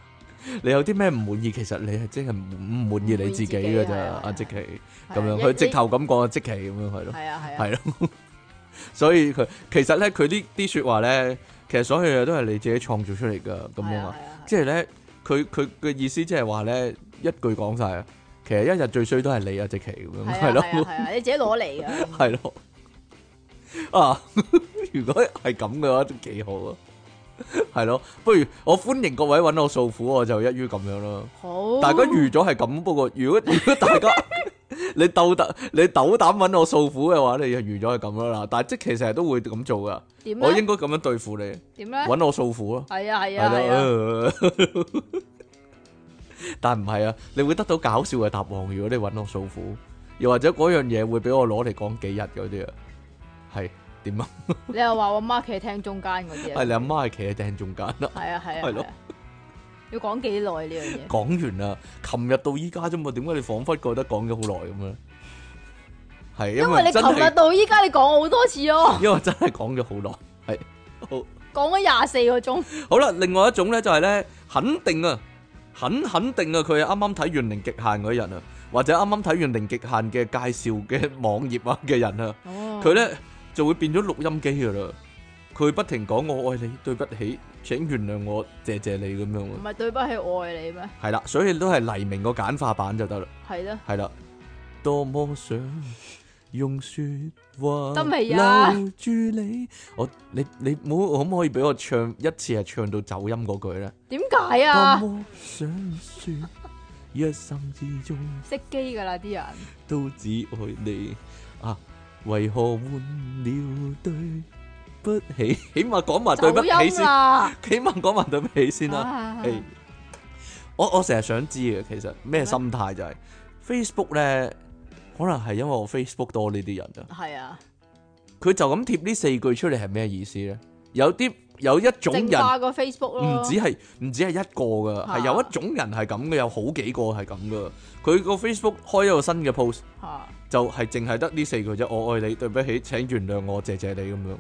Speaker 1: 你有啲咩唔滿意，其實你係真係唔唔滿意你自己㗎咋，
Speaker 2: 唔滿意自己啊
Speaker 1: 阿
Speaker 2: 係
Speaker 1: 即奇
Speaker 2: 係啊
Speaker 1: 咁樣，
Speaker 2: 一
Speaker 1: 佢直
Speaker 2: 一
Speaker 1: 頭咁講啊，即奇咁樣係咯。
Speaker 2: 係啊係啊，
Speaker 1: 係咯。所以佢其實咧，佢呢啲说話咧，其實所有嘢都係你自己創造出嚟噶，咁
Speaker 2: 係
Speaker 1: 樣
Speaker 2: 啊
Speaker 1: 啊。
Speaker 2: 係啊，
Speaker 1: 即係咧，佢佢嘅意思即係話咧，一句講晒啊。其實一日最衰都係你啊，直期咁樣，
Speaker 2: 係啊
Speaker 1: 係
Speaker 2: 係啊
Speaker 1: 咯，
Speaker 2: 係啊，你自己攞嚟 嘅，
Speaker 1: 係咯。啊， 如果係咁嘅話，都幾好啊。係咯，不如我歡迎各位揾我訴苦，我就一於咁樣咯。
Speaker 2: 好，
Speaker 1: 大家預咗係咁，不過如果 如果大家你鬥膽你斗膽揾我訴苦嘅話，你就預咗係咁啦。但係即其實都會咁做噶，
Speaker 2: 點
Speaker 1: 我應
Speaker 2: 咧？
Speaker 1: 該咁樣對付你，
Speaker 2: 點咧？
Speaker 1: 揾我訴苦咯，
Speaker 2: 係啊係啊係啊，
Speaker 1: 係咯。 但唔係啊，你會得到搞笑嘅答案。如果你揾我訴苦，又或者嗰樣嘢會俾我攞嚟講幾日嗰啲啊，係點啊？
Speaker 2: 你又話我媽企喺廳中間嗰啲
Speaker 1: 係
Speaker 2: 啊，
Speaker 1: 你阿媽係企喺頂中間啦。
Speaker 2: 係啊係啊
Speaker 1: 係咯
Speaker 2: 係啊，要講幾耐呢樣嘢？
Speaker 1: 講完啦，琴日到依家啫嘛，點解你彷彿覺得講咗好耐咁咧？係
Speaker 2: 因
Speaker 1: 為
Speaker 2: 為你
Speaker 1: 真
Speaker 2: 琴日
Speaker 1: 係，
Speaker 2: 到依家你講好多次咯，
Speaker 1: 因為真係講咗好耐，係好
Speaker 2: 講咗廿四個鐘，
Speaker 1: 好啦。另外一種咧就係咧，肯定啊，很肯定啊，佢係啱啱睇完《零極限》嗰人啊，或者啱啱睇完《零極限》嘅介紹嘅網頁啊嘅人啊，佢
Speaker 2: 佢
Speaker 1: 咧就會變咗錄音機噶啦。佢不停講我愛你，對不起，請原諒我，謝謝你咁樣
Speaker 2: 唔
Speaker 1: 啊。
Speaker 2: 係對不起愛你咩？
Speaker 1: 係啦，所以都係黎明個簡化版就得啦。
Speaker 2: 係咯，
Speaker 1: 系啦，多么想用说话
Speaker 2: 得未啊
Speaker 1: 留住你，我你你冇可唔可以俾我唱一次系唱到走音嗰句咧？
Speaker 2: 點解啊
Speaker 1: 多？么想说，一生之中
Speaker 2: 熄機㗎啦啲人，
Speaker 1: 都只爱你啊，为何换了对不起？起码讲埋对不
Speaker 2: 走
Speaker 1: 起
Speaker 2: 音
Speaker 1: 先，
Speaker 2: 啦，
Speaker 1: 起码讲埋对不起先啦。
Speaker 2: 啊
Speaker 1: 係我我成日想知嘅，其實咩心態就係、Facebook 咧，可能係因為我 Facebook 多呢啲人啊，
Speaker 2: 係啊，
Speaker 1: 佢就咁貼呢四句出嚟係咩意思咧？有啲有一種人
Speaker 2: 淨化個 Facebook
Speaker 1: 唔
Speaker 2: 咯，
Speaker 1: 止係唔止係一個噶，係、
Speaker 2: 啊
Speaker 1: 有一種人係咁嘅，有好幾個係咁噶。佢個 Facebook 開一個新嘅 post，
Speaker 2: 嚇
Speaker 1: 就係淨係得呢四句啫。我愛你，對不起，請原諒我，謝謝你咁樣。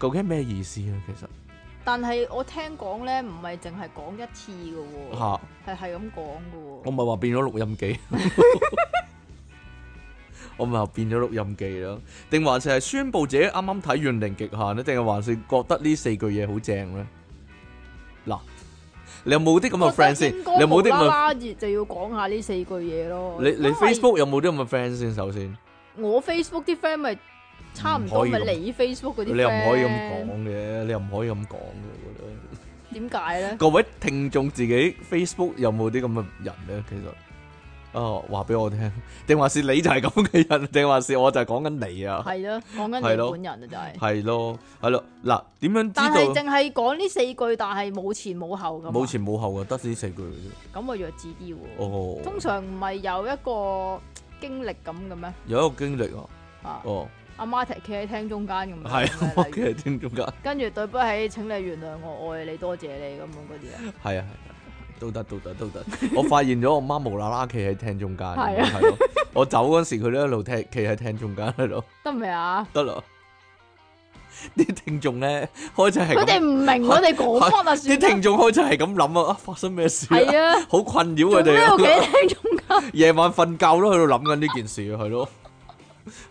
Speaker 1: 究竟係咩意思咧？其實
Speaker 2: 但係我聽講咧，唔係淨係講一次嘅
Speaker 1: 嚇。
Speaker 2: 喎，係係咁講嘅
Speaker 1: 我
Speaker 2: 喎。
Speaker 1: 咪話變咗錄音機， 我咪話變咗錄音機咯。定還是係宣佈自己啱啱睇完《零極限》咧？定係還是覺得呢四句嘢好正咧？嗱，你有冇啲咁嘅 friend 先？你有冇啲咁嘅？
Speaker 2: 啦啦就要講下呢四句嘢咯。
Speaker 1: 你你
Speaker 2: 因為
Speaker 1: Facebook 有冇啲咁嘅 friend 先？首先，
Speaker 2: 我 Facebook 啲 friend 咪差唔
Speaker 1: 唔
Speaker 2: 多
Speaker 1: 可以
Speaker 2: 咪
Speaker 1: 咁
Speaker 2: 你 Facebook 嗰啲 friend。
Speaker 1: 你又唔可以咁講嘅，你又唔可以咁講嘅。我覺得
Speaker 2: 講。點 解咧？
Speaker 1: 各位聽眾自己 Facebook 有冇啲咁嘅人咧？其實啊，話俾我聽，定還是你就係咁嘅人，定還是我就係講緊你啊？
Speaker 2: 係咯，講
Speaker 1: 係咯
Speaker 2: 緊你本人啊，就係。
Speaker 1: 係咯，係咯，嗱，點樣
Speaker 2: 但係
Speaker 1: 知道
Speaker 2: 淨係講呢四句，但係冇前冇後咁啊。
Speaker 1: 冇前冇後嘅？得呢四句嘅啫。
Speaker 2: 咁我弱智啲喎。通
Speaker 1: 哦，
Speaker 2: 常唔係有一個經歷咁嘅咩？
Speaker 1: 有一個經歷啊，
Speaker 2: 啊
Speaker 1: 哦，
Speaker 2: 啱阿媽踢企喺廳中間咁樣。
Speaker 1: 係啊，
Speaker 2: 係
Speaker 1: 我
Speaker 2: 例如
Speaker 1: 企喺廳中間，
Speaker 2: 跟住對不起，請你原諒我，我愛你，多謝你咁樣嗰啲啊。
Speaker 1: 係啊，係啊都得都得都得。我發現咗我媽無啦啦企喺廳中間，
Speaker 2: 係啊
Speaker 1: 係咯。我走嗰時佢都一路踢企喺廳中間喺度，
Speaker 2: 得未啊？
Speaker 1: 得啦。啲聽眾咧開始係
Speaker 2: 佢哋
Speaker 1: 咁，
Speaker 2: 唔明我哋講乜啊？
Speaker 1: 啲
Speaker 2: 算
Speaker 1: 聽
Speaker 2: 啦。
Speaker 1: 眾開始係咁諗啊，啊發生咩事啊？
Speaker 2: 係啊，
Speaker 1: 好困擾
Speaker 2: 做
Speaker 1: 佢
Speaker 2: 咩
Speaker 1: 哋
Speaker 2: 要企
Speaker 1: 啊！
Speaker 2: 喺廳中 間？
Speaker 1: 夜晚瞓覺都喺度諗緊呢件事啊，係咯，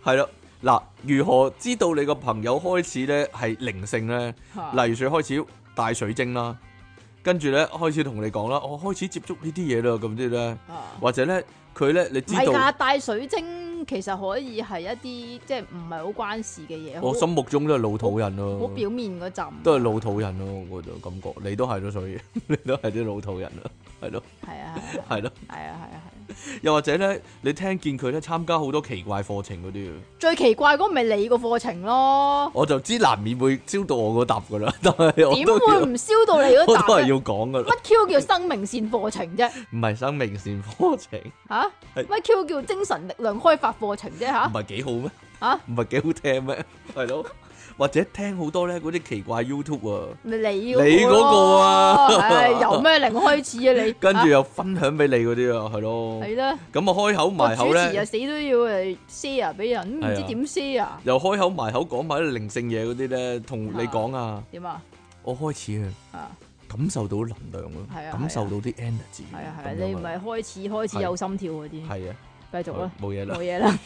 Speaker 1: 係咯。嗱，如何知道你個朋友開始咧係靈性咧？
Speaker 2: 啊
Speaker 1: 例如說開始帶水晶啦，跟住咧開始同你講啦，我開始接觸呢啲嘢啦，咁啲咧，
Speaker 2: 啊
Speaker 1: 或者咧佢咧你
Speaker 2: 唔
Speaker 1: 知
Speaker 2: 係㗎，
Speaker 1: 道，
Speaker 2: 帶水晶其實可以係一啲即係唔係好關事嘅嘢，
Speaker 1: 我心
Speaker 2: 好
Speaker 1: 目中都係老土人咯
Speaker 2: 好，表面嗰陣。
Speaker 1: 都係老土人咯，我就感覺你都係咯，所以 你都係啲老土人啦，係咯，
Speaker 2: 係啊，係啊，
Speaker 1: 係咯，
Speaker 2: 係啊，係啊，係啊。
Speaker 1: 又或者咧你聽見佢咧參加好多奇怪課程嗰啲啊。
Speaker 2: 最奇怪嗰咪你個課程咯，
Speaker 1: 我就知難免會招到我嗰答噶啦， 但係我
Speaker 2: 點
Speaker 1: 都
Speaker 2: 會
Speaker 1: 要
Speaker 2: 唔燒到你
Speaker 1: 我都
Speaker 2: 嗰
Speaker 1: 係
Speaker 2: 集
Speaker 1: 要
Speaker 2: 啫？
Speaker 1: 講噶啦，
Speaker 2: 乜 Q 叫生命線課程啫？
Speaker 1: 唔 係生命線課程，唔
Speaker 2: 吓，
Speaker 1: 係
Speaker 2: 乜 Q 叫精神力量開發課程啫？吓
Speaker 1: 係幾好咩？
Speaker 2: 吓，
Speaker 1: 唔係幾好聽咩？係咯，或者聽好多咧嗰啲奇怪 YouTube 啊，
Speaker 2: 咪你
Speaker 1: 你嗰個啊
Speaker 2: 咯唉，由咩零開始啊你？
Speaker 1: 跟住又分享俾你嗰啲啊，係咯，
Speaker 2: 系啦，
Speaker 1: 咁啊開口
Speaker 2: 個
Speaker 1: 埋口
Speaker 2: 主持啊
Speaker 1: 咧，
Speaker 2: 死都要诶 share 俾人，唔
Speaker 1: 係啊
Speaker 2: 知點 share
Speaker 1: 又開口埋口講埋啲靈性嘢嗰啲咧，同你講啊，
Speaker 2: 點啊？
Speaker 1: 我開始啊
Speaker 2: 啊，
Speaker 1: 感受到能量咯，
Speaker 2: 係啊
Speaker 1: 感受到啲 energy，
Speaker 2: 係啊係啊，
Speaker 1: 咁樣
Speaker 2: 你唔係開始開始有心跳嗰啲，
Speaker 1: 係啊，
Speaker 2: 繼續啦，
Speaker 1: 冇嘢啦
Speaker 2: 冇。嘢啦，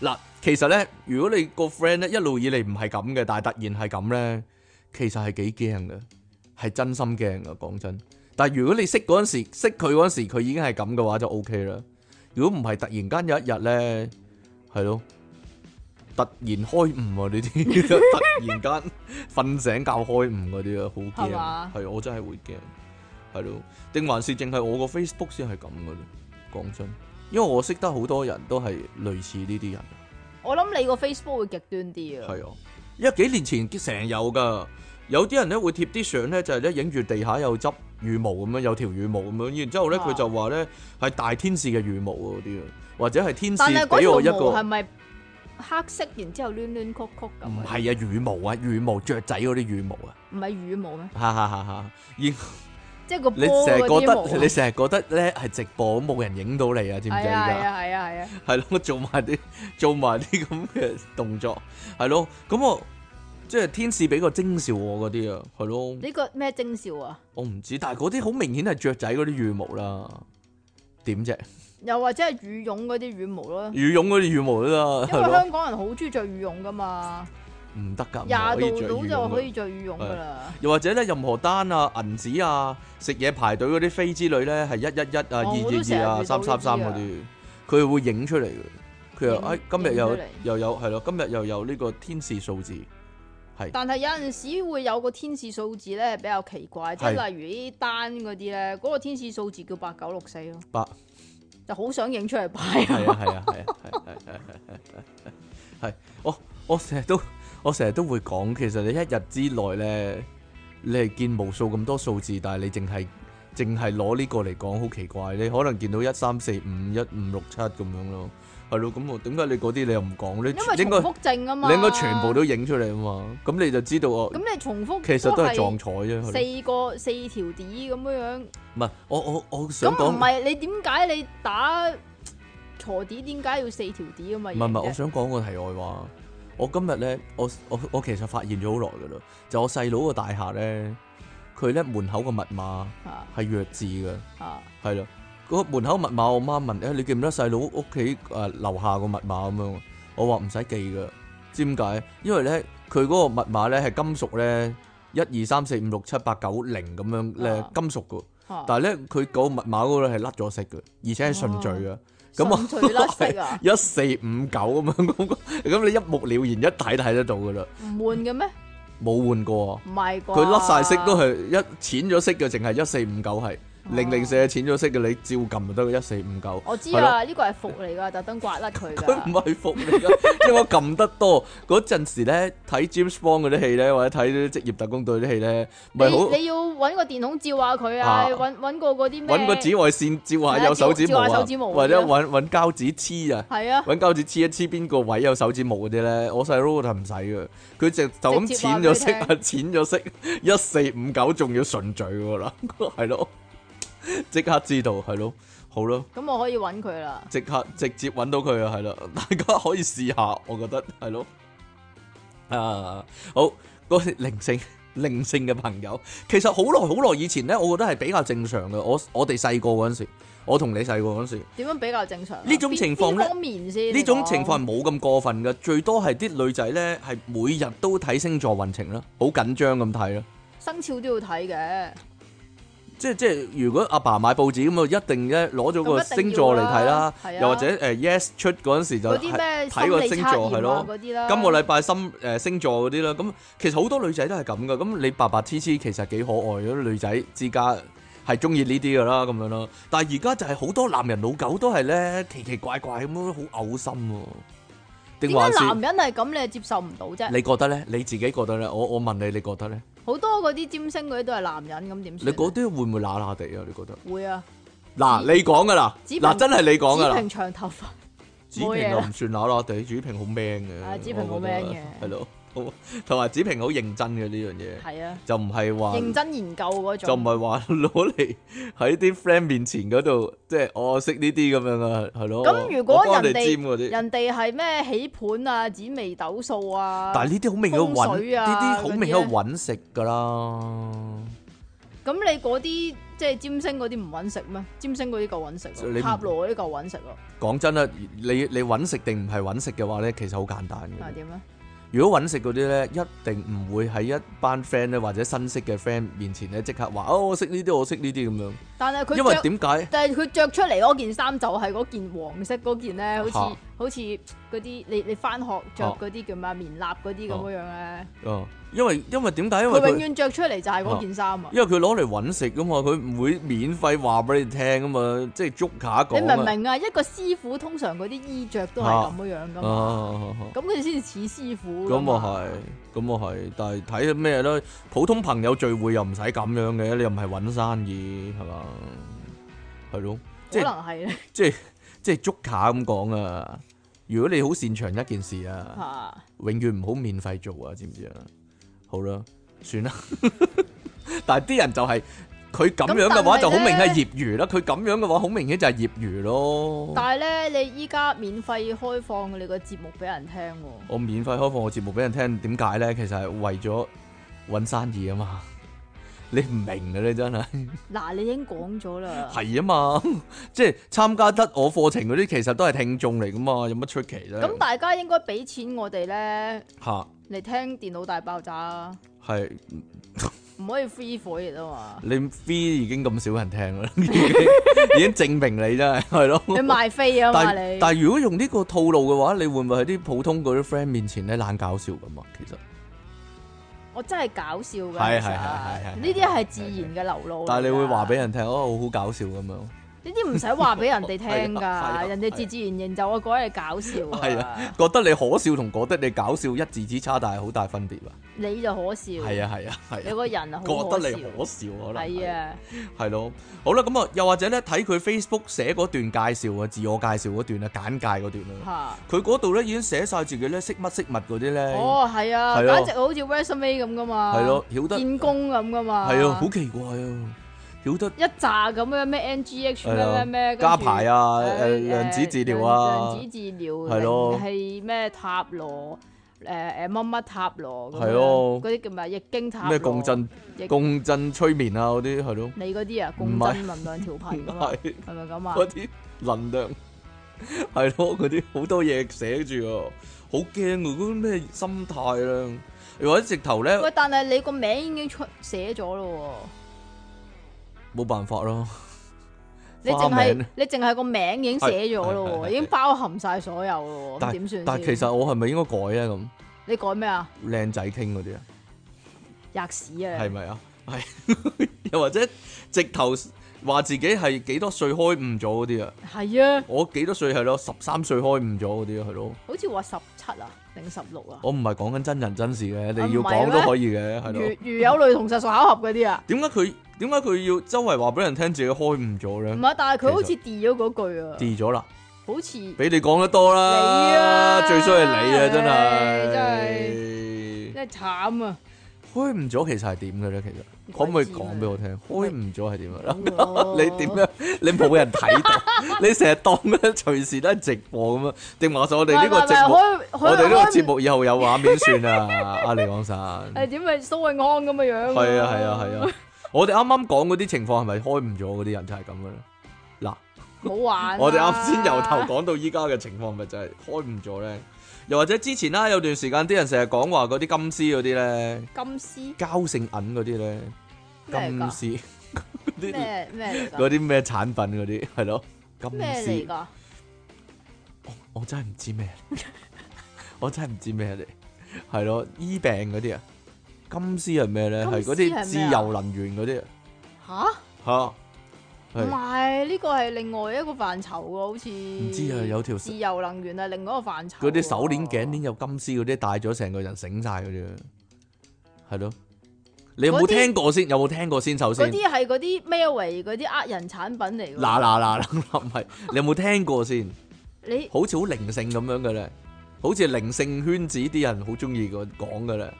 Speaker 1: 嗱，其實咧，如果你個 friend 咧一路以嚟唔係咁嘅，但係突然係咁咧， 其實係幾驚嘅，係真心驚嘅。講真，但係如果你識嗰陣時，識佢嗰陣時，佢已經係咁嘅話就 O K 啦。如果唔係突然間有一日咧，係咯，突然開悟啊呢啲，突然間瞓醒覺開悟嗰啲
Speaker 2: 係
Speaker 1: 啊
Speaker 2: 嘛，
Speaker 1: 好驚，係我真係會驚，係咯，定還是淨係我個 Facebook 先係咁嘅咧？講真，因為我識得好多人都係類似呢啲人。
Speaker 2: 我諗你個 Facebook 會極端啲啊，
Speaker 1: 係啊，因為幾年前成日有噶，有啲人咧會貼啲相咧，就係咧影住地下有執羽毛咁樣，有條羽毛咁樣，然之後咧
Speaker 2: 啊
Speaker 1: 佢就話咧係大天使嘅羽毛啊嗰啲啊，或者係天
Speaker 2: 但係
Speaker 1: 使俾我
Speaker 2: 嗰
Speaker 1: 一
Speaker 2: 條毛
Speaker 1: 個
Speaker 2: 係咪黑色，然之後攣攣曲曲
Speaker 1: 唔
Speaker 2: 咁啊？
Speaker 1: 係啊羽毛啊羽毛雀仔嗰啲羽毛 啊，
Speaker 2: 唔係羽毛咩？
Speaker 1: 哈哈哈哈！而
Speaker 2: 即係個波
Speaker 1: 你成日
Speaker 2: 嗰
Speaker 1: 覺
Speaker 2: 啲毛啊。
Speaker 1: 得你成日覺得咧係直播冇人影到你啊，知唔知
Speaker 2: 係
Speaker 1: 啊
Speaker 2: 啊係
Speaker 1: 而家？
Speaker 2: 啊係啊係啊，
Speaker 1: 係咯，做埋啲 做埋啲咁嘅動作，係咯，咁我即係天使俾個徵兆我嗰啲啊，係咯。
Speaker 2: 呢個咩徵兆啊？
Speaker 1: 我唔知，但係嗰啲好明顯係雀仔嗰啲羽毛啦。點啫？
Speaker 2: 又或者係羽絨嗰啲羽 毛咯，
Speaker 1: 羽絨嗰啲羽毛啦，
Speaker 2: 因為
Speaker 1: 係咯，
Speaker 2: 香港人好中意着羽絨噶嘛，
Speaker 1: 唔得㗎，
Speaker 2: 廿
Speaker 1: 唔可以着
Speaker 2: 度到
Speaker 1: 羽
Speaker 2: 就
Speaker 1: 絨
Speaker 2: 可
Speaker 1: 啊
Speaker 2: 以
Speaker 1: 㗎。
Speaker 2: 着羽絨噶啦。
Speaker 1: 又或者咧，任何單啊、銀紙啊、食嘢排隊嗰啲飛之類咧，係一一一啊、
Speaker 2: 哦我都成
Speaker 1: 二二
Speaker 2: 日
Speaker 1: 二啊、
Speaker 2: 遇到
Speaker 1: 三
Speaker 2: 呢啲
Speaker 1: 三三嗰啲，佢會影出嚟嘅。佢又
Speaker 2: 影
Speaker 1: 哎，今日又
Speaker 2: 影出嚟
Speaker 1: 又有係咯，今日又有呢個天使數字，
Speaker 2: 但係有陣時會有個天使數字咧比較奇怪，即係
Speaker 1: 係
Speaker 2: 例如呢單嗰啲咧，嗰個天使數字叫八九六四咯，
Speaker 1: 八
Speaker 2: 就好想影出嚟擺
Speaker 1: 係啊
Speaker 2: 啊。
Speaker 1: 係啊係啊係啊係啊係啊係啊係啊係我我成日都我成日都會講，其實你一日之內咧，你係見無數咁多數字，但係你淨係淨係攞呢個嚟講，好奇怪。你可能見到一三四五一五六七咁樣咯，係咯。咁我點解你嗰啲你又唔講？你
Speaker 2: 因為
Speaker 1: 應
Speaker 2: 重
Speaker 1: 該
Speaker 2: 複症啊嘛，
Speaker 1: 你應該全部都影出嚟啊嘛。咁你就知道我
Speaker 2: 咁你重複
Speaker 1: 其實都係
Speaker 2: 係
Speaker 1: 撞彩啫。係咯
Speaker 2: 四個四條碟咁樣樣，
Speaker 1: 唔係我我我想
Speaker 2: 咁
Speaker 1: 講
Speaker 2: 唔。係你點解你打鋤碟點解要四條碟啊嘛？
Speaker 1: 唔係唔係，
Speaker 2: 已經
Speaker 1: 我想講個題外話。我今日咧，我我我其實發現咗好耐噶啦，就我細佬個大廈咧，佢咧門口個密碼
Speaker 2: 啊
Speaker 1: 係弱智嘅，
Speaker 2: 啊
Speaker 1: 係啦。嗰個門口密碼，我媽問誒、你記唔記得細佬屋企誒樓下個密碼咁樣？我話唔使記噶，知點解？因為咧，佢嗰個密碼咧係金屬咧，一二三四五六七八九零咁樣咧
Speaker 2: 啊，
Speaker 1: 金屬嘅。
Speaker 2: 啊！
Speaker 1: 但係咧，佢嗰個密碼嗰度係甩咗色嘅，而且係順序嘅。咁啊我
Speaker 2: 純粹甩色啊，
Speaker 1: 一四五九咁樣 咁，咁你一目了然一睇睇得到噶啦，
Speaker 2: 唔換嘅咩？
Speaker 1: 冇換過啊！
Speaker 2: 唔係啩？
Speaker 1: 佢甩晒色都係一淺咗色嘅，淨係一四五九係零零四係淺咗色嘅，你照撳就得一四五九。
Speaker 2: 我知啊，呢個係服嚟㗎，特登刮甩佢
Speaker 1: 佢唔
Speaker 2: 㗎。
Speaker 1: 係服嚟噶， 因為我撳得多嗰陣時咧，睇 James Bond 嗰啲戲咧，或者睇啲職業特工隊啲戲咧，咪好
Speaker 2: 你你要搵個電筒照下佢啊
Speaker 1: 啊，
Speaker 2: 搵搵個嗰啲咩？
Speaker 1: 揾個紫外線照下有手指毛
Speaker 2: 照下手
Speaker 1: 啊
Speaker 2: 指，毛
Speaker 1: 或者揾揾膠紙黐啊，
Speaker 2: 係啊，
Speaker 1: 揾膠紙黐一黐邊個位有手指毛嗰啲咧，我細佬就唔使嘅，佢直就咁
Speaker 2: 直接話
Speaker 1: 淺
Speaker 2: 俾
Speaker 1: 咗
Speaker 2: 你
Speaker 1: 色啊， 淺咗色，一四五九仲要順序㗎啦， 係咯，即刻知道係咯，好咯。
Speaker 2: 咁我可以搵佢啦。
Speaker 1: 即刻直接揾到佢啊，係啦，大家可以試下，我覺得係咯。啊，好，嗰啲靈性 靈性嘅朋友，其實好耐好耐以前呢，我覺得係比較正常嘅。我我哋細個嗰陣時，我同你細個嗰陣時，
Speaker 2: 點樣比較正常啊？
Speaker 1: 呢種
Speaker 2: 邊
Speaker 1: 情況
Speaker 2: 邊
Speaker 1: 呢
Speaker 2: 方面先
Speaker 1: 呢種情況係冇咁過分嘅，最多係啲女仔呢，係每日都睇星座運程啦，好緊張咁睇啦。
Speaker 2: 生肖都要睇嘅，
Speaker 1: 即係即係，如果阿爸買報紙咁啊，一定咧攞咗個
Speaker 2: 咁一定要
Speaker 1: 星座嚟睇啦
Speaker 2: 啦，係啊
Speaker 1: 又或者誒、Yes 出嗰陣時就
Speaker 2: 嗰啲咩
Speaker 1: 睇個
Speaker 2: 心
Speaker 1: 星
Speaker 2: 理
Speaker 1: 座
Speaker 2: 測
Speaker 1: 係
Speaker 2: 驗
Speaker 1: 咯
Speaker 2: 啊。嗰啲啦。
Speaker 1: 今個禮拜心誒星座嗰啲啦，咁其實好多女仔都係咁噶，咁你白白黐黐其實幾可愛嘅，女仔之家係中意呢啲噶啦，咁樣咯。但係而家就係好多男人老狗都係咧奇奇怪怪咁樣，好嘔心喎。定還
Speaker 2: 點解
Speaker 1: 是
Speaker 2: 男人係咁，你係接受唔到啫？
Speaker 1: 你覺得咧？你自己覺得咧？我我問你，你覺得咧？
Speaker 2: 好多嗰啲占星嗰啲都係男人，咁點
Speaker 1: 你
Speaker 2: 算啊？
Speaker 1: 嗰啲會唔會乸乸地啊？你覺得？
Speaker 2: 會啊，
Speaker 1: 嗱，你講噶啦，
Speaker 2: 子平
Speaker 1: 嗱真係你講噶
Speaker 2: 子
Speaker 1: 啦。
Speaker 2: 平長頭髮，
Speaker 1: 子平又唔算乸乸地，子平好 man 嘅。
Speaker 2: 啊子平好 man 嘅
Speaker 1: 係咯，好啊同埋子平好認真嘅呢樣嘢，
Speaker 2: 係啊，
Speaker 1: 就唔係話
Speaker 2: 認真研究嗰種。
Speaker 1: 就唔係話攞嚟喺啲 friend 面前嗰度，即係我識呢啲咁樣啊，係咯。
Speaker 2: 咁如果
Speaker 1: 我幫你
Speaker 2: 人哋
Speaker 1: 尖嗰啲，
Speaker 2: 人哋係咩起盤啊、紫微斗數啊，
Speaker 1: 但係呢啲好明顯
Speaker 2: 風水
Speaker 1: 揾，
Speaker 2: 啊
Speaker 1: 呢啲好明顯
Speaker 2: 嗰啲呢
Speaker 1: 揾食㗎啦。
Speaker 2: 咁你嗰啲即係占星嗰啲唔揾食咩？占星嗰啲夠揾食
Speaker 1: 你
Speaker 2: 咯，
Speaker 1: 唔
Speaker 2: 塔羅嗰啲夠揾食咯，
Speaker 1: 講真啦，你你揾食定唔係揾食嘅話咧，其實好簡單
Speaker 2: 係
Speaker 1: 嘅。
Speaker 2: 點咧？
Speaker 1: 如果揾食嗰啲咧，一定唔會喺一班 friend 咧或者新識嘅 friend 面前咧即刻話哦，我識呢啲，我識呢啲咁樣。
Speaker 2: 但係
Speaker 1: 因為
Speaker 2: 佢着，
Speaker 1: 點解？
Speaker 2: 但係佢着出嚟嗰件衫就係嗰件黃色嗰件咧，好似
Speaker 1: 嚇
Speaker 2: 好似嗰啲你你翻學着嗰啲叫咩棉衲嗰啲咁樣樣咧，
Speaker 1: 哦，因為因為點解？啊因為
Speaker 2: 佢
Speaker 1: 佢
Speaker 2: 永。遠着出嚟就係嗰件衫啊！
Speaker 1: 因為佢攞嚟揾食噶嘛，佢唔會免費話俾你聽噶嘛，即係捉卡
Speaker 2: 你
Speaker 1: 講
Speaker 2: 明唔
Speaker 1: 啊。
Speaker 2: 明啊？一個師傅通常嗰啲衣着都係咁樣樣噶嘛，
Speaker 1: 啊，
Speaker 2: 咁佢哋先至似師傅㗎
Speaker 1: 咁
Speaker 2: 嘛。
Speaker 1: 啊係，咁啊係，但係睇咩咯？普通朋友聚會又唔使咁樣嘅，你又唔係揾生意係嘛？係咯，即
Speaker 2: 可
Speaker 1: 係
Speaker 2: 能係咧
Speaker 1: 即係即係捉卡咁講啊！如果你好擅長一件事啊，
Speaker 2: 嚇。
Speaker 1: 永遠唔好免費做啊，知唔知啊？好啦，算啦。 但係啲人就係佢咁樣嘅話，
Speaker 2: 咁但係
Speaker 1: 就好明顯係
Speaker 2: 呢
Speaker 1: 業餘啦。佢咁樣嘅話，好明顯就係業餘咯。
Speaker 2: 但係咧，你依家免費開放你個節目俾人聽喎，
Speaker 1: 我免費開放我節目俾人聽，點解咧？其實係為咗揾生意啊嘛。你唔明嘅咧，真係
Speaker 2: 嗱，你已經講咗啦，
Speaker 1: 係啊嘛， 即係參加得我課程嗰啲，其實都係聽眾嚟噶嘛，有乜出奇啫？
Speaker 2: 咁大家應該俾錢我哋咧
Speaker 1: 嚇
Speaker 2: 嚟聽電腦大爆炸啊，
Speaker 1: 係
Speaker 2: 唔可以 free for it 啊嘛，
Speaker 1: 你 free 已經咁少人聽啦， 已經已經證明你真係係咯。
Speaker 2: 你賣飛啊
Speaker 1: 但
Speaker 2: 嘛
Speaker 1: 係
Speaker 2: 你，
Speaker 1: 但係如果用呢個套路嘅話，你會唔會喺啲普通嗰啲 friend 面前咧懶搞笑咁啊？其實，
Speaker 2: 我真係搞笑㗎，
Speaker 1: 係
Speaker 2: 其
Speaker 1: 係
Speaker 2: 實
Speaker 1: 係係係
Speaker 2: 呢啲係自然嘅流露嚟㗎，
Speaker 1: 但係你會話俾人聽，哦，好搞笑咁樣。
Speaker 2: 呢啲唔使話俾人哋聽
Speaker 1: 係啊係啊
Speaker 2: 㗎，人哋自自然然就我覺得你搞笑
Speaker 1: 係
Speaker 2: 啊，
Speaker 1: 覺得你可笑同覺得你搞笑一字之差，但係好大分別啊！
Speaker 2: 你就可笑，
Speaker 1: 係啊係啊
Speaker 2: 你
Speaker 1: 係啊，
Speaker 2: 個人啊好
Speaker 1: 覺
Speaker 2: 可
Speaker 1: 得
Speaker 2: 笑
Speaker 1: 你，可笑可能
Speaker 2: 係，啊，
Speaker 1: 係咯，好啦，咁啊，又或者咧睇佢 Facebook 寫嗰段介紹啊，自我介紹嗰段啊，簡介嗰段啊，
Speaker 2: 嚇。
Speaker 1: 佢嗰度咧已經寫晒自己咧識乜識物嗰啲咧，
Speaker 2: 哦，係啊，
Speaker 1: 係啊
Speaker 2: 簡直好似 resume 咁噶嘛，
Speaker 1: 係咯，曉得
Speaker 2: 見工咁噶嘛，
Speaker 1: 係啊，好奇怪啊，曉得
Speaker 2: 一紮咁樣咩 NGH
Speaker 1: 係
Speaker 2: 咩
Speaker 1: 啊
Speaker 2: 咩咩，
Speaker 1: 加牌
Speaker 2: 啊，
Speaker 1: 啊，
Speaker 2: 誒
Speaker 1: 誒量子治療啊
Speaker 2: 量，子治療
Speaker 1: 係咯
Speaker 2: 係咩塔羅，誒誒乜乜塔羅咁樣，
Speaker 1: 係咯
Speaker 2: 嗰啲叫咩易經塔羅
Speaker 1: 咩共，振
Speaker 2: 亦
Speaker 1: 共振催眠啊嗰啲係 咯，
Speaker 2: 你嗰啲啊
Speaker 1: 唔
Speaker 2: 共
Speaker 1: 係
Speaker 2: 振能量調頻咁嘛，
Speaker 1: 係。
Speaker 2: 係咪咁啊
Speaker 1: 嗰？啲能量係咯，嗰啲好多嘢寫住喎，好驚啊喎！嗰啲咩心態啦，又或者直頭咧
Speaker 2: 喂，但係你個名已經出寫咗咯
Speaker 1: 冇辦法咯，
Speaker 2: 喎，你
Speaker 1: 花
Speaker 2: 淨
Speaker 1: 名
Speaker 2: 係你淨係個名已經寫咗
Speaker 1: 係係
Speaker 2: 咯
Speaker 1: 係
Speaker 2: 喎，已經包含晒所有咯喎，咁點算
Speaker 1: 但係
Speaker 2: 先
Speaker 1: 其實我係咪應該改咧咁
Speaker 2: 你改咩啊？
Speaker 1: 靚仔傾嗰啲啊？
Speaker 2: 吔屎啊！
Speaker 1: 係咪啊？ 又或者直頭話自己係幾多歲開悟咗嗰啲啊？
Speaker 2: 係啊，
Speaker 1: 我幾多歲係咯？十三歲開悟咗嗰啲係咯。
Speaker 2: 好似話十七啊，定十六啊，
Speaker 1: 我唔係講緊真人真事嘅，你
Speaker 2: 啊唔
Speaker 1: 要
Speaker 2: 係
Speaker 1: 講
Speaker 2: 咩
Speaker 1: 都可以嘅，係
Speaker 2: 如
Speaker 1: 咯。
Speaker 2: 如有類同實屬巧合嗰啲啊，
Speaker 1: 點解佢點解佢要周圍話俾人聽自己開悟咗
Speaker 2: 唔
Speaker 1: 咧？
Speaker 2: 係，但係佢好似 d 咗嗰句啊，
Speaker 1: 跌咗啦，
Speaker 2: 好似
Speaker 1: 俾你講得多啦，
Speaker 2: 你啊
Speaker 1: 最衰係你啊，真係。
Speaker 2: 唉真係慘啊！
Speaker 1: 開唔咗其實係點嘅咧？其實可
Speaker 2: 鬼
Speaker 1: 唔可以
Speaker 2: 知啊
Speaker 1: 講
Speaker 2: 咩
Speaker 1: 俾我聽？開唔咗係點啊？
Speaker 2: 冇
Speaker 1: 你
Speaker 2: 咯
Speaker 1: 點啊樣？你冇人睇到，你成日當咧隨時都係直播咁樣，定話晒我哋呢個
Speaker 2: 唔係唔係
Speaker 1: 節目？
Speaker 2: 開開
Speaker 1: 我哋呢個
Speaker 2: 開
Speaker 1: 節目以後有畫面算啦，阿李廣山。
Speaker 2: 誒點咪蘇永康咁嘅樣？
Speaker 1: 係啊係啊係啊！我哋啱啱講嗰啲情況係咪開唔咗嗰啲人就係咁嘅咧？嗱，
Speaker 2: 好玩啊。
Speaker 1: 我哋啱先由頭講到依家嘅情況，咪就係開唔咗咧？又或者之前啦，有段時間啲人成日講話嗰啲金絲嗰啲咧，
Speaker 2: 金絲
Speaker 1: 膠性銀嗰啲咧，
Speaker 2: 咩嚟
Speaker 1: 金
Speaker 2: 㗎？
Speaker 1: 絲 嗰啲
Speaker 2: 咩咩嚟
Speaker 1: 嗰
Speaker 2: 㗎？
Speaker 1: 啲咩產品嗰啲係咯，金
Speaker 2: 咩
Speaker 1: 絲
Speaker 2: 嚟。㗎？
Speaker 1: 我真係唔知咩 嚟，我真係唔知咩嚟，係咯，醫病嗰啲啊，金絲係咩咧？
Speaker 2: 金絲
Speaker 1: 係嗰
Speaker 2: 係咩啊
Speaker 1: 啲自由能源嗰啲
Speaker 2: 吓？
Speaker 1: 啊吓，
Speaker 2: 唔
Speaker 1: 係
Speaker 2: 係呢個係另外一個範疇喎，好似唔
Speaker 1: 唔知啊，有條
Speaker 2: 自
Speaker 1: 嗰
Speaker 2: 由能源係另外一個範疇喎。
Speaker 1: 啲手鏈頸鏈有金絲嗰啲，戴咗成個人醒晒嗰啲啊，係咯，你有冇
Speaker 2: 嗰啲
Speaker 1: 聽過先？有冇聽過先？首先
Speaker 2: 嗰
Speaker 1: 嗱
Speaker 2: 啲係嗰啲 m a l w a y 嗰啲呃人產品嚟㗎。
Speaker 1: 嗱嗱嗱，唔係你有冇聽過先？
Speaker 2: 你
Speaker 1: 好似好靈性咁樣嘅咧，好似靈性圈子啲人好中意個講嘅咧，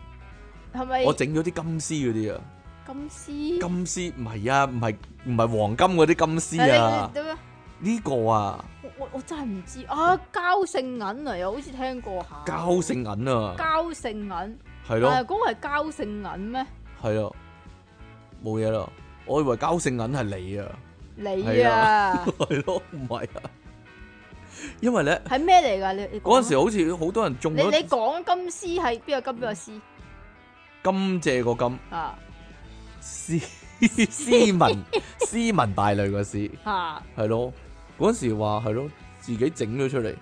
Speaker 2: 係咪
Speaker 1: 我整咗啲金絲嗰啲啊。
Speaker 2: 金
Speaker 1: 金
Speaker 2: 絲？
Speaker 1: 絲唔係啊，唔係唔係黃金嗰啲金絲啊
Speaker 2: 你，你點啊
Speaker 1: 呢個啊
Speaker 2: 我我我真係唔知啊！膠性銀啊，又好似聽過下。
Speaker 1: 膠性銀啊，
Speaker 2: 膠性銀，
Speaker 1: 係
Speaker 2: 但
Speaker 1: 咯
Speaker 2: 係嗰個係膠性銀咩？
Speaker 1: 係咯，冇嘢啦。我以為膠性銀係你啊，
Speaker 2: 你
Speaker 1: 係
Speaker 2: 啊，
Speaker 1: 係咯，唔係啊，因為咧
Speaker 2: 係咩嚟㗎？你你
Speaker 1: 嗰陣
Speaker 2: 陣
Speaker 1: 時好似好多人中
Speaker 2: 你
Speaker 1: 咗
Speaker 2: 你講金絲係邊個金邊個絲
Speaker 1: 金借個金
Speaker 2: 啊？
Speaker 1: 斯斯 文斯文敗類個斯，
Speaker 2: 嚇
Speaker 1: 係咯。嗰陣時話係咯，自己整咗出嚟，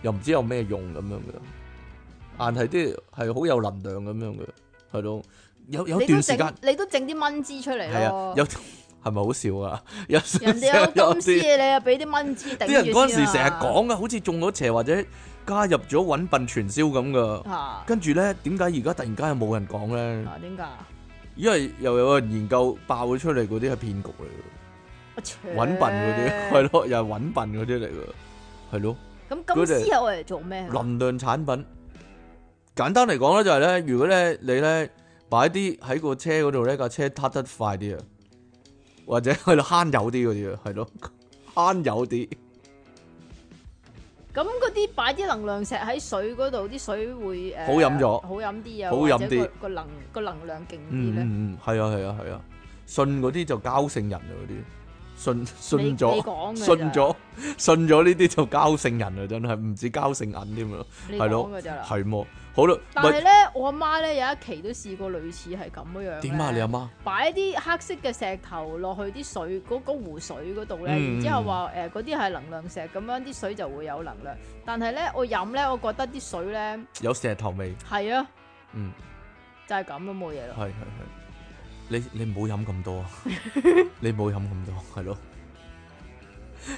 Speaker 1: 又唔知有咩用咁樣嘅，硬係啲係好有能量咁樣嘅，係咯。有有
Speaker 2: 你都
Speaker 1: 段時間
Speaker 2: 整你都整啲蚊枝出嚟
Speaker 1: 係啊
Speaker 2: 咯，。
Speaker 1: 有係咪好笑啊？ 有
Speaker 2: 人哋有金
Speaker 1: 啲
Speaker 2: 絲，你又俾啲蚊枝頂
Speaker 1: 啲人
Speaker 2: 住
Speaker 1: 嗰陣
Speaker 2: 先
Speaker 1: 時
Speaker 2: 啊
Speaker 1: 成日講啊，好似中咗邪或者加入咗揾笨傳銷咁噶。
Speaker 2: 嚇
Speaker 1: 跟住咧，點解而家突然間又冇人講咧？
Speaker 2: 啊點解啊？
Speaker 1: 因為又有人研究爆咗出嚟嗰啲係騙局嚟
Speaker 2: 我
Speaker 1: 嘅，揾笨嗰啲係咯，又係揾笨嗰啲嚟嘅，係咯。
Speaker 2: 咁金絲係我嚟做咩？啊
Speaker 1: 能量產品，簡單嚟講咧就係咧，如果咧你咧擺啲喺個車嗰度咧，架車撻得快啲啊，或者係咯慳油啲嗰啲啊，係咯 慳油啲，
Speaker 2: 咁嗰啲擺啲能量石喺水嗰度，啲水會誒
Speaker 1: 好飲咗
Speaker 2: 好飲啲啊，
Speaker 1: 好飲啲
Speaker 2: 或者個個能個能量勁啲
Speaker 1: 嗯
Speaker 2: 咧。
Speaker 1: 嗯嗯，係啊係啊係啊，信嗰啲就交性人啊嗰啲，信
Speaker 2: 你
Speaker 1: 信
Speaker 2: 你
Speaker 1: 咗。
Speaker 2: 講嘅
Speaker 1: 信
Speaker 2: 咋，
Speaker 1: 咗， 信咗呢啲就交性人啊！真係唔止交性銀添啊，
Speaker 2: 你
Speaker 1: 係咯
Speaker 2: 講嘅咋啦。
Speaker 1: 係喎，好啦，
Speaker 2: 但係
Speaker 1: 喂，
Speaker 2: 咧，我阿媽咧有一期都試過類似係咁樣樣。
Speaker 1: 點啊？你阿？媽
Speaker 2: 擺啲黑色嘅石頭落去啲水嗰嗰湖水嗰度咧，
Speaker 1: 嗯
Speaker 2: 然之後話誒嗰啲係能量石，咁樣啲水就會有能量。但係咧，我飲咧，我覺得啲水咧
Speaker 1: 有石頭味，
Speaker 2: 係啊，
Speaker 1: 嗯。
Speaker 2: 就係咁咯，冇嘢啦。
Speaker 1: 係係係，你你唔好飲咁 多啊！你唔好飲咁多，係咯。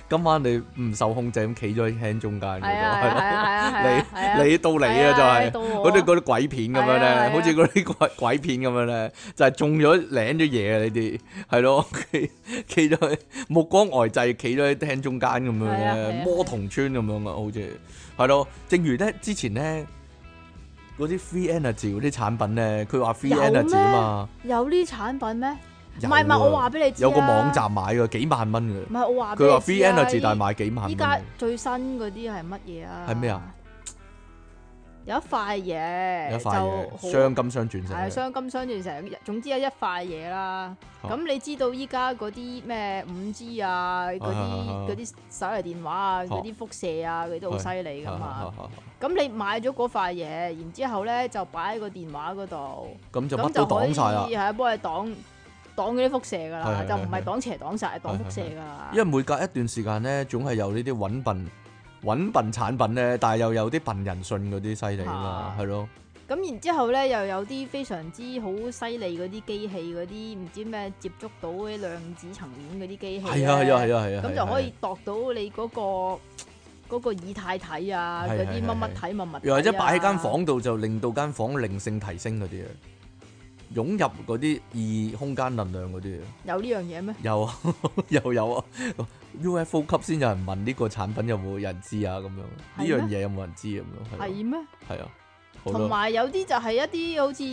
Speaker 1: 今晚你唔受控制咁企咗喺廳中間嗰度，
Speaker 2: 係啊係
Speaker 1: 係
Speaker 2: 啊係
Speaker 1: 咯。
Speaker 2: 啊係啊係啊！
Speaker 1: 你你到你
Speaker 2: 係
Speaker 1: 啊，就係
Speaker 2: 到
Speaker 1: 好
Speaker 2: 我
Speaker 1: 似嗰啲鬼片咁樣
Speaker 2: 係啊係
Speaker 1: 咧，
Speaker 2: 啊
Speaker 1: 好似嗰啲鬼鬼片咁樣咧，就係中咗領咗嘢啊！呢啲係咯，企企咗喺目光呆滯，企咗喺廳中間咁樣
Speaker 2: 係啊係啊係
Speaker 1: 咧，
Speaker 2: 啊
Speaker 1: 魔童村咁樣啊，好似係咯。正如咧之前咧嗰啲 free energy 嗰啲產品咧，佢話 free
Speaker 2: 有咩
Speaker 1: energy 啊嘛。
Speaker 2: 有呢產品咩？
Speaker 1: 有
Speaker 2: 唔係唔係，
Speaker 1: 啊
Speaker 2: 我話俾你知啊
Speaker 1: 有個網，站買嘅，幾萬蚊嘅
Speaker 2: 唔。係我話俾
Speaker 1: 佢
Speaker 2: 你
Speaker 1: 話
Speaker 2: 知
Speaker 1: free
Speaker 2: 啊
Speaker 1: energy，
Speaker 2: 依
Speaker 1: 但係賣幾萬
Speaker 2: 依
Speaker 1: 蚊
Speaker 2: 家
Speaker 1: 嘅。
Speaker 2: 最新嗰啲係乜嘢啊？
Speaker 1: 係咩啊？
Speaker 2: 有一塊嘢，
Speaker 1: 有一塊嘢，
Speaker 2: 就好
Speaker 1: 雙金雙鑽
Speaker 2: 係
Speaker 1: 石。
Speaker 2: 雙金雙鑽石，總之有一塊嘢啦。
Speaker 1: 哦
Speaker 2: 咁你知道依家嗰啲咩五 G 啊，嗰
Speaker 1: 啊
Speaker 2: 啲嗰啲手提電話啊，
Speaker 1: 哦，
Speaker 2: 嗰啲輻射啊，嗰啲好犀利噶嘛。
Speaker 1: 哦
Speaker 2: 咁你買咗嗰塊嘢，然之後咧就擺喺個電話嗰度，
Speaker 1: 咁就乜
Speaker 2: 咁
Speaker 1: 都
Speaker 2: 就可以啊
Speaker 1: 擋晒啦。
Speaker 2: 係幫你擋擋嗰啲輻射
Speaker 1: 係
Speaker 2: 噶啦
Speaker 1: 係，
Speaker 2: 就唔
Speaker 1: 係
Speaker 2: 係擋邪擋晒，係擋輻射噶啦
Speaker 1: 因。為每隔一段時間咧，總係有呢啲揾笨揾笨產品咧，但係又有啲笨人信嗰啲犀利啊嘛，
Speaker 2: 啊
Speaker 1: 係咯。
Speaker 2: 咁然之後咧，又有啲非常之好犀利嗰啲機器，嗰啲唔知咩接觸到啲量子層面嗰啲機器，
Speaker 1: 係啊係啊係啊係啊，
Speaker 2: 咁就可以度到你嗰、個嗰、個以太體啊，
Speaker 1: 係
Speaker 2: 嗰啲
Speaker 1: 係
Speaker 2: 乜乜
Speaker 1: 係
Speaker 2: 體乜乜體啊，
Speaker 1: 又或者擺喺間房度就令到間房靈性提升嗰啲啊，湧入嗰啲異空間能量嗰啲啊，
Speaker 2: 有呢樣嘢咩？
Speaker 1: 有啊又 有啊，UFO 級先有人問呢個產品有冇人知啊咁樣，呢
Speaker 2: 係咩
Speaker 1: 樣嘢有冇人知咁樣係啊
Speaker 2: 係咩？
Speaker 1: 係啊，好
Speaker 2: 同
Speaker 1: 啦，
Speaker 2: 埋有啲就係一啲好似。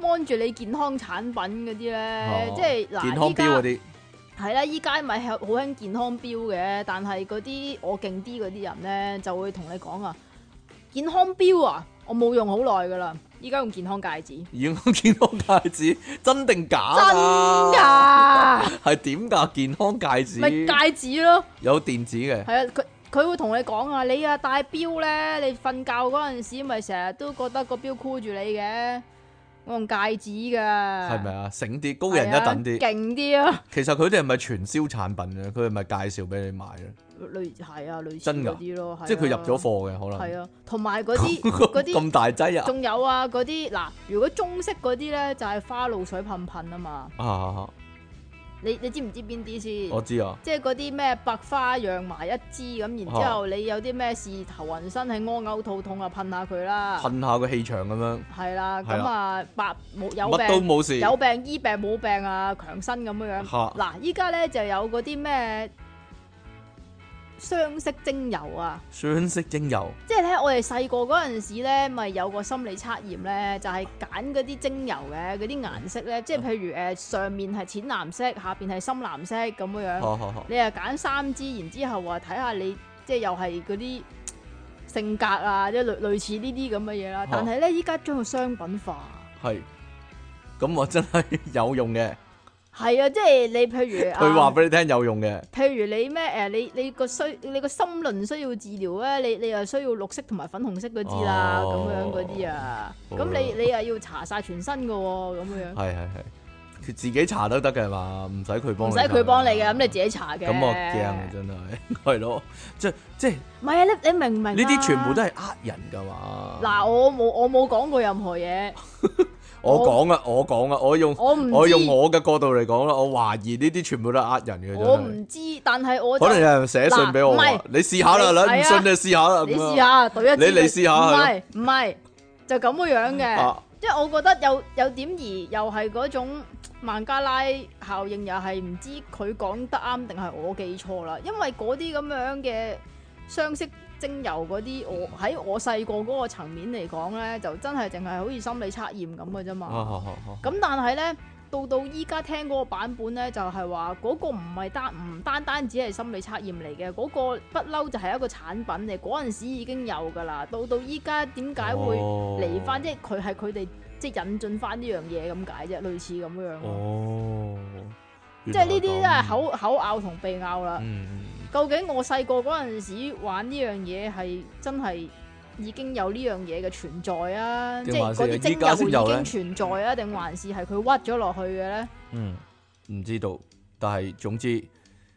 Speaker 2: 安住你健康產品嗰啲咧
Speaker 1: 哦，
Speaker 2: 即係
Speaker 1: 健康
Speaker 2: 嗱，依
Speaker 1: 標嗰
Speaker 2: 家
Speaker 1: 啲
Speaker 2: 係啦，依家咪係好興健康標嘅，但係嗰啲我勁啲嗰啲人咧，就會同你講啊，健康標啊，我冇用好耐噶啦，依家用健康戒指，
Speaker 1: 已經健康戒指真定假
Speaker 2: 真
Speaker 1: 㗎？
Speaker 2: 噶，
Speaker 1: 係點㗎？健康戒
Speaker 2: 咪
Speaker 1: 指
Speaker 2: 戒指咯，
Speaker 1: 有電子嘅，
Speaker 2: 係啊，佢佢會同你講啊，你啊戴錶咧，你瞓覺嗰陣時咪成日都覺得個錶箍住你嘅，我用戒指噶，
Speaker 1: 係
Speaker 2: 係
Speaker 1: 咪啊？醒啲，高人一等啲。
Speaker 2: 勁啲啊，
Speaker 1: 其實佢哋係咪傳銷產品咧？佢係咪介紹俾你買咧？
Speaker 2: 類係啊，類似
Speaker 1: 真㗎
Speaker 2: 嗰啲咯，係啊
Speaker 1: 即係佢入咗，貨嘅可能。
Speaker 2: 係啊，同埋嗰啲嗰啲。
Speaker 1: 咁大劑啊！
Speaker 2: 仲有啊，嗰啲嗱，如果中式嗰啲咧就係、花露水噴噴啊嘛，
Speaker 1: 啊，
Speaker 2: 你你知唔知邊啲
Speaker 1: 我
Speaker 2: 先？
Speaker 1: 知啊，
Speaker 2: 即係嗰啲咩白花釀埋一支咁，然之後你有啲咩事頭暈身係屙嘔肚痛啊，噴下佢啦，
Speaker 1: 噴下個氣場咁樣，
Speaker 2: 係啦，
Speaker 1: 係
Speaker 2: 咁啊白冇有
Speaker 1: 乜都
Speaker 2: 病
Speaker 1: 冇事。
Speaker 2: 有病醫病冇病啊，強身咁樣樣。
Speaker 1: 嚇
Speaker 2: 嗱，依家咧就有嗰啲咩雙色精油啊。
Speaker 1: 雙色精油
Speaker 2: 即係咧，我哋細個嗰陣時咧，咪有個心理測驗咧，就係揀嗰啲精油嘅嗰啲顏色
Speaker 1: 嗯
Speaker 2: 咧，即係譬如誒、呃上面係淺藍色，下邊係深藍色咁樣樣。
Speaker 1: 嚇嚇嚇
Speaker 2: 你又揀三支，然之後話睇下你即係又係嗰啲性格啊，即係類類似呢啲咁嘅嘢啦
Speaker 1: 哦。
Speaker 2: 但係咧，依家將佢商品化，
Speaker 1: 係。咁我真係 有用嘅，
Speaker 2: 係啊，即係你譬如
Speaker 1: 佢話
Speaker 2: 啊。
Speaker 1: 俾你聽有用嘅，
Speaker 2: 譬如你咩誒、呃你你個需你個心輪需要治療咧，你你又需要綠色同埋粉紅色嗰啲啦，咁、
Speaker 1: 哦
Speaker 2: 樣嗰啲啊，
Speaker 1: 好
Speaker 2: 咁
Speaker 1: 啦
Speaker 2: 你你又要搽晒全身噶喎、咁樣
Speaker 1: 係係係，佢自己查都得嘅係嘛，唔使佢幫
Speaker 2: 唔
Speaker 1: 你
Speaker 2: 使
Speaker 1: 查㗎。
Speaker 2: 佢幫你嘅，咁你自己搽嘅。
Speaker 1: 咁我驚啊真係， 係咯，即即呢
Speaker 2: 唔係啊，你你明唔明啊？呢
Speaker 1: 啲全部都係呃人㗎嘛。
Speaker 2: 嗱，我冇我冇講過任何嘢，
Speaker 1: 我講啊，我講啊，我用
Speaker 2: 我唔知
Speaker 1: 我用我嘅角度嚟講啦，我懷疑呢啲全部都係呃人嘅，真
Speaker 2: 我
Speaker 1: 係
Speaker 2: 唔知，但係我就
Speaker 1: 可能有人寫信俾我
Speaker 2: 嗱唔係
Speaker 1: 話，你試下
Speaker 2: 你
Speaker 1: 啦，嗱，
Speaker 2: 係
Speaker 1: 唔
Speaker 2: 啊
Speaker 1: 信你試下啦，
Speaker 2: 你
Speaker 1: 咁
Speaker 2: 試
Speaker 1: 樣
Speaker 2: 下懟一支
Speaker 1: 你你試下
Speaker 2: 唔
Speaker 1: 係
Speaker 2: 係唔係就咁嘅樣嘅。
Speaker 1: 啊，
Speaker 2: 即係我覺得有有點而又係嗰種孟加拉效應，又係唔知佢講得啱定係我記錯啦。因為嗰啲咁樣嘅雙色精油嗰啲，我喺我細個嗰個層面嚟講呢，就真係淨係好似心理測驗咁嘅啫
Speaker 1: 啊
Speaker 2: 嘛。
Speaker 1: 好好好
Speaker 2: 咁但係呢，到到依家聽嗰個版本呢，就係話嗰個唔係單唔單單只係心理測驗嚟嘅，嗰、個不嬲就係一個產品嚟，嗰陣時已經有㗎啦。到到依家點解會？
Speaker 1: 哦
Speaker 2: 嚟翻，即係佢係佢哋即係引進翻呢樣嘢咁解啫，類似咁樣咯。
Speaker 1: 哦，
Speaker 2: 即
Speaker 1: 即
Speaker 2: 係呢啲都係，口口拗同鼻拗啦。
Speaker 1: 嗯，
Speaker 2: 究竟我細個嗰陣時玩呢樣嘢係真係已經有呢樣嘢嘅存在啊？即
Speaker 1: 定
Speaker 2: 係
Speaker 1: 還是
Speaker 2: 嗰啲
Speaker 1: 依家先
Speaker 2: 精
Speaker 1: 有
Speaker 2: 油
Speaker 1: 呢
Speaker 2: 已經存在啊？定還是係佢屈咗落去嘅咧？
Speaker 1: 嗯，唔知道，但係總之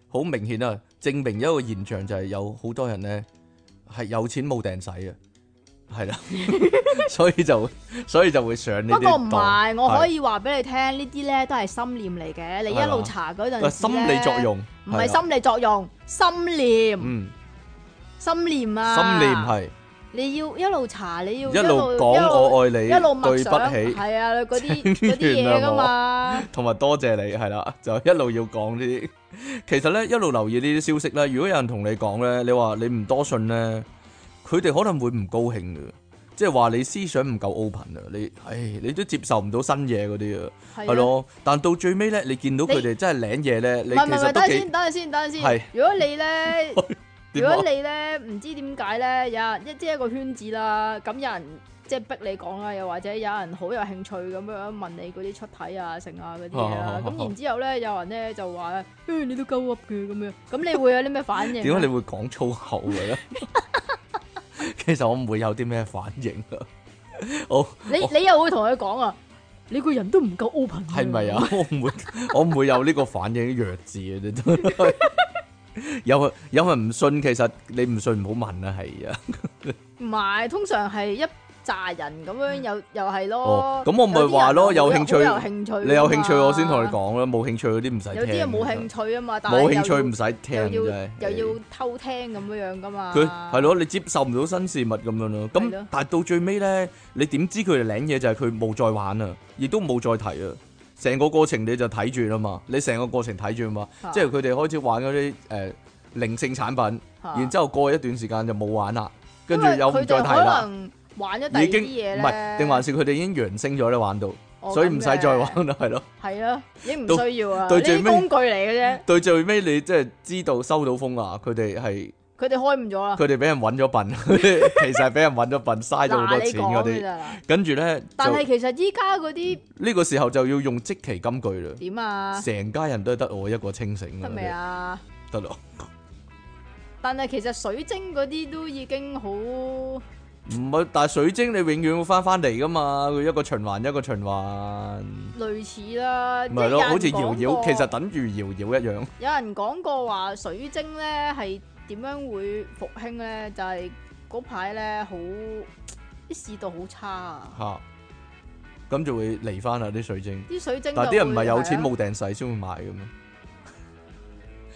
Speaker 1: 好明顯啊，證明一個現象就係有好多人咧係有錢冇定使嘅， 係啦，所以就所以就會上呢
Speaker 2: 不
Speaker 1: 啲
Speaker 2: 過唔
Speaker 1: 當
Speaker 2: 係，我可
Speaker 1: 係
Speaker 2: 以話俾你聽，呢啲咧都係心念嚟嘅。你一
Speaker 1: 係嘛
Speaker 2: 路查嗰陣時
Speaker 1: 喂
Speaker 2: 呢
Speaker 1: 心理作，用，
Speaker 2: 唔
Speaker 1: 係啊
Speaker 2: 係
Speaker 1: 啦，
Speaker 2: 心理作用，心念，
Speaker 1: 嗯，
Speaker 2: 心念啊，
Speaker 1: 心念係。
Speaker 2: 你要一路查，你要
Speaker 1: 一路
Speaker 2: 一
Speaker 1: 講我愛你，
Speaker 2: 一路默
Speaker 1: 對
Speaker 2: 想，
Speaker 1: 不起，啊
Speaker 2: 係啊，嗰啲
Speaker 1: 請
Speaker 2: 嗰啲嘢噶嘛，
Speaker 1: 同埋多謝你，係啦， 就一路要講呢啲。其實咧，一路留意呢啲消息咧，如果有人同你講咧，你話你唔多信咧，佢哋可能會唔高興嘅，即係話你思想唔夠 open 啊，你唉，你都接受唔到新嘢嗰啲啊，
Speaker 2: 係
Speaker 1: 係
Speaker 2: 啊。
Speaker 1: 咯。但到最尾咧，你見到佢哋真係領嘢咧，你
Speaker 2: 唔係唔
Speaker 1: 其
Speaker 2: 係唔
Speaker 1: 實
Speaker 2: 係，
Speaker 1: 都
Speaker 2: 等陣
Speaker 1: 幾
Speaker 2: 先，等陣先，等
Speaker 1: 係
Speaker 2: 陣先。如果你咧，如
Speaker 1: 點啊
Speaker 2: 果？你咧唔知點解咧，有人一即係一個圈子啦，咁有人即係逼你講啦，又或者有人好有興趣咁樣問你嗰啲出體啊、成啊嗰啲嘢啦，咁然之後咧，有人咧就話咧，誒你都鳩噏嘅咁樣，咁你會有啲咩反應啊？
Speaker 1: 點解你會講粗口嘅咧？ 其實我唔會有啲咩反應啊， 我。
Speaker 2: 你你又會同佢講啊？你個人都唔夠 open，
Speaker 1: 係咪啊？？
Speaker 2: 嗯
Speaker 1: 我唔會，我唔會有呢個反應，弱智啊！你真係 有有人唔信，其實你唔信唔好問啦，係啊，
Speaker 2: 唔係，通常係一紮人咁樣，又又係
Speaker 1: 哦
Speaker 2: 咯，。
Speaker 1: 咁我咪話咯，有
Speaker 2: 有
Speaker 1: 興
Speaker 2: 啲
Speaker 1: 趣，
Speaker 2: 人好有興趣㗎嘛，
Speaker 1: 你有興趣我先同你講啦，冇興趣嗰啲唔使聽。
Speaker 2: 啊有啲人冇興趣啊嘛，但係
Speaker 1: 冇
Speaker 2: 又
Speaker 1: 興趣
Speaker 2: 要
Speaker 1: 唔使聽
Speaker 2: 又
Speaker 1: 真
Speaker 2: 要
Speaker 1: 係
Speaker 2: 又要偷聽咁樣樣噶嘛。
Speaker 1: 佢係咯，你接受唔到新事物咁樣咯。
Speaker 2: 係
Speaker 1: 咁
Speaker 2: 咯
Speaker 1: 但係到最尾咧，你點知佢哋領嘢就係佢冇再玩啊，亦都冇再提啊。成個過程你就睇住啦嘛，你成個過程睇住啊嘛，
Speaker 2: 啊，
Speaker 1: 即係佢哋開始玩嗰啲誒靈性產品，然之後過一段時間就冇玩啦，跟住
Speaker 2: 啊因為
Speaker 1: 又唔
Speaker 2: 佢
Speaker 1: 再
Speaker 2: 就
Speaker 1: 提
Speaker 2: 可
Speaker 1: 啦，
Speaker 2: 能玩咗
Speaker 1: 已
Speaker 2: 第
Speaker 1: 經
Speaker 2: 二啲嘢哦
Speaker 1: 唔係定還是佢哋已經揚升咗咧玩到，所以唔使再玩啦，係咯。
Speaker 2: 係咯，已經
Speaker 1: 到
Speaker 2: 唔需要啊。
Speaker 1: 到
Speaker 2: 呢
Speaker 1: 最尾
Speaker 2: 啲工具嚟嘅啫，
Speaker 1: 對最尾你即係知道收到風啊，佢哋係
Speaker 2: 佢哋開唔咗啦。
Speaker 1: 佢哋俾人揾咗笨， 其實係俾人揾咗笨，嘥咗好多
Speaker 2: 啊嗱，你
Speaker 1: 錢
Speaker 2: 講
Speaker 1: 嗰
Speaker 2: 嘅
Speaker 1: 啲。
Speaker 2: 咋啦？
Speaker 1: 跟住咧，
Speaker 2: 但
Speaker 1: 就
Speaker 2: 係其實依家嗰啲
Speaker 1: 呢個時候就要用即期金句啦。
Speaker 2: 點啊？
Speaker 1: 成家人都係得我一個清醒
Speaker 2: 得未
Speaker 1: 嘅，
Speaker 2: 啊？
Speaker 1: 得咯，
Speaker 2: 但係其實水晶嗰啲都已經好
Speaker 1: 唔係，但係水晶你永遠會翻翻嚟噶嘛，佢一個循環一個循環，
Speaker 2: 類似啦，
Speaker 1: 唔
Speaker 2: 即
Speaker 1: 係咯，
Speaker 2: 係有人
Speaker 1: 好似搖
Speaker 2: 講
Speaker 1: 搖，
Speaker 2: 過
Speaker 1: 其實等於搖搖一樣。啊
Speaker 2: 有人講過話水晶咧係點樣會復興咧？就係嗰排咧好啲市道好差啊！
Speaker 1: 吓，咁就會嚟翻啦啲水晶。
Speaker 2: 啲水晶
Speaker 1: 但係啲人唔係有錢
Speaker 2: 就會，
Speaker 1: 冇訂使先會買嘅咩？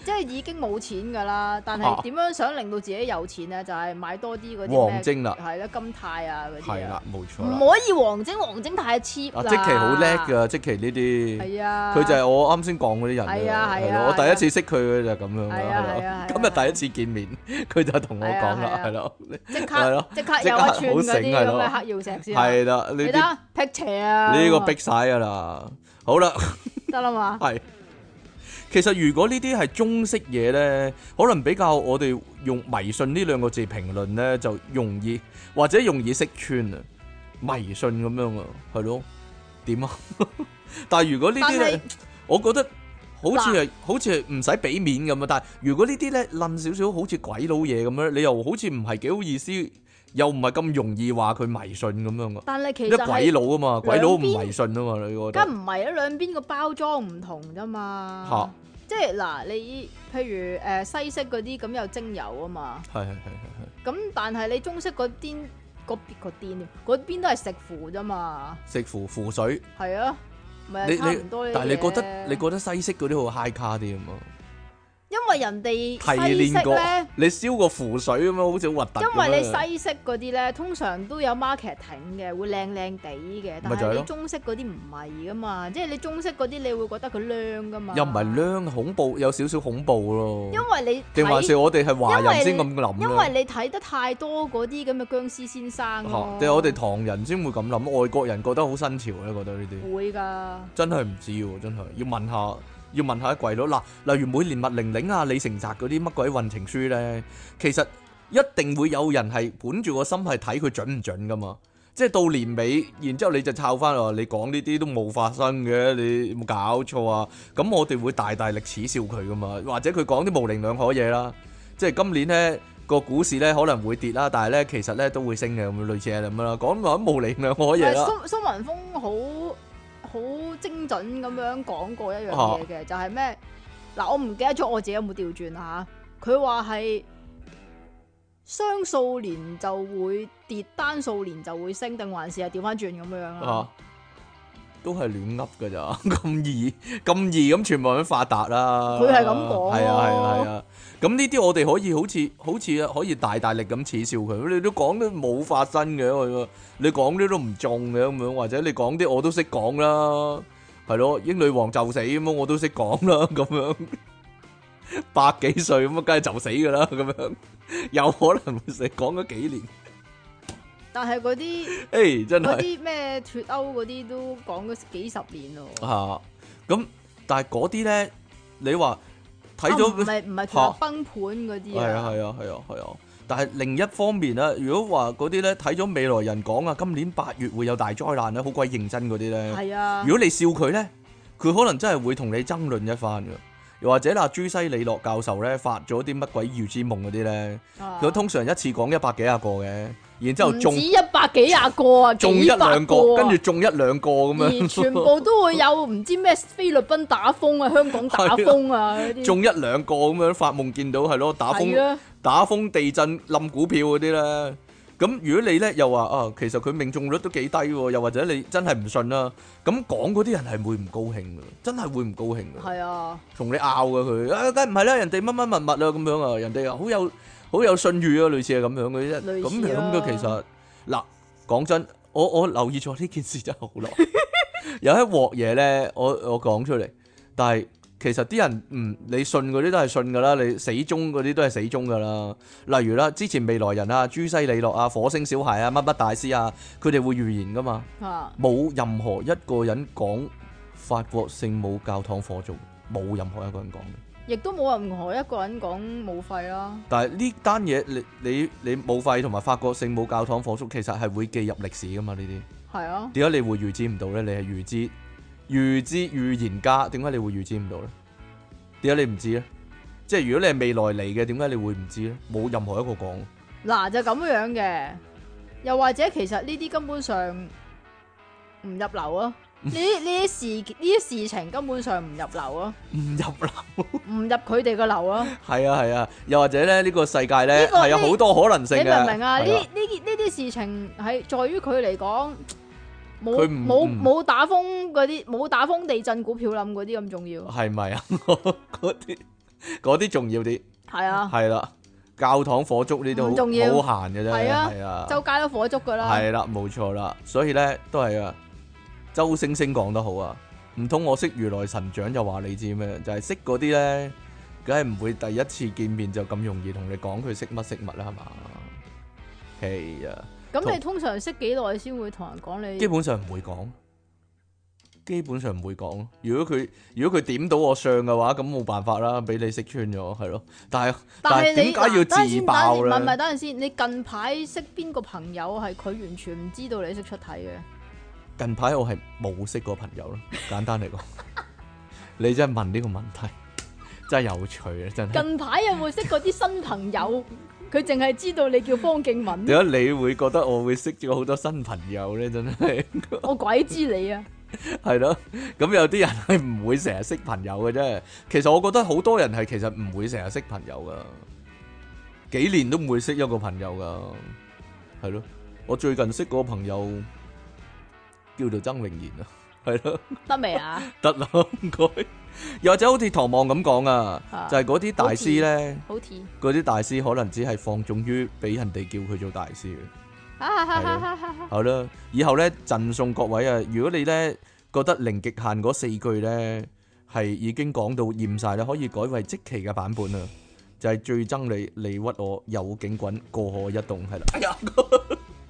Speaker 2: 即係已經冇錢㗎啦。但
Speaker 1: 啊
Speaker 2: 係點樣想令到自己有錢咧？就係、買多啲嗰啲咩
Speaker 1: 黃，晶啦，
Speaker 2: 係啦，金泰啊嗰
Speaker 1: 係
Speaker 2: 啲啊，
Speaker 1: 啦，冇錯
Speaker 2: 唔
Speaker 1: 啦。
Speaker 2: 可以黃晶，黃晶太 cheap
Speaker 1: 啊，
Speaker 2: 啦。
Speaker 1: 即期好叻，噶，即期呢啲，
Speaker 2: 係啊，
Speaker 1: 佢就係我啱先講嗰啲人啊，
Speaker 2: 係啊係啊
Speaker 1: 係咯，我
Speaker 2: 係啊
Speaker 1: 第一次識佢佢就係咁樣啦，
Speaker 2: 係啊係啊
Speaker 1: 係
Speaker 2: 係
Speaker 1: 咯
Speaker 2: 啊，
Speaker 1: 今日第一次見面，佢就同我講
Speaker 2: 係
Speaker 1: 啦
Speaker 2: 啊，
Speaker 1: 係咯，
Speaker 2: 即
Speaker 1: 係咯
Speaker 2: 刻即刻
Speaker 1: 即刻
Speaker 2: 有一串
Speaker 1: 好
Speaker 2: 嗰
Speaker 1: 醒
Speaker 2: 啲
Speaker 1: 係
Speaker 2: 咁
Speaker 1: 咯
Speaker 2: 嘅黑曜石先啊。
Speaker 1: 係啦，呢
Speaker 2: 你
Speaker 1: 啲
Speaker 2: 得辟邪啊！
Speaker 1: 呢個逼晒噶啦，好啦，
Speaker 2: 得啦嘛。
Speaker 1: 係。其實如果呢啲係中式嘢咧，可能比較我哋用迷信呢兩個字評論咧，就容易或者容易識穿啊，迷信咁樣啊，係咯，點啊？ 但係如果呢
Speaker 2: 但
Speaker 1: 啲咧
Speaker 2: 係。
Speaker 1: 我覺得好似係好似係唔使俾面咁啊！但係如果呢啲咧冧少少，好似鬼佬嘢咁樣，你又好似唔係幾好意思，又唔係咁容易話佢迷信咁樣噶。
Speaker 2: 但係其
Speaker 1: 因
Speaker 2: 實
Speaker 1: 為鬼
Speaker 2: 係，
Speaker 1: 佬啊嘛，鬼佬唔
Speaker 2: 兩邊
Speaker 1: 迷信啊嘛，你覺
Speaker 2: 梗
Speaker 1: 得
Speaker 2: 唔係啦，兩邊個包裝唔同啫嘛。
Speaker 1: 嚇
Speaker 2: 即係嗱，你譬如誒、呃西式嗰啲咁有精油啊嘛，
Speaker 1: 係係係係
Speaker 2: 咁但係你中式嗰啲嗰邊嗰啲嗰邊都係食符啫嘛，
Speaker 1: 係食符符水，
Speaker 2: 係啊，咪
Speaker 1: 你
Speaker 2: 係差唔多
Speaker 1: 你
Speaker 2: 呢啲
Speaker 1: 但係你覺得
Speaker 2: 嘢
Speaker 1: 你覺得西式嗰啲好 high 卡啲啊嘛，
Speaker 2: 因為人哋
Speaker 1: 提
Speaker 2: 西
Speaker 1: 煉
Speaker 2: 式
Speaker 1: 過
Speaker 2: 咧，
Speaker 1: 你燒個符水咁樣，好似好核突咁啊樣。
Speaker 2: 因為你西式嗰啲咧，通常都有 marketing 嘅，會靚靚地嘅，但
Speaker 1: 咪就係咯
Speaker 2: 係你中式嗰啲唔係噶嘛，即係你中式嗰啲你會覺得佢靚噶嘛，
Speaker 1: 又唔係，靚恐怖，有少少恐怖咯。
Speaker 2: 因為你
Speaker 1: 定還
Speaker 2: 睇
Speaker 1: 是我哋係華人先咁諗
Speaker 2: 因
Speaker 1: 咧
Speaker 2: 為你睇得太多嗰啲咁嘅僵屍先生咯
Speaker 1: 嚇，，定係我哋唐人先會咁諗，外國人覺得好新潮咧，覺得呢啲
Speaker 2: 會㗎，
Speaker 1: 真係唔知喎，真係要問下，要問下啲鬼佬嗱，例如每年麥玲玲啊、李成澤嗰啲乜鬼運程書咧，其實一定會有人係本住個心係睇佢準唔準噶嘛，即係到年尾，然之後你就抄翻話你講呢啲都冇發生嘅，你有冇搞錯啊？咁我哋會大大力恥笑佢噶嘛，或者佢講啲模棱兩可嘢啦，即係今年咧。個股市咧可能會跌啦，但係咧其實咧都會升嘅，咁類似係咁樣啦。講話模棱兩可嘢啊
Speaker 2: 但係
Speaker 1: 啦，
Speaker 2: 蘇蘇文峰好好精準咁樣講過一樣嘢嘅，就係咩嗱，我唔記得咗我自己有冇調轉啦嚇，佢話係雙數年就會跌，單數年就會升，定還是係調翻轉咁樣啦
Speaker 1: 啊，？都係亂噏噶咋， 咁易咁易咁全部人都發達啦。
Speaker 2: 佢係咁講
Speaker 1: 係啊係啊係啊。咁呢啲我哋可以好似好似啊可以大大力咁恥笑佢，你都講都冇發生嘅，我你講啲都唔中嘅咁樣，或者你講啲我都識講啦，係咯，英女王就死咁樣我都識講啦，咁樣 百幾歲咁啊，梗係就死噶啦，咁樣有可能會死，講咗幾年，
Speaker 2: 但係嗰啲
Speaker 1: 誒真係
Speaker 2: 嗰。啲咩脱歐嗰啲都講咗幾十年咯，
Speaker 1: 啊，咁但係嗰啲咧，你話睇
Speaker 2: 啊唔
Speaker 1: 咗
Speaker 2: 係唔係
Speaker 1: 嚇
Speaker 2: 脱歐崩盤嗰啲
Speaker 1: 係啊
Speaker 2: 啊，
Speaker 1: 係啊係啊係啊，但係另一方面咧，如果話嗰啲咧睇咗未來人講啊，今年八月會有大災難咧，好鬼認真嗰啲咧，
Speaker 2: 係啊。
Speaker 1: 如果你笑佢咧，佢可能真係會同你爭論一番嘅。又或者嗱，朱西里諾教授咧發咗啲乜鬼預知夢嗰啲咧，
Speaker 2: 啊
Speaker 1: 佢通常一次講一百幾廿個嘅，然之後
Speaker 2: 唔
Speaker 1: 中
Speaker 2: 止一百幾廿個啊，
Speaker 1: 中一
Speaker 2: 幾百
Speaker 1: 兩個，
Speaker 2: 個
Speaker 1: 跟
Speaker 2: 啊
Speaker 1: 住中一兩個咁樣
Speaker 2: 而。全部都會有唔知咩菲律賓打風啊、香港打風 啊嗰 啲，
Speaker 1: 中一兩個咁樣發夢見到係咯，打風
Speaker 2: 係啊，
Speaker 1: 打風地震冧股票嗰啲咧，咁如果你咧又話啊，其實佢命中率都幾低喎，又或者你真係唔信啦，咁講嗰啲人係會唔高興嘅，真係會唔高興嘅，
Speaker 2: 係啊，
Speaker 1: 同你拗嘅佢，啊，梗唔係啦，人哋乜乜物物啊咁樣啊，人哋又好有好有信譽啊，類似係咁樣嘅啫，
Speaker 2: 類
Speaker 1: 咁
Speaker 2: 似
Speaker 1: 樣
Speaker 2: 啊
Speaker 1: 嘅其實嗱，講真，我我留意咗呢件事真係好 耐，有一鑊嘢咧，我我講出嚟，但係。其實啲人嗯，你信嗰啲都係信噶啦，你死忠嗰啲都係死忠噶啦。例如啦，之前未來人啊、朱西里諾啊、火星小孩啊、乜乜大師啊，佢哋會預言噶嘛，
Speaker 2: 嚇
Speaker 1: 冇任何一個人講法國聖母教堂火燭，冇任何一個人講嘅。
Speaker 2: 亦都冇任何一個人講冇費啦，
Speaker 1: 但係呢單嘢，你你你冇費同埋法國聖母教堂火燭，其實係會記入歷史噶嘛？呢啲
Speaker 2: 係啊，
Speaker 1: 點解你會預知唔到呢？你係預知預知預言家，點解你會預知唔到呢？點解你唔知呢？即係如果你係未來嚟嘅，點解你會唔知呢？冇任何一個講。
Speaker 2: 嗱就咁樣嘅，又或者其實呢啲根本上唔入流啊，呢啲呢啲事呢啲事情根本上唔入流啊，
Speaker 1: 唔入啦，
Speaker 2: 唔入佢哋個流啊，
Speaker 1: 係啊係啊，又或者咧呢個世界咧
Speaker 2: 呢個
Speaker 1: 係有好多可能
Speaker 2: 你
Speaker 1: 性嘅，
Speaker 2: 明唔明啊？呢
Speaker 1: 係
Speaker 2: 呢啲呢啲事情係在於佢嚟講。冇
Speaker 1: 佢唔嗯
Speaker 2: 冇
Speaker 1: 唔
Speaker 2: 冇打風嗰啲，冇打風地震股票冧嗰啲咁重要，
Speaker 1: 係咪啊？ 嗰啲嗰啲重要啲，
Speaker 2: 係啊，
Speaker 1: 係啦，教堂火燭呢
Speaker 2: 唔重要
Speaker 1: 啲好好閒嘅啫，
Speaker 2: 係啊
Speaker 1: 係啊，
Speaker 2: 周街都火燭噶啦，
Speaker 1: 係啦，啊冇錯啦，所以咧都係啊，周星星講得好啊，唔通我識如來神掌就話你知咩？就係識嗰啲咧，梗係唔會第一次見面就咁容易同你講佢識乜識物啦，係嘛？係啊。
Speaker 2: 咁你通常識幾耐先會同人講你
Speaker 1: 基？本上唔會講，基本上唔會講。如果佢如果佢點到我相嘅話，咁冇辦法啦，俾你識穿咗，係咯。但係但
Speaker 2: 係
Speaker 1: 係
Speaker 2: 你
Speaker 1: 點解要
Speaker 2: 嗱等陣先
Speaker 1: 自爆
Speaker 2: 等陣先唔係唔係，
Speaker 1: 咧？
Speaker 2: 等陣先。你近排識邊個朋友係佢完全唔知道你識出體嘅？
Speaker 1: 近排我係冇識過朋友咯，簡單 嚟講，你真係問呢個問題，真係有趣啊！真係
Speaker 2: 近排有冇識過啲新 朋友？佢淨係知道你叫方敬敏，
Speaker 1: 點解你會覺得我會識咗好多新朋友咧？真係。
Speaker 2: 我鬼知你啊！
Speaker 1: 係咯，咁有啲人係唔會成日識朋友嘅啫。其實我覺得好多人係其實唔會成日識朋友噶，幾年都唔會識一個朋友噶，係咯。我最近識嗰個朋友叫做曾穎賢啊，係咯，
Speaker 2: 得未啊？
Speaker 1: 得啦，唔該。又或者好似唐望咁講啊
Speaker 2: 啊，
Speaker 1: 就係嗰啲大師咧，
Speaker 2: 好 似
Speaker 1: 嗰啲大師可能只係放縱於俾人哋叫佢做大師嘅。
Speaker 2: 啊哈哈
Speaker 1: 啊
Speaker 2: 哈哈哈
Speaker 1: 好啦，以後咧贈送各位啊，如果你咧覺得零極限嗰四句咧係已經講到厭晒啦，可以改為即期嘅版本啊，就係、最憎你，你屈我，有警棍，過我一動，係啦。哎呀，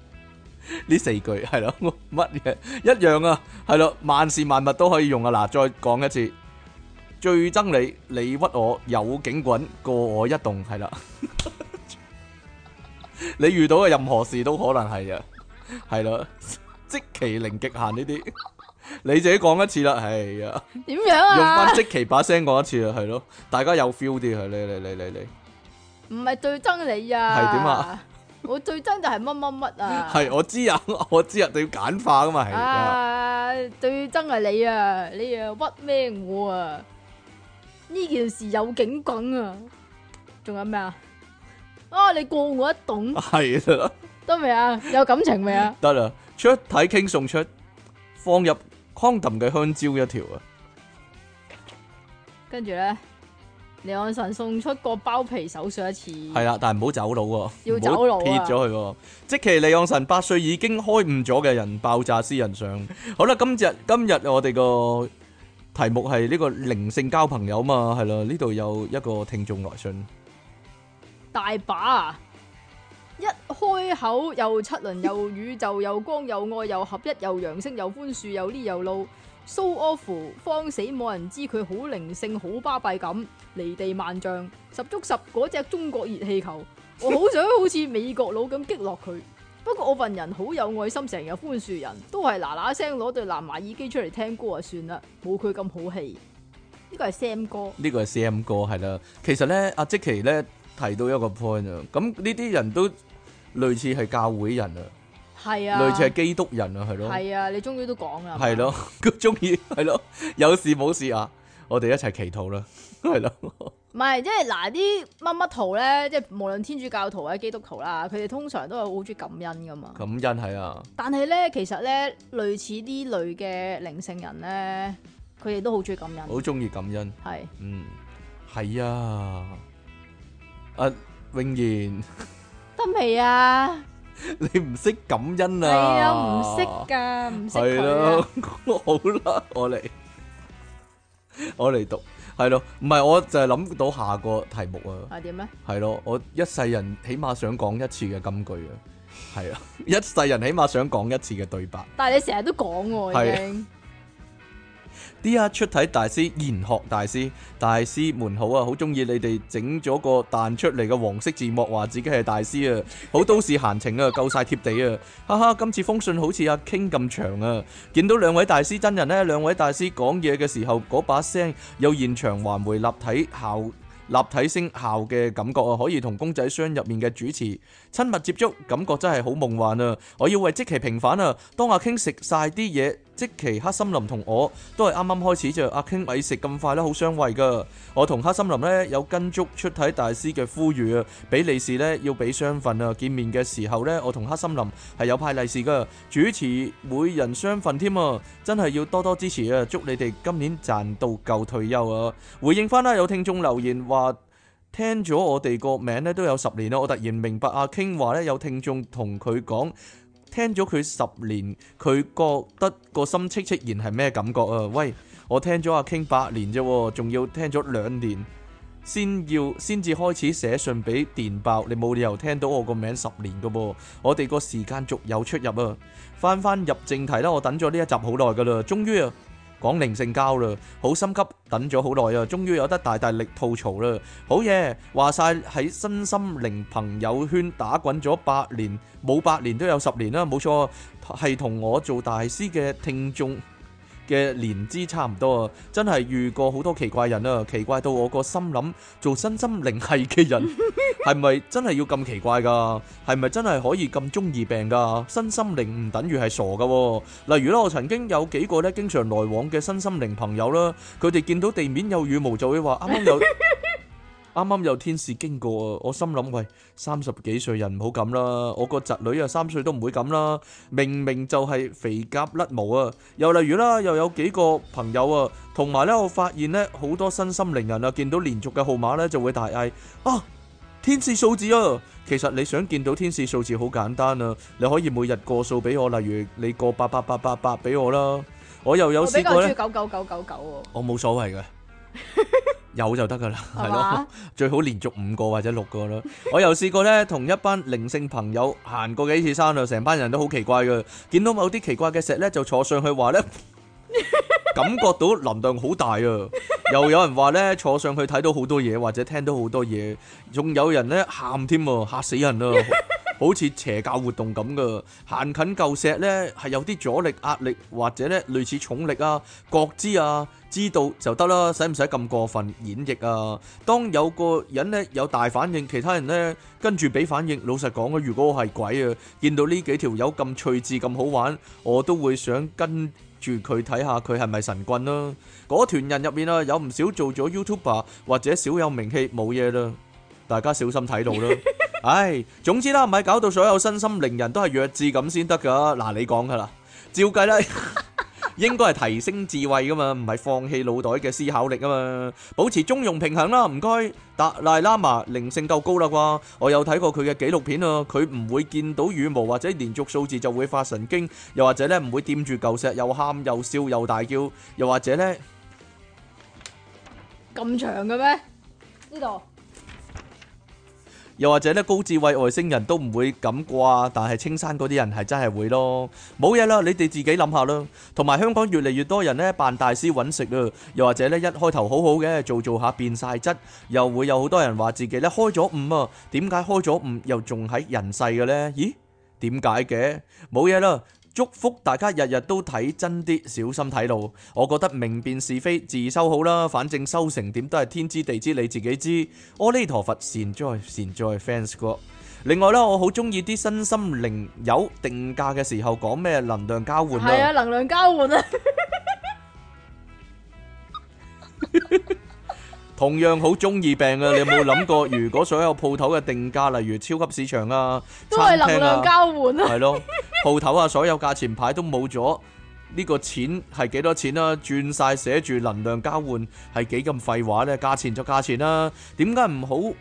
Speaker 1: 呢四句係咯，我乜嘢一樣啊，係咯，萬事萬物都可以用啊。嗱，再講一次，最憎你，你屈我，有警棍，過我一動，係啦。 你遇到嘅任何事都可能係啊。系啦，即其零極限呢啲， 你自己講一次啦，係啊，
Speaker 2: 點樣
Speaker 1: 用
Speaker 2: 啊
Speaker 1: 翻？即其把聲講一次啦，係咯，大家有 feel 啲係，你你你你你，
Speaker 2: 唔係最憎你啊？
Speaker 1: 係點啊？
Speaker 2: 我最憎就係乜乜乜啊！
Speaker 1: 係我知啊， 我知啊，你要簡化噶嘛，係啊，
Speaker 2: 啊，最憎係你啊！你啊屈咩我啊？呢件事有警棍啊！仲有咩啊？啊，你過我一棟
Speaker 1: 係啦，
Speaker 2: 得未啊？有感情未啊？
Speaker 1: 得啦，出體傾送出，放入 condom 嘅香蕉一條啊，
Speaker 2: 跟住咧，離岸神送出個包皮手術一次，
Speaker 1: 係啦，但係唔好走佬喎，
Speaker 2: 要
Speaker 1: 唔好
Speaker 2: 走佬啊
Speaker 1: 撇咗佢喎，即其利昂神八歲已經開悟咗嘅人，爆炸私人 相，好啦，今日今日我哋個。題目係呢個靈性交朋友嘛，係啦，呢度有一個聽眾來信，
Speaker 2: 大把啊！一開口又七輪又宇宙又光又愛又合一又揚聲又寬恕又呢又路，so off，方死冇人知佢好靈性好巴閉咁，離地萬丈，十足十嗰只中國熱氣球，我好想好似美國佬咁擊落佢。不過我份人好有愛心，成日寬恕人，都係嗱嗱聲攞對藍牙耳機出嚟聽歌啊算啦，冇佢咁好氣。呢個係 Sam 哥，
Speaker 1: 呢個係 Sam 哥係啦。其實咧，阿即奇咧提到一個 point 啊，咁呢啲人都類似係教會人啊，
Speaker 2: 係啊，
Speaker 1: 類似係基督人啊，係咯，
Speaker 2: 係啊，你終於都講啦，
Speaker 1: 係 咯，佢中意係咯，有事冇事啊，我哋一齊祈禱啦，係咯，
Speaker 2: 唔係，即係嗱啲乜乜徒咧，即係無論天主教徒或者基督徒啦，佢哋通常都係好中意感恩噶嘛。
Speaker 1: 感恩係啊，
Speaker 2: 但係咧，其實咧，類似呢類嘅靈性人咧，佢哋都好中意感恩，
Speaker 1: 好中意感恩。
Speaker 2: 係
Speaker 1: 嗯，係啊。啊，永賢，
Speaker 2: 得未啊？
Speaker 1: 你唔識感恩
Speaker 2: 係
Speaker 1: 啊？
Speaker 2: 啊，唔識噶，唔識
Speaker 1: 係
Speaker 2: 佢
Speaker 1: 咯
Speaker 2: 啊。，
Speaker 1: 好啦，我嚟，我嚟讀，係咯，唔係我就係諗到下個題目啊。
Speaker 2: 係點咧？
Speaker 1: 系咯，我一世人起碼想講一次嘅金句啊，係啊，一世人起碼想講一次嘅對白。
Speaker 2: 但係你成日都講
Speaker 1: 係
Speaker 2: 喎，已經
Speaker 1: D.R. 出體大師、研學大師、大師們好啊，好中意你哋整咗個彈出嚟嘅黃色字幕，話自己係大師啊，好都市閒情啊，夠晒貼地啊，哈哈！今次封信好似阿 King 咁長啊，見到兩位大師真人呢，兩位大師講嘢嘅時候嗰把聲有現場環回立體效。立體聲效嘅感覺啊，可以同公仔箱入面嘅主持親密接觸，感覺真係好夢幻啊！我要為即期平反啊！當阿 King 食晒啲嘢，即期黑森林同我都係啱啱開始啫。阿 King 咪食咁快啦，好傷胃噶。我同黑森林呢，有跟足出體大師嘅呼籲啊，俾利是呢，要俾雙份啊！見面嘅時候呢，我同黑森林係有派利是噶，主持每人雙份添啊！真係要多多支持啊！祝你哋今年賺到夠退休啊！回應翻啦，有聽眾留言話。聽咗我哋個名咧都有十年啦，我突然明白阿 King 話咧有聽眾同佢講，聽咗佢十年，佢覺得個心戚戚然係咩感覺啊？喂，我聽咗阿 King 八年啫喎，仲要聽咗兩年先要先至開始寫信俾電爆，你冇理由聽到我個名十年噶噃，我哋個時間續有出入啊！翻翻入正題啦，我等咗呢一集好耐噶啦，終於啊講靈性交啦，好心急等咗好耐啊，終於有得大大力吐槽啦！好嘢，話晒喺身心靈朋友圈打滾咗八年，冇八年都有十年啦，冇錯，係同我做大師嘅聽眾嘅年資差唔多啊！真係遇過好多奇怪人啊，奇怪到我個心諗，做身心靈係嘅人係咪真係要咁奇怪㗎？係咪真係可以咁中意病㗎？身心靈唔等於係傻㗎喎。例如咧，我曾經有幾個咧經常來往嘅身心靈朋友啦，佢哋見到地面有羽毛就會話啱啱 有。啱啱有天使經過啊！我心諗喂，三十幾歲人唔好咁啦，我個侄女啊三歲都唔會咁啦。明明就係肥鴿甩毛啊！又例如啦，又有幾個朋友啊，同埋咧，我發現咧好多身心靈人啊，見到連續嘅號碼咧就會大嗌啊！天使數字啊！其實你想見到天使數字好簡單啊，你可以每日過數俾我，例如你過八八八八八俾我啦。我又有
Speaker 2: 我比
Speaker 1: 試過
Speaker 2: 較中意
Speaker 1: 咧，
Speaker 2: 九九九九九
Speaker 1: 我冇所 謂嘅，有就得噶啦，
Speaker 2: 喎，
Speaker 1: 係
Speaker 2: 係
Speaker 1: 咯
Speaker 2: 嘛。？
Speaker 1: 最好連續五個或者六個啦。 我又試過呢，同一班靈性朋友行過幾次山啊，成班人都好奇怪嘅，見到某啲奇怪嘅石呢，就坐上去話呢， 感覺到能量好大啊！又有人話呢，坐上去睇到好多嘢，或者聽到好多嘢，仲有人呢，喊添啊，嚇死人啊！好似邪教活動咁噶，行近嚿石呢，係有啲阻力、壓力或者呢類似重力啊、覺知啊，知道就得啦，使唔使咁過分演繹啊？當有個人呢有大反應，其他人呢跟住俾反應。老實講啊，如果我係鬼啊，見到呢幾條友咁趣致咁好玩，我都會想跟住佢睇下佢係咪神棍啦。嗰團人入面啊，有唔少做咗 YouTuber 或者少有名氣冇嘢啦，大家小心睇 到啦。唉，總之啦，唔係搞到所有身心靈人都係弱智咁先得噶。嗱，你講噶啦，照計啦。應該係提升智慧噶嘛，唔係放棄腦袋嘅思考力啊嘛，保持中庸平衡啦，唔該。達賴喇嘛靈性夠高啦啩，我有睇過佢嘅紀錄片啊，佢唔會見到羽毛或者連續數字就會發神經，又或者咧唔會掂住嚿石又喊又笑又大叫，又或者咧
Speaker 2: 咁長嘅咩？呢度
Speaker 1: 又或者咧高智慧外星人都唔會咁啩，但係青山嗰啲人係真係會咯，冇嘢啦，你哋自己諗下啦。同埋香港越嚟越多人咧扮大師揾食啊，又或者咧一開頭好好嘅，做做下變晒質，又會有好多人話自己咧開咗悟啊，點解開咗悟又仲喺人世嘅呢？咦，點解嘅？冇嘢啦。祝福大家日日都睇真啲，小心睇路。我覺得明辨是非，自修好啦。反正修成點都係天知地知，你自己知。阿彌陀佛，善哉善哉，fans 哥。另外啦，我好中意啲身心靈友定價嘅時候講咩能量交換
Speaker 2: 係啊，
Speaker 1: 啦，
Speaker 2: 能量交換啊，
Speaker 1: 同樣好中意病啊！你 有冇諗過，如果所有鋪頭嘅定價，例如超級市場啊、
Speaker 2: 都
Speaker 1: 餐
Speaker 2: 係能
Speaker 1: 廳
Speaker 2: 量
Speaker 1: 啊，
Speaker 2: 交換啦。
Speaker 1: 係咯，鋪頭啊，所有價錢牌都冇咗，呢個錢係幾多錢啦？轉晒寫住能量交換係幾咁廢話呢？價錢就價錢啦，點解唔好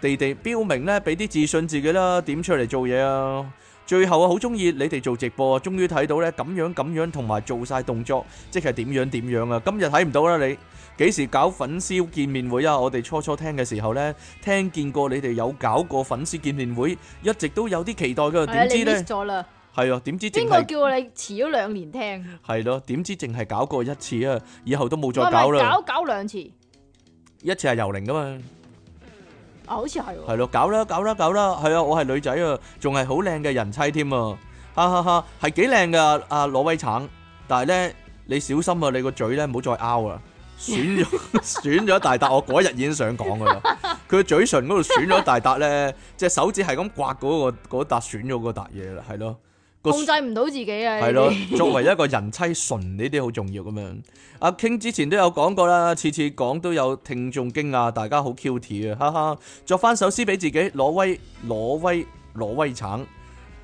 Speaker 1: 地地標明呢？俾啲自信自己啦，點出嚟做嘢啊！最後啊，好中意你哋做直播啊，終於睇到呢咁樣咁樣同埋做晒動作，即係點樣點樣啊！今日睇唔到啦，你幾時搞粉絲見面會啊？我哋初初聽嘅時候呢，聽見過你哋有搞過粉絲見面會，一直都有啲期待㗎，
Speaker 2: 係
Speaker 1: 點
Speaker 2: 啊，你
Speaker 1: 知呢？
Speaker 2: miss 咗啦。
Speaker 1: 係啊，點知淨
Speaker 2: 邊個
Speaker 1: 係
Speaker 2: 叫你遲咗兩年聽？
Speaker 1: 係咯？點知淨係搞過一次啊，以後都冇
Speaker 2: 唔係
Speaker 1: 再
Speaker 2: 唔
Speaker 1: 搞
Speaker 2: 係
Speaker 1: 啦。
Speaker 2: 搞搞兩次
Speaker 1: 一次係游靈噶嘛，
Speaker 2: 啊，好似係喎。
Speaker 1: 係咯，搞啦，搞啦，搞啦，係啊，我係女仔啊，仲係好靚嘅人妻添啊，哈哈哈，係幾靚噶啊挪威橙，但係咧你小心啊，你個嘴咧唔好再拗啊， 損咗損咗一大笪，我嗰日已經想講噶啦，佢個嘴唇嗰度損咗一大笪咧，隻手指係咁刮嗰、個嗰笪損咗嗰笪嘢啦，係咯，個
Speaker 2: 控制唔到自己啊！
Speaker 1: 係咯
Speaker 2: 呢啲，
Speaker 1: 作為一個人妻純呢啲好重要咁樣。阿 King 之前都有講過啦，次次講都有聽眾驚訝，大家好 cute 啊，哈哈！作翻首詩俾自己，挪威挪威挪威橙，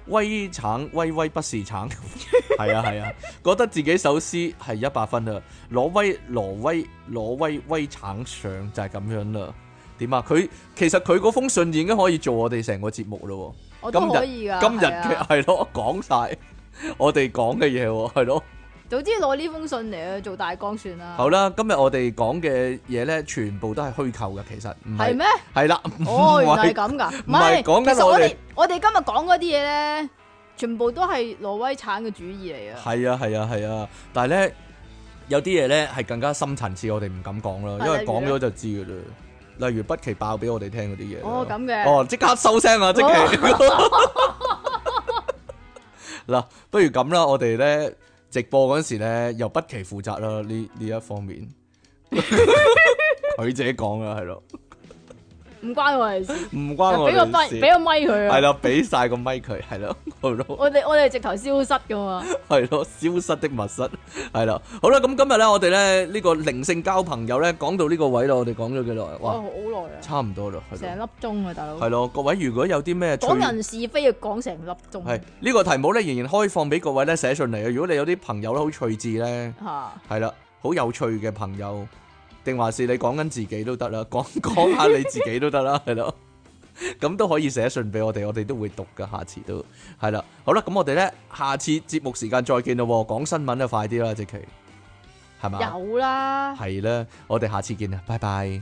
Speaker 1: 威橙威威不是橙， 係啊係啊，覺得自己首詩係一百分啊！挪威挪威挪威威橙上就係咁樣啦。點啊？佢其實佢嗰封信已經可以做我哋成個節目咯喎。
Speaker 2: 我
Speaker 1: 今
Speaker 2: 都
Speaker 1: 日
Speaker 2: 可以噶。
Speaker 1: 今日
Speaker 2: 係啊
Speaker 1: 嘅係咯，講晒 我哋講嘅嘢喎，係咯。
Speaker 2: 早知攞呢封信嚟去做大綱算啦。
Speaker 1: 好啦，今日我哋講嘅嘢咧，全部都係虛構嘅，其實唔
Speaker 2: 係
Speaker 1: 係
Speaker 2: 咩？
Speaker 1: 係啦，
Speaker 2: 哦，
Speaker 1: 唔
Speaker 2: 原來
Speaker 1: 係
Speaker 2: 係咁噶。唔
Speaker 1: 係講緊
Speaker 2: 其實
Speaker 1: 我
Speaker 2: 我
Speaker 1: 哋
Speaker 2: 哋我哋今日講嗰啲嘢咧，全部都係挪威產嘅主意嚟啊！
Speaker 1: 係啊係啊係啊，但係咧有啲嘢咧係更加深層次，我哋唔敢講啦，因
Speaker 2: 啊
Speaker 1: 為
Speaker 2: 例如
Speaker 1: 講
Speaker 2: 咧
Speaker 1: 咗就知噶啦。例如不期爆俾我哋聽嗰啲嘢啦，
Speaker 2: 哦，咁嘅。
Speaker 1: 哦，即刻收聲啊！即期 嗱，不如咁啦，我哋咧直播嗰時咧，由不期負責啦，呢呢一方 面，佢自己講啦，係咯，
Speaker 2: 唔關我哋事，
Speaker 1: 唔關我
Speaker 2: 啊俾個
Speaker 1: 哋
Speaker 2: 咪
Speaker 1: 事，
Speaker 2: 俾個咪佢
Speaker 1: 係
Speaker 2: 啊！
Speaker 1: 啦，俾晒個咪佢，係咯，好咯。
Speaker 2: 我哋我哋直頭消失噶嘛，
Speaker 1: 係咯，消失的密室係啦，好啦，咁今日咧，我哋咧呢個靈性交朋友咧，講到呢個位咯，我哋講咗幾耐？
Speaker 2: 哇，
Speaker 1: 哇，
Speaker 2: 好耐啊，
Speaker 1: 差唔多啦，係
Speaker 2: 成
Speaker 1: 咯，
Speaker 2: 粒鐘啊，大佬
Speaker 1: 係。咯，各位如果有啲咩趣
Speaker 2: 講人是非要講成粒鐘
Speaker 1: 係呢個題目咧，仍然開放俾各位咧寫信嚟啊！如果你有啲朋友咧好趣致咧，
Speaker 2: 嚇，
Speaker 1: 係啦，好有趣嘅朋友，定還是你講緊自己都得啦， 講講下你自己都得啦，係咯，咁都可以寫信俾我哋，我哋都會讀噶，下次都係啦。好啦，咁我哋咧下次節目時間再見咯喎，講新聞啊，快啲啦，即期係嘛？
Speaker 2: 有啦。
Speaker 1: 係啦，我哋下次見啦，拜拜。